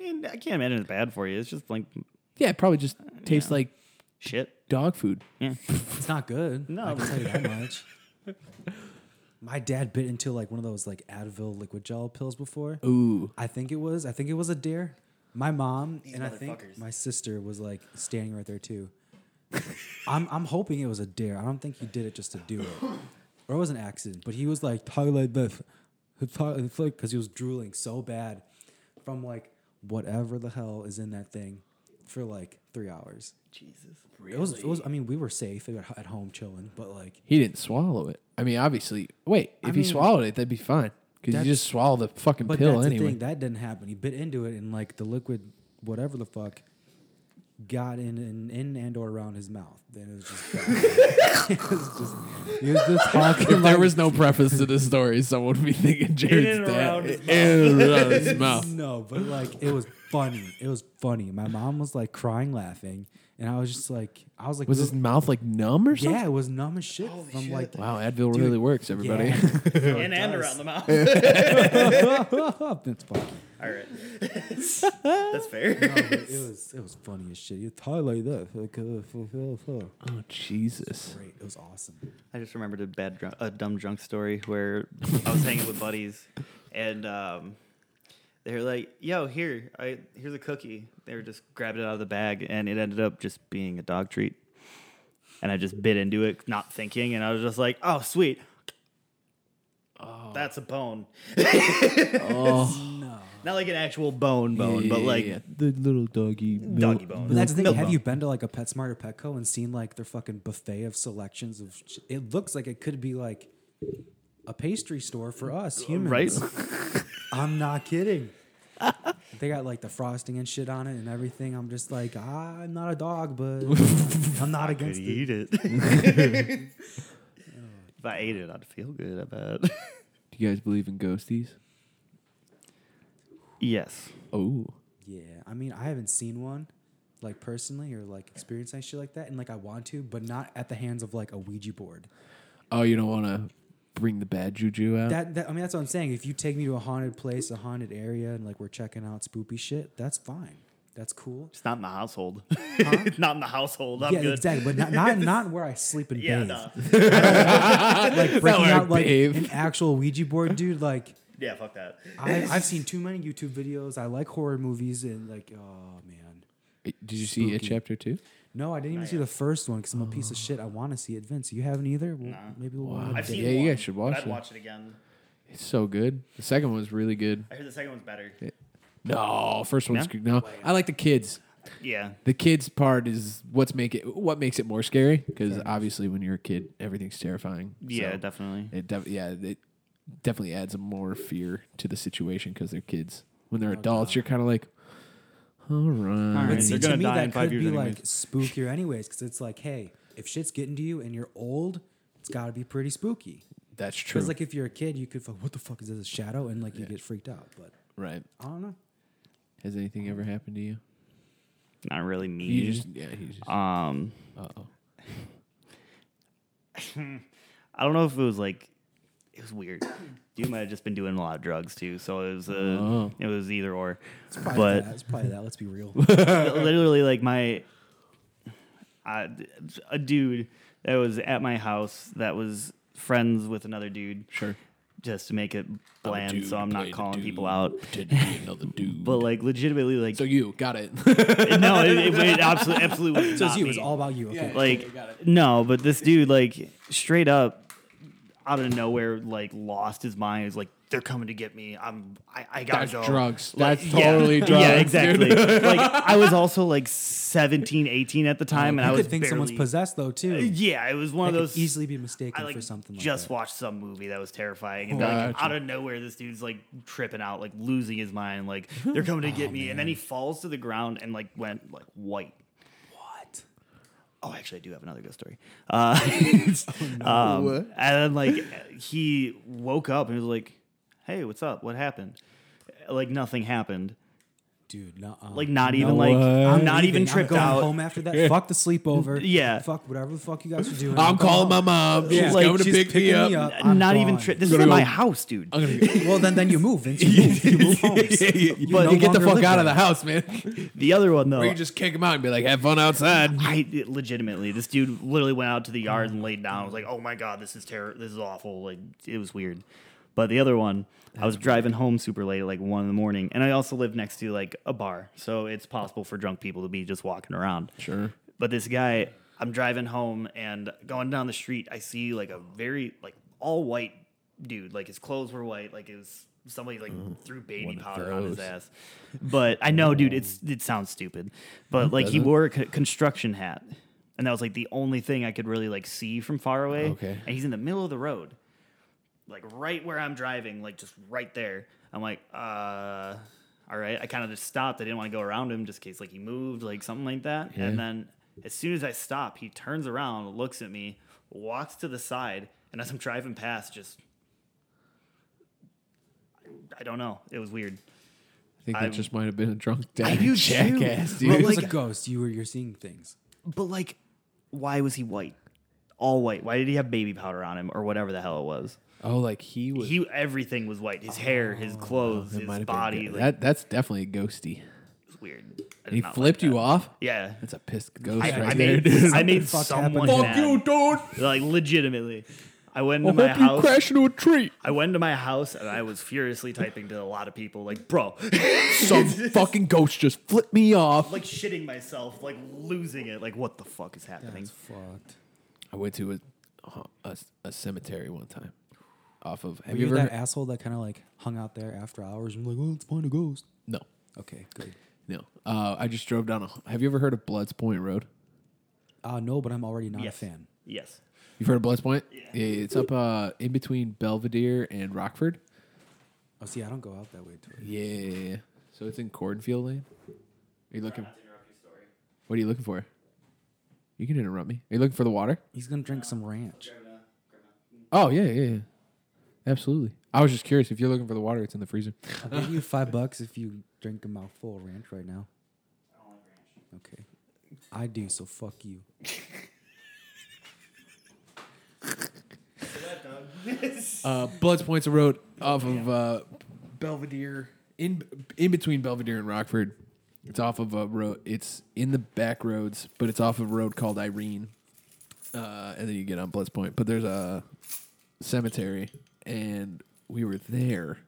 And I can't imagine it's bad for you. It's just like
Yeah, it probably just tastes like
shit.
dog food.
Yeah.
It's not good.
No.
I can tell you that much. My dad bit into like one of those like Advil liquid gel pills before.
Ooh.
I think it was. I think it was a dare. My mom and I think
motherfuckers.
my sister was like standing right there too. I'm I'm hoping it was a dare. I don't think he did it just to do it, or it was an accident. But he was like talking like this, because he was drooling so bad from like whatever the hell is in that thing for like three hours.
Jesus.
It was it was. I mean, we were safe we were at home chilling, but like
He didn't swallow it. I mean, obviously. Wait, if he
mean,
swallowed it, that'd be fine. Because
that's-
you just swallow the fucking
But
pill
that's the
anyway.
thing that didn't happen. He bit into it, and like the liquid, whatever the fuck, got in in, in and or around his mouth. Then it was just. it was just he was just talking.
If
like,
there was no preface to this story, someone would be thinking Jared's
and
dad.
around his
In and around his mouth.
no, but like it was funny. It was funny. My mom was like crying, laughing, and I was just like, I was like,
Was his mouth like numb or something?
yeah, it was numb as shit. From like,
Wow, Advil really works, everybody.
Yeah.
In and around the mouth.
it's funny.
all right. That's fair.
No, Oh, but it was it was funny as shit. You talk like that. Like, uh,
Oh, Jesus.
Great. It was awesome.
I just remembered a bad, drunk, a dumb drunk story where I was hanging with buddies, and um, they were like, "Yo, here, I here's a cookie." They were just grabbed it out of the bag, and it ended up just being a dog treat. And I just bit into it, not thinking, and I was just like, "Oh, sweet." That's a bone. Not like an actual bone bone, but like
the little doggy.
doggy bone.
But that's the thing.
Milk
Have
bone.
you been to like a PetSmart or Petco and seen like their fucking buffet of selections of? Sh- it looks like it could be like a pastry store for us humans.
Uh, right?
I'm not kidding. they got like the frosting and shit on it and everything. I'm just like, ah, I'm not a dog, but I'm not
Could
against it.
eat it. if I ate it, I'd feel good. I bet.
Do you guys believe in ghosties?
yes.
Oh.
Yeah, I mean, I haven't seen one like personally or like experienced any shit like that, and like I want to, but not at the hands of like a Ouija board.
Oh, you don't want to bring the bad juju out?
That, that I mean, that's what I'm saying. If you take me to a haunted place, a haunted area, and like we're checking out spoopy shit, that's fine. That's cool.
It's not in the household. not in the household. I'm
yeah,
good.
exactly. But not, not not where I sleep and
Yeah,
bathe.
nah.
Like breaking
where I
out like
bathe.
an actual Ouija board, dude. Like
yeah, fuck that.
I, I've seen too many YouTube videos. I like horror movies, and like, oh man,
Did you see it
Spooky.
chapter two?
no, I didn't even see the first one because I'm a piece of shit. I want to see it, Vince. You haven't either. Well,
Nah.
Maybe we'll.
Wow.
one
I've
day.
seen Yeah, you guys should
but
watch
I'd
it.
watch it again.
It's so good. The second one was really good.
I hear the second one's better.
No, first one's
No?
good. No, I like the kids.
Yeah.
The kids part is what's make it what makes it more scary because obviously when you're a kid everything's terrifying.
Yeah,
So
definitely.
It def- yeah, it definitely adds more fear to the situation because they're kids. When they're adults, you're kind of like, all right.
All
But
right.
see,
They're
to
gonna
me,
die in
that
five
could
years
be like
anyways.
spookier, anyways, because it's like, hey, if shit's getting to you and you're old, it's got to be pretty spooky.
that's true.
Because like, if you're a kid, you could fuck, what the fuck is this a shadow, and like you get freaked out. But
right?
I don't know.
Has anything ever happened to you?
Not really me.
You just yeah. You just,
um,
uh-oh.
I don't know if it was like it was weird. You might have just been doing a lot of drugs too, so it was uh,
Oh.
it was either or.
It's probably
But-
that. It's probably that. Let's be real.
literally like my I, a dude that was at my house that was friends with another dude
Sure.
just to make it bland
dude,
so i'm
played
not
a
calling people
dude,
out
pretend to be another dude.
but like legitimately like
so you got it.
no it, it, it absolutely, absolutely was
so
not
it's you. It's
me.
all about you. Okay.
Yeah.
like
got it.
no but this dude like straight up out of nowhere like lost his mind. He's like, "They're coming to get me. I'm I, I gotta
That's
go."
drugs.
Like,
That's totally drugs,
Yeah,
dude.
exactly. like I was also like 17, 18 at the time, and I
I
was
Oh, could think someone's
barely-
possessed though too.
Yeah, it was one
I
of
could
those
easily be mistaken
I like
for something like
just
that.
watched some movie that was terrifying, and like
Gotcha.
out of nowhere, this dude's like tripping out, like losing his mind, like they're coming to get
Oh,
me, and then he falls to the ground and like went like white.
What?
Oh, actually, I do have another ghost story. Uh,
Oh,
um, and then like he woke up and was like, "Hey, what's up? What happened?" Like nothing happened.
Dude, no.
Like not even like I'm not even
I'm
tripped
going
out.
home after that. Fuck the sleepover.
Yeah.
Fuck whatever the fuck you guys are doing.
I'm
going
calling my
home.
mom.
Yeah.
She's
Like,
coming to
she's
pick me
picking
up.
me up.
I'm not
gone.
even tripped. This
Gotta
is my
go. Uh,
house, dude.
I'm gonna go.
Well, then then you move. Vince. You move. You move home.
But
no
you get the
longer
fuck
live
out of
there.
the house, man.
The other one though,
Or you just kick him out and be like, "Have fun outside."
I legitimately, this dude literally went out to the yard and laid down. I was like, "Oh my god, this is terror. This is awful." Like it was weird. But the other one, I was driving home super late, like one in the morning, and I also live next to like a bar, so it's possible for drunk people to be just walking around.
Sure.
But this guy, I'm driving home and going down the street, I see like a very like all white dude. Like his clothes were white. Like it was somebody like threw baby powder on his ass. But I know, dude, it's it sounds stupid. But like he wore a co- construction hat, and that was like the only thing I could really like see from far away.
Okay.
and he's in the middle of the road like right where I'm driving, like just right there. I'm like, uh, all right. I kind of just stopped. I didn't want to go around him just in case like he moved, like something like that. And then as soon as I stop, he turns around, looks at me, walks to the side, and as I'm driving past, just I don't know. It was weird.
I think
I-
that just might have been a drunk
I
dad
do too.
jackass, dude.
But,
It was a
Like-
ghost. You were you're seeing things.
But like, why was he white? All white. Why did he have baby powder on him or whatever the hell it was?
oh, like he was.
He everything was white. His hair, his clothes,
that Oh, might
his
have been
body.
good.
Like,
that that's definitely ghosty.
it was weird. I did
He
not like
flipped
that.
you off.
Yeah.
That's a pissed ghost
I,
right
I
there,
made,
dude.
I made
fuck
someone
happened?
mad.
dude.
Like legitimately, I went
I
to my
hope you
house.
crash into a tree.
I went to my house and I was furiously typing to a lot of people, like bro,
Some fucking ghost just flipped me off.
like shitting myself, like losing it, like what the fuck is happening?
That's fucked.
I went to a, a, a cemetery one time. Off of have
Were you
you ever?
that asshole that kind of like hung out there after hours and was like, oh, let's find a ghost.
no,
Okay, good.
no. Uh, I just drove down a. Have you ever heard of Bloods Point Road?
Uh, no, but I'm already not
Yes.
a fan.
Yes.
You've heard of Bloods Point? Yeah. It's up uh, in between Belvedere and Rockford.
Oh, see, I don't go out that way. To it.
Yeah, yeah, yeah. So it's in Cornfield Lane. Are you looking? What are you looking for? You can interrupt me. Are you looking for the water?
He's gonna drink some ranch.
Oh yeah, yeah, yeah. Absolutely. I was just curious if you're looking for the water. It's in the freezer.
I'll give you five bucks if you drink a mouthful of ranch right now. I don't like ranch. Okay, I do. So fuck you.
Uh, Bloods Point's a road off of uh, Belvedere in in between Belvedere and Rockford. It's off of a road. It's in the back roads, but it's off of a road called Irene. Uh, and then you get on Bloods Point, but there's a cemetery, and we were there,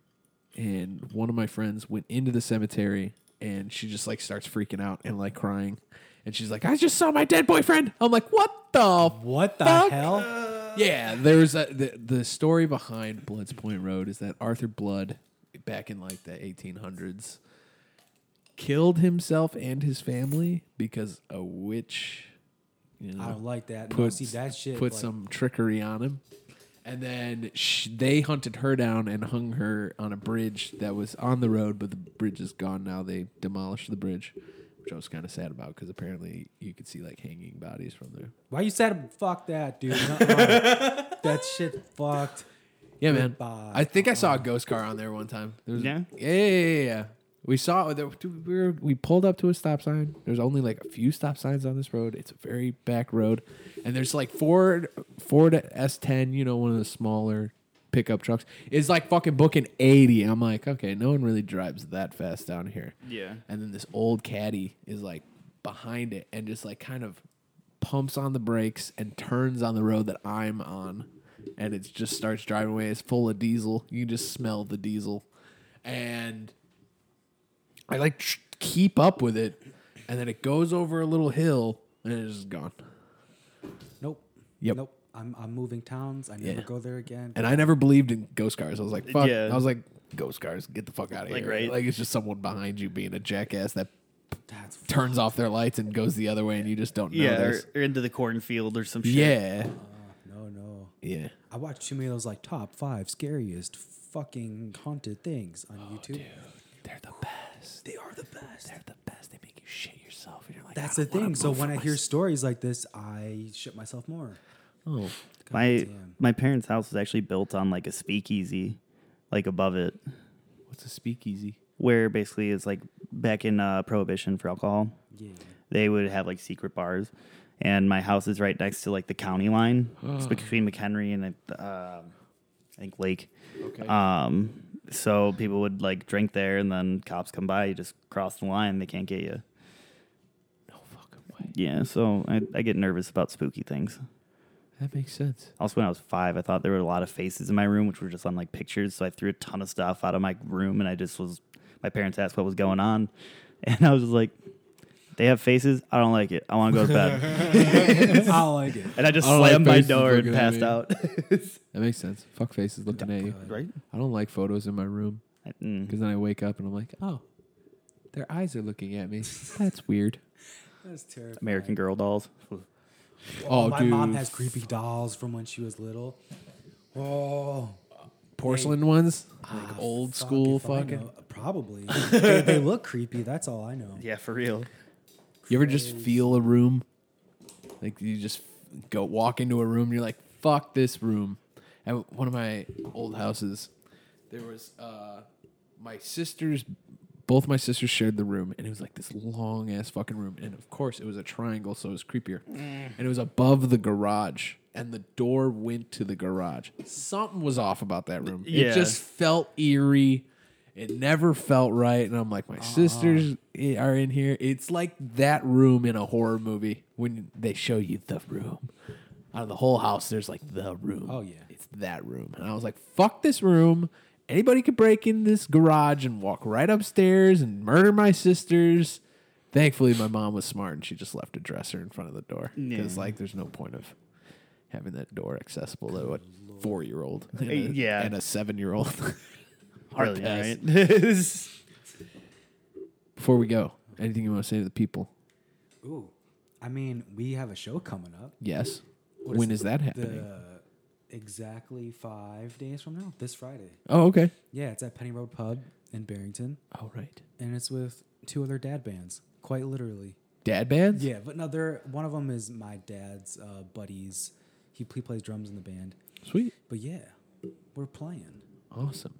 and one of my friends went into the cemetery, and she just like starts freaking out and like crying, and she's like, "I just saw my dead boyfriend." I'm like, "What the
What the
fuck?"
hell?
Yeah, there's a, the the story behind Blood's Point Road is that Arthur Blood, back in like the 1800s, killed himself and his family because a witch, you know,
I don't like that. No,
put
see that shit.
put
like,
some trickery on him, and then sh they hunted her down and hung her on a bridge that was on the road, but the bridge is gone now. They demolished the bridge, which I was kind of sad about because apparently you could see like hanging bodies from there.
Why you said fuck that, dude? Nuh-uh. that shit fucked.
Yeah, man.
Goodbye.
I think I saw a ghost car on there one time. There was-
Yeah?
yeah, yeah, yeah, yeah. We saw uh, there- dude, we were, we pulled up to a stop sign. There's only like a few stop signs on this road. It's a very back road, and there's like Ford Ford S10. You know, one of the smaller pickup trucks is like fucking booking 80. I'm like, okay, no one really drives that fast down here.
Yeah.
And then this old caddy is like behind it and just like kind of pumps on the brakes and turns on the road that I'm on. And it just starts driving away. It's full of diesel. You can just smell the diesel. And I like tr- keep up with it. And then it goes over a little hill and it's just gone.
Nope.
Yep.
Nope. I'm I'm moving towns. I never
Yeah.
go there again.
And I never believed in ghost cars. I was like, fuck.
Yeah.
I was like, ghost cars, get the fuck out of
Like,
here.
right.
Like it's just someone behind you being a jackass that
That's f-
turns off their lights and goes the other way, and you just don't
yeah, or,
notice.
or into the cornfield or some shit.
Yeah,
no no.
yeah.
I watched too many of those like top five scariest fucking haunted things on
Oh,
YouTube.
They're the best.
They are the best.
They're the best. They make you shit yourself, and you're like,
That's the thing. So when I hear stories like this, I shit myself more.
oh,
My
Goddamn.
my parents' house was actually built on like a speakeasy, like above it,
what's a speakeasy?
where basically it's like back in uh, prohibition for alcohol.
Yeah.
They would have like secret bars, and my house is right next to like the county line. it's between McHenry and uh, I think Lake.
Okay.
Um, so people would like drink there, and then cops come by. You just cross the line, they can't get you.
no fucking way.
Yeah, so I, I get nervous about spooky things.
That makes sense.
Also, when I was five, I thought there were a lot of faces in my room, which were just on like pictures. So I threw a ton of stuff out of my room, and I just was. My parents asked what was going on, and I was just like, "They have faces. I don't like it. I want to go to bed."
I like it.
and I just
I don't like
slammed my
faces
door and
looking at
passed
me.
out.
That makes sense. Fuck faces looking at you.
right?
I don't like photos in my room
I- mm.
because then I wake up and I'm like, oh, their eyes are looking at me. That's weird.
That's terrible.
American Girl dolls.
Oh,
my
dude.
mom has creepy dolls from when she was little. Oh,
Porcelain ones, like
ah,
old
fuck
school
if I
fucking.
know. Probably. they, they look creepy. That's all I know.
Yeah, for real.
You ever just feel a room? Like you just go walk into a room and you're like, fuck this room. At one of my old houses, there was uh my sisters both my sisters shared the room and it was like this long ass fucking room and of course it was a triangle so it was creepier. And it was above the garage and the door went to the garage. Something was off about that room.
Yeah.
It just felt eerie. It never felt right, and I'm like,
Uh-huh.
my sisters i- are in here. It's like that room in a horror movie when they show you the room. Out of the whole house, there's like the room.
Oh, yeah.
it's that room. And I was like, fuck this room. Anybody could break in this garage and walk right upstairs and murder my sisters. Thankfully, my mom was smart and she just left a dresser in front of the door because,
Yeah.
like, there's no point of having that door accessible to a four year old
Hey, yeah.
and a seven year old.
Hard
pass.
right?
Before we go, anything you want to say to the people?
Ooh. I mean, we have a show coming up.
Yes.
What
when
is
is, that happening?
The exactly five days from now, this Friday.
oh, okay.
Yeah, it's at Penny Road Pub in Barrington,
All right.
and it's with two other dad bands, quite literally.
Dad bands?
Yeah, but no, they're one of them is my dad's uh, buddies. He, he plays drums in the band.
Sweet.
But yeah, we're playing.
Awesome.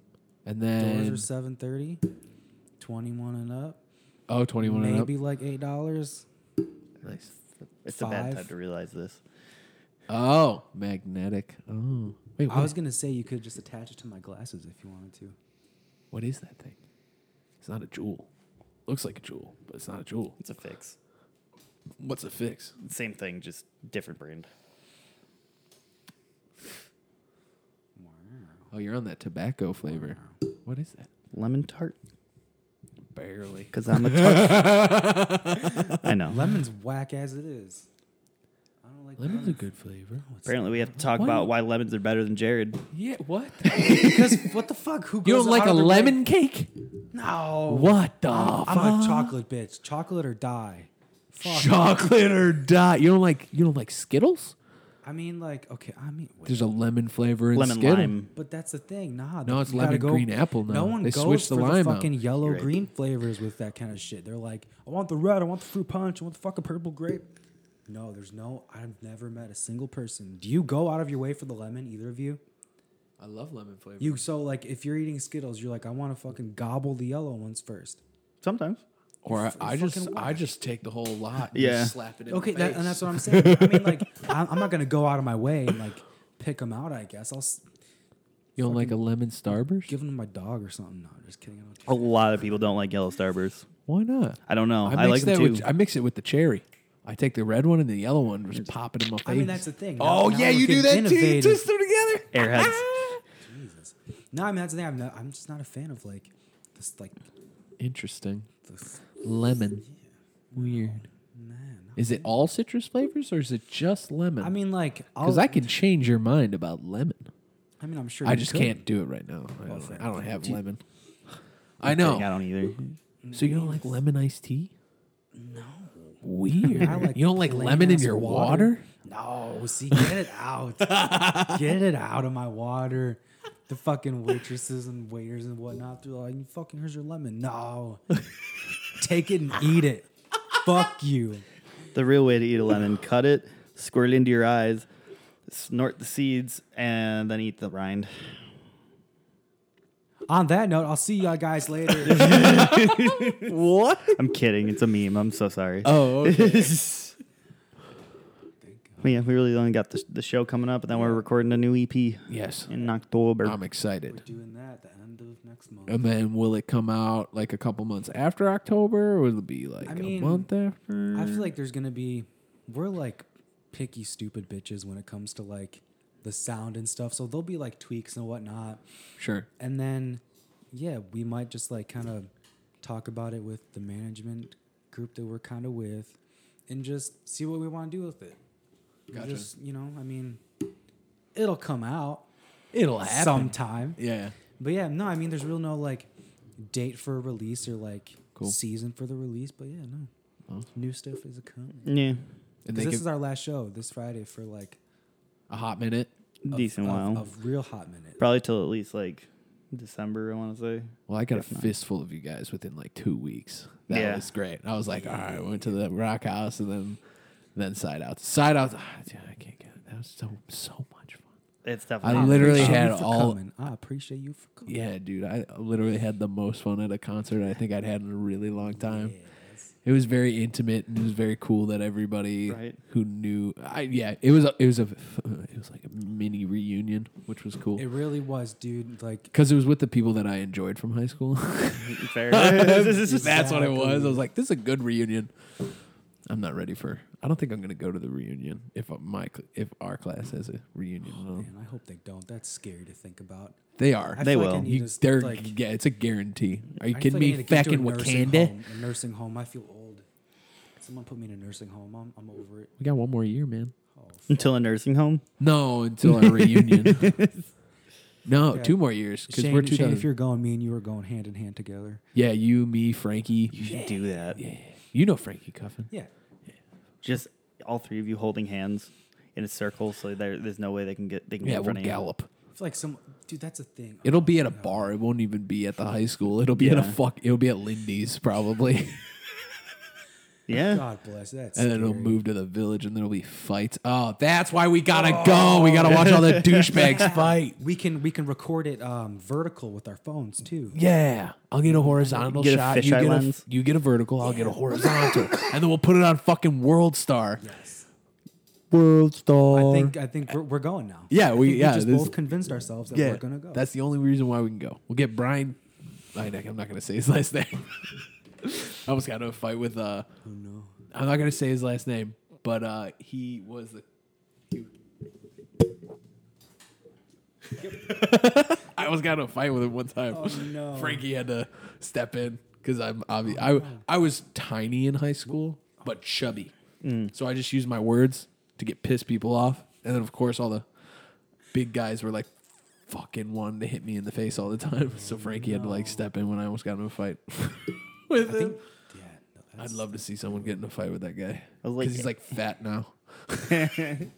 And
Doors
then
are 730, 21 and up.
oh, 21 and up.
Maybe like eight dollars.
Nice. It's a bad
Five.
time to realize this.
Oh, magnetic. Oh. Wait, what,
I was gonna say you could just attach it to my glasses if you wanted to.
what is that thing? It's not a jewel. Looks like a jewel, but it's not a jewel.
It's a fix.
What's a fix?
Same thing, just different brand.
Oh, you're on that tobacco flavor. What is that?
Lemon tart.
Barely.
Because I'm a tart. I know.
Lemon's whack as it is. I don't like
Lemon's a good flavor.
Apparently, we have to talk
Why
about
not?
why lemons are better than Jared.
Yeah, what?
because what the fuck? Who goes
you don't like
out
a
of their way-
lemon cake? Oh,
No.
What the
I'm,
fuck?
I'm a chocolate bitch. Chocolate or die. Fuck.
Chocolate or die. You don't like you don't like Skittles?
I mean, like, okay. I mean, wait.
There's a lemon flavor in
lemon
Skittle.
lime.
But that's the thing. Nah.
No, it's
you gotta
lemon
go-
green apple now.
No one
They
goes
switched the
for
lime
the
out.
fucking yellow
You're right.
green flavors with that kind of shit. They're like, I want the red. I want the fruit punch. I want the fucking purple grape. No, there's no. I've never met a single person. Do you go out of your way for the lemon? Either of you?
I love lemon flavor.
You so like if you're eating Skittles, you're like, I want to fucking gobble the yellow ones first.
Sometimes.
or I,
F-
I just
fucking
I just take the whole lot. And
Yeah.
Just slap it in.
Okay,
the
that,
face.
and that's what I'm saying. I mean, like, I'm, I'm not gonna go out of my way and like pick them out. I guess I'll s-
you don't like a lemon starburst?
give them to my dog or something. No, I'm just kidding. I don't
A lot of people don't like yellow starbursts.
Why not?
I don't know. I,
mix
like them
that
too.
With, I mix it with the cherry. I take the red one and the yellow one, and just pop it in my face.
I mean, that's the thing. Now-
oh
now
yeah,
we're
you do
getting
that too. You
innovative.
twist them together. Ah.
Airheads.
Jesus. No, I mean that's the thing. I'm, not, I'm just not a fan of like this. Like
Interesting.
this.
Lemon. Weird.
Nah, no.
Is it all citrus flavors or is it just lemon?
I mean, like,
because
I'll-
I can change your mind about lemon.
I mean, I'm sure
I
you
just
could.
can't do it right now. I don't,
fair.
I don't have lemon. I know.
I don't either.
So you don't like lemon iced tea? No. Weird.
I like
you don't like
plain
lemon in
ass
your
water.
water?
No, see, get it out. get it out of my water. The fucking waitresses and waiters and whatnot, they're like, "You fucking, here's your lemon. No. Take it and eat it. Fuck you.
The real way to eat a lemon: cut it, squirt it into your eyes, snort the seeds, and then eat the rind.
On that note, I'll see y'all guys later.
What?
I'm kidding. It's a meme. I'm so sorry.
Oh, okay.
But yeah, we really only got the, the show coming up, and then we're recording a new EP
yes.
in October.
I'm excited.
We're doing that at the end of next month.
And then will it come out like a couple months after October, or will it be like
I mean,
a month after?
I feel like there's gonna be we're like picky stupid bitches when it comes to like the sound and stuff. So there'll be like tweaks and whatnot.
sure.
And then yeah, we might just like kind of talk about it with the management group that we're kind of with and just see what we want to do with it. And
Gotcha.
Just, you know, I mean it'll come out
It'll happen.
sometime.
Yeah.
But yeah, no, I mean there's real no like date for release or like
Cool.
season for the release, but yeah, no.
Awesome.
New stuff is coming.
yeah,
And
'Cause
they
this
give
is our last show this Friday for like
a hot minute.
a-
decent
a-
while.
of real hot minute.
Probably till at least like December. I want to say.
Well, I got a
If not.
fistful of you guys within like two weeks. That
Yeah.
was great. I was like, all right, went to the rock house and then then side outs. Side outs. Ah, dude, I can't get it. That was so so much fun.
It's
I
definitely.
literally
Appreciate
had
you for
all-
Coming. I appreciate you for coming.
Yeah, dude, I literally had the most fun at a concert I think I'd had in a really long time.
Yes.
It was very intimate and it was very cool that everybody
Right.
who knew. I yeah, it was a, it was a it was like a mini reunion, which was cool
It really was, dude. Like
because it was with the people that I enjoyed from high school.
fair.
That's what it was. I
Exactly.
was like, this is a good reunion. I'm not ready for. I don't think I'm gonna go to the reunion if my cl- if our class has a reunion. No.
man, I hope they don't. That's scary to think about.
They are.
I
They
feel
will.
Like I need
You-
to s-
they're
like,
yeah. It's a guarantee. Are you
I
kidding
feel like I need
me?
to get to a
Fucking
nursing
Wakanda.
home, a nursing home. I feel old. Someone put me in a nursing home. I'm, I'm over it.
We got one more year, man.
Oh, fuck.
Until a nursing home.
No, until our reunion. No,
Yeah.
two more years because
Shane,
we're two
Shane, if
thousand.
you're going, me and you are going hand in hand together.
Yeah, you, me, Frankie.
You should do that.
Yeah, you know Frankie Cuffin.
Yeah.
Just all three of you holding hands in a circle, so there, there's no way they can get they can
Yeah,
get in
we'll
front of you.
gallop.
I feel like some dude. That's a thing. Oh,
It'll be at a bar. It won't even be at the high school. It'll be at a
Yeah.
fuck. It'll be at Lindy's probably.
Yeah,
God bless. That's
and then it'll
scary.
move to the village and there'll be fights. Oh, that's why we gotta go. We gotta watch all the douchebags fight.
We can we can record it um, vertical with our phones too.
Yeah. I'll get a horizontal
Get a
shot. you,
fisheye
get
lens.
A, you get a vertical, I'll get a horizontal. and then we'll put it on fucking World Star. World Star.
I think I think we're, we're going now.
Yeah,
I
we-
think
yeah,
just
this-
both convinced ourselves that we're gonna go.
That's the only reason why we can go. We'll get Brian. I know- I'm not gonna say his last name. I almost got into a fight with uh
Oh, no.
I'm not gonna say his last name, but uh he was the I was got into a fight with him one time.
Oh, no. Oh,
Frankie had to step in because I'm obvi- I I was tiny in high school, but chubby.
Mm.
So I just used my words to get piss people off, and then of course all the big guys were like fucking wanting to hit me in the face all the time. So Frankie had to like step in when I almost got into a fight with him.
Yeah, no,
I'd
that's,
love to see someone get in a fight with that
I
guy because
like
he's
it.
like fat now.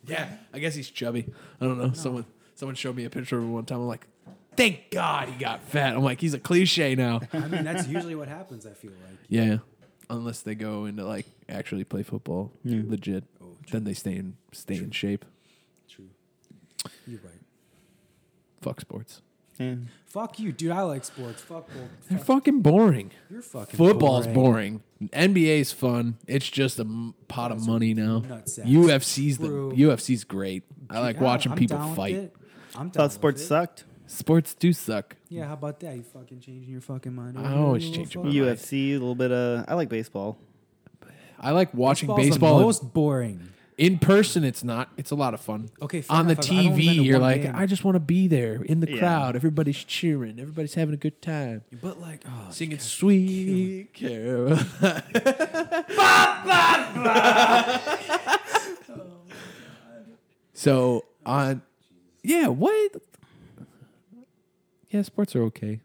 yeah, I guess he's chubby. I don't know. Someone someone showed me a picture of him one time. I'm like, thank God he got fat. I'm like, he's a cliche now.
I mean, that's usually what happens. I feel like
yeah, unless they go into like actually play football legit, then they stay in stay in shape.
Oh, true. You're right.
Fuck sports.
yeah.
Fuck you, dude. I like sports. Fuck, well,
They're
fuck
fucking boring.
you're fucking.
Football's boring. NBA's fun. It's just a m- pot of money now.
nutsacks.
UFC's the
True.
UFC's great. I like
Yeah,
watching
I'm down
people
with
fight.
it. I'm down
Thought
with
sports
it.
sucked.
Sports do suck.
Yeah, how about that? You fucking changing your fucking mind.
I always change my mind.
UFC, a little bit of. I like baseball.
I like watching
the
baseball
most boring.
in, in person. It's not. It's a lot of fun.
Okay, fair
on the
enough. I've- I've only been
TV,
to
you're
one
like,
game.
I just want to be there in the
Yeah.
crowd. Everybody's cheering. Everybody's having a good time.
But like, oh,
Singing "Sweet Caroline." So on, yeah, what? Yeah, sports are okay.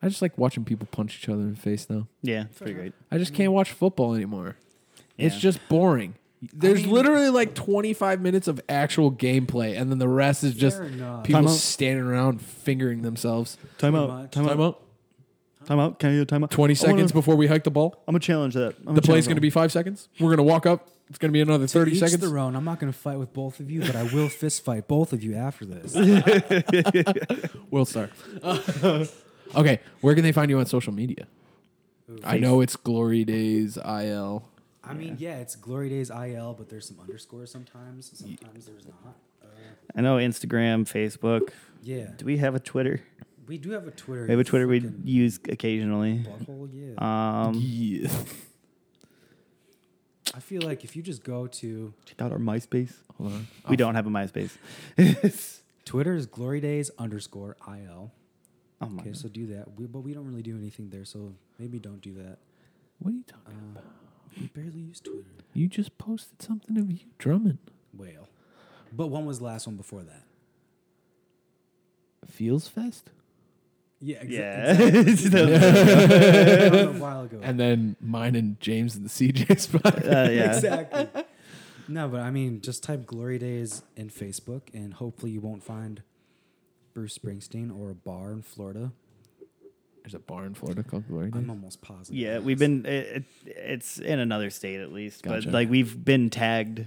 I just like watching people punch each other in the face now.
Yeah, it's pretty great.
I just can't watch football anymore. It's
Yeah.
just boring. There's literally like 25 minutes of actual gameplay, and then the rest is just
Fair enough.
people
Timeout.
standing around fingering themselves.
Time
Pretty much.
out. Time out.
Timeout.
Time out. Can I do a time out?
20
I wanna-
seconds before we hike the ball.
I'm gonna challenge that. I'm
The play's going to be five seconds. We're going to walk up. It's going to be another 30
each
seconds.
their own. I'm not going to fight with both of you, but I will fist fight both of you after this.
We'll start. okay, where can they find you on social media? I know it's Glory Days IL.
I mean, yeah, it's Glory Days IL, but there's some underscores sometimes. Sometimes there's not. Uh,
I know Instagram, Facebook.
yeah,
Do we have a Twitter?
we do have a Twitter.
We have a Twitter we
Freaking
use occasionally.
butthole, yeah.
Um,
Yeah.
I feel like if you just go to
check out our MySpace.
Hold on.
We don't have a MySpace.
Twitter is Glory Days underscore IL.
oh my
Okay, so do that. We, but we don't really do anything there, so maybe don't do that.
What are you talking?
Uh, we barely use Twitter.
You just posted something of you drumming.
Whale. But when was the last one before that?
Feels Fest.
Yeah, exa-
Yeah.
exactly. That was a while ago.
And then mine and James and the CJ spot.
Uh, yeah.
exactly. No, but I mean, just type Glory Days in Facebook, and hopefully you won't find Bruce Springsteen or a bar in Florida.
There's a bar in Florida called Glory Days.
I'm almost positive.
Mm-hmm. Yeah, we've been. It, it, it's in another state at least,
Gotcha.
but like we've been tagged,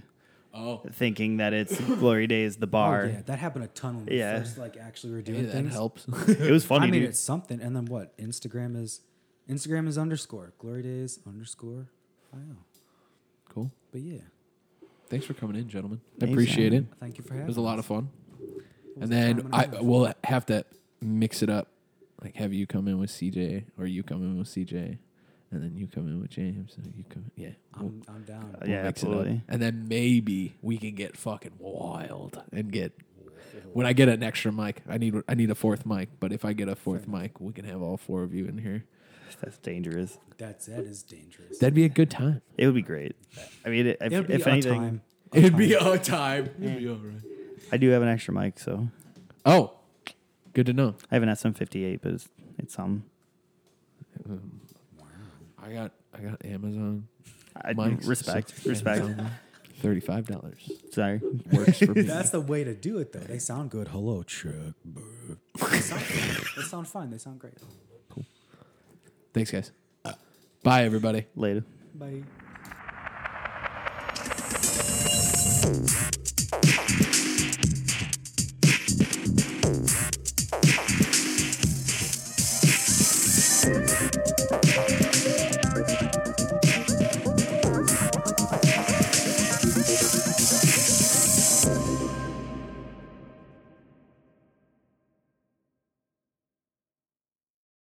Oh,
thinking that it's Glory Days the
Oh,
bar.
yeah, that happened a ton when we
Yeah.
first like actually were doing
hey, that
things.
helps.
It was funny,
I mean,
dude.
it's something. And then what? Instagram is Instagram is underscore Glory Days underscore. Wow.
cool.
But yeah,
Thanks for coming in, gentlemen. I
Thanks,
appreciate it.
thank you for having.
It was a lot of fun.
It was
And
a
then
time and a
I
half.
will have to mix it up. Like have you come in with CJ or you come in with CJ and then you come in with James and you come yeah. we'll-
I'm, I'm down.
Uh, yeah,
mix it up.
absolutely.
And then maybe we can get fucking wild and get when I get an extra mic, I need I need a fourth mic, but if I get a fourth mic, we can have all four of you in here.
That's dangerous.
That's that is dangerous.
That'd be a good time.
It would be great. I mean, if,
It'd be
if
a
anything,
time.
It'd be a time. It'd be all right.
I do have an extra mic, so
Oh. Good to know.
I have an SM58, but it's it's um.
I got I got Amazon
I,
mics.
respect,
so-
respect.
Amazon, Thirty-five dollars
Sorry.
works for me.
That's the way to do it, though. They sound good. Hello, Chuck. They sound, they sound fine. They sound great.
Thanks, guys. Bye, everybody.
Later.
Bye.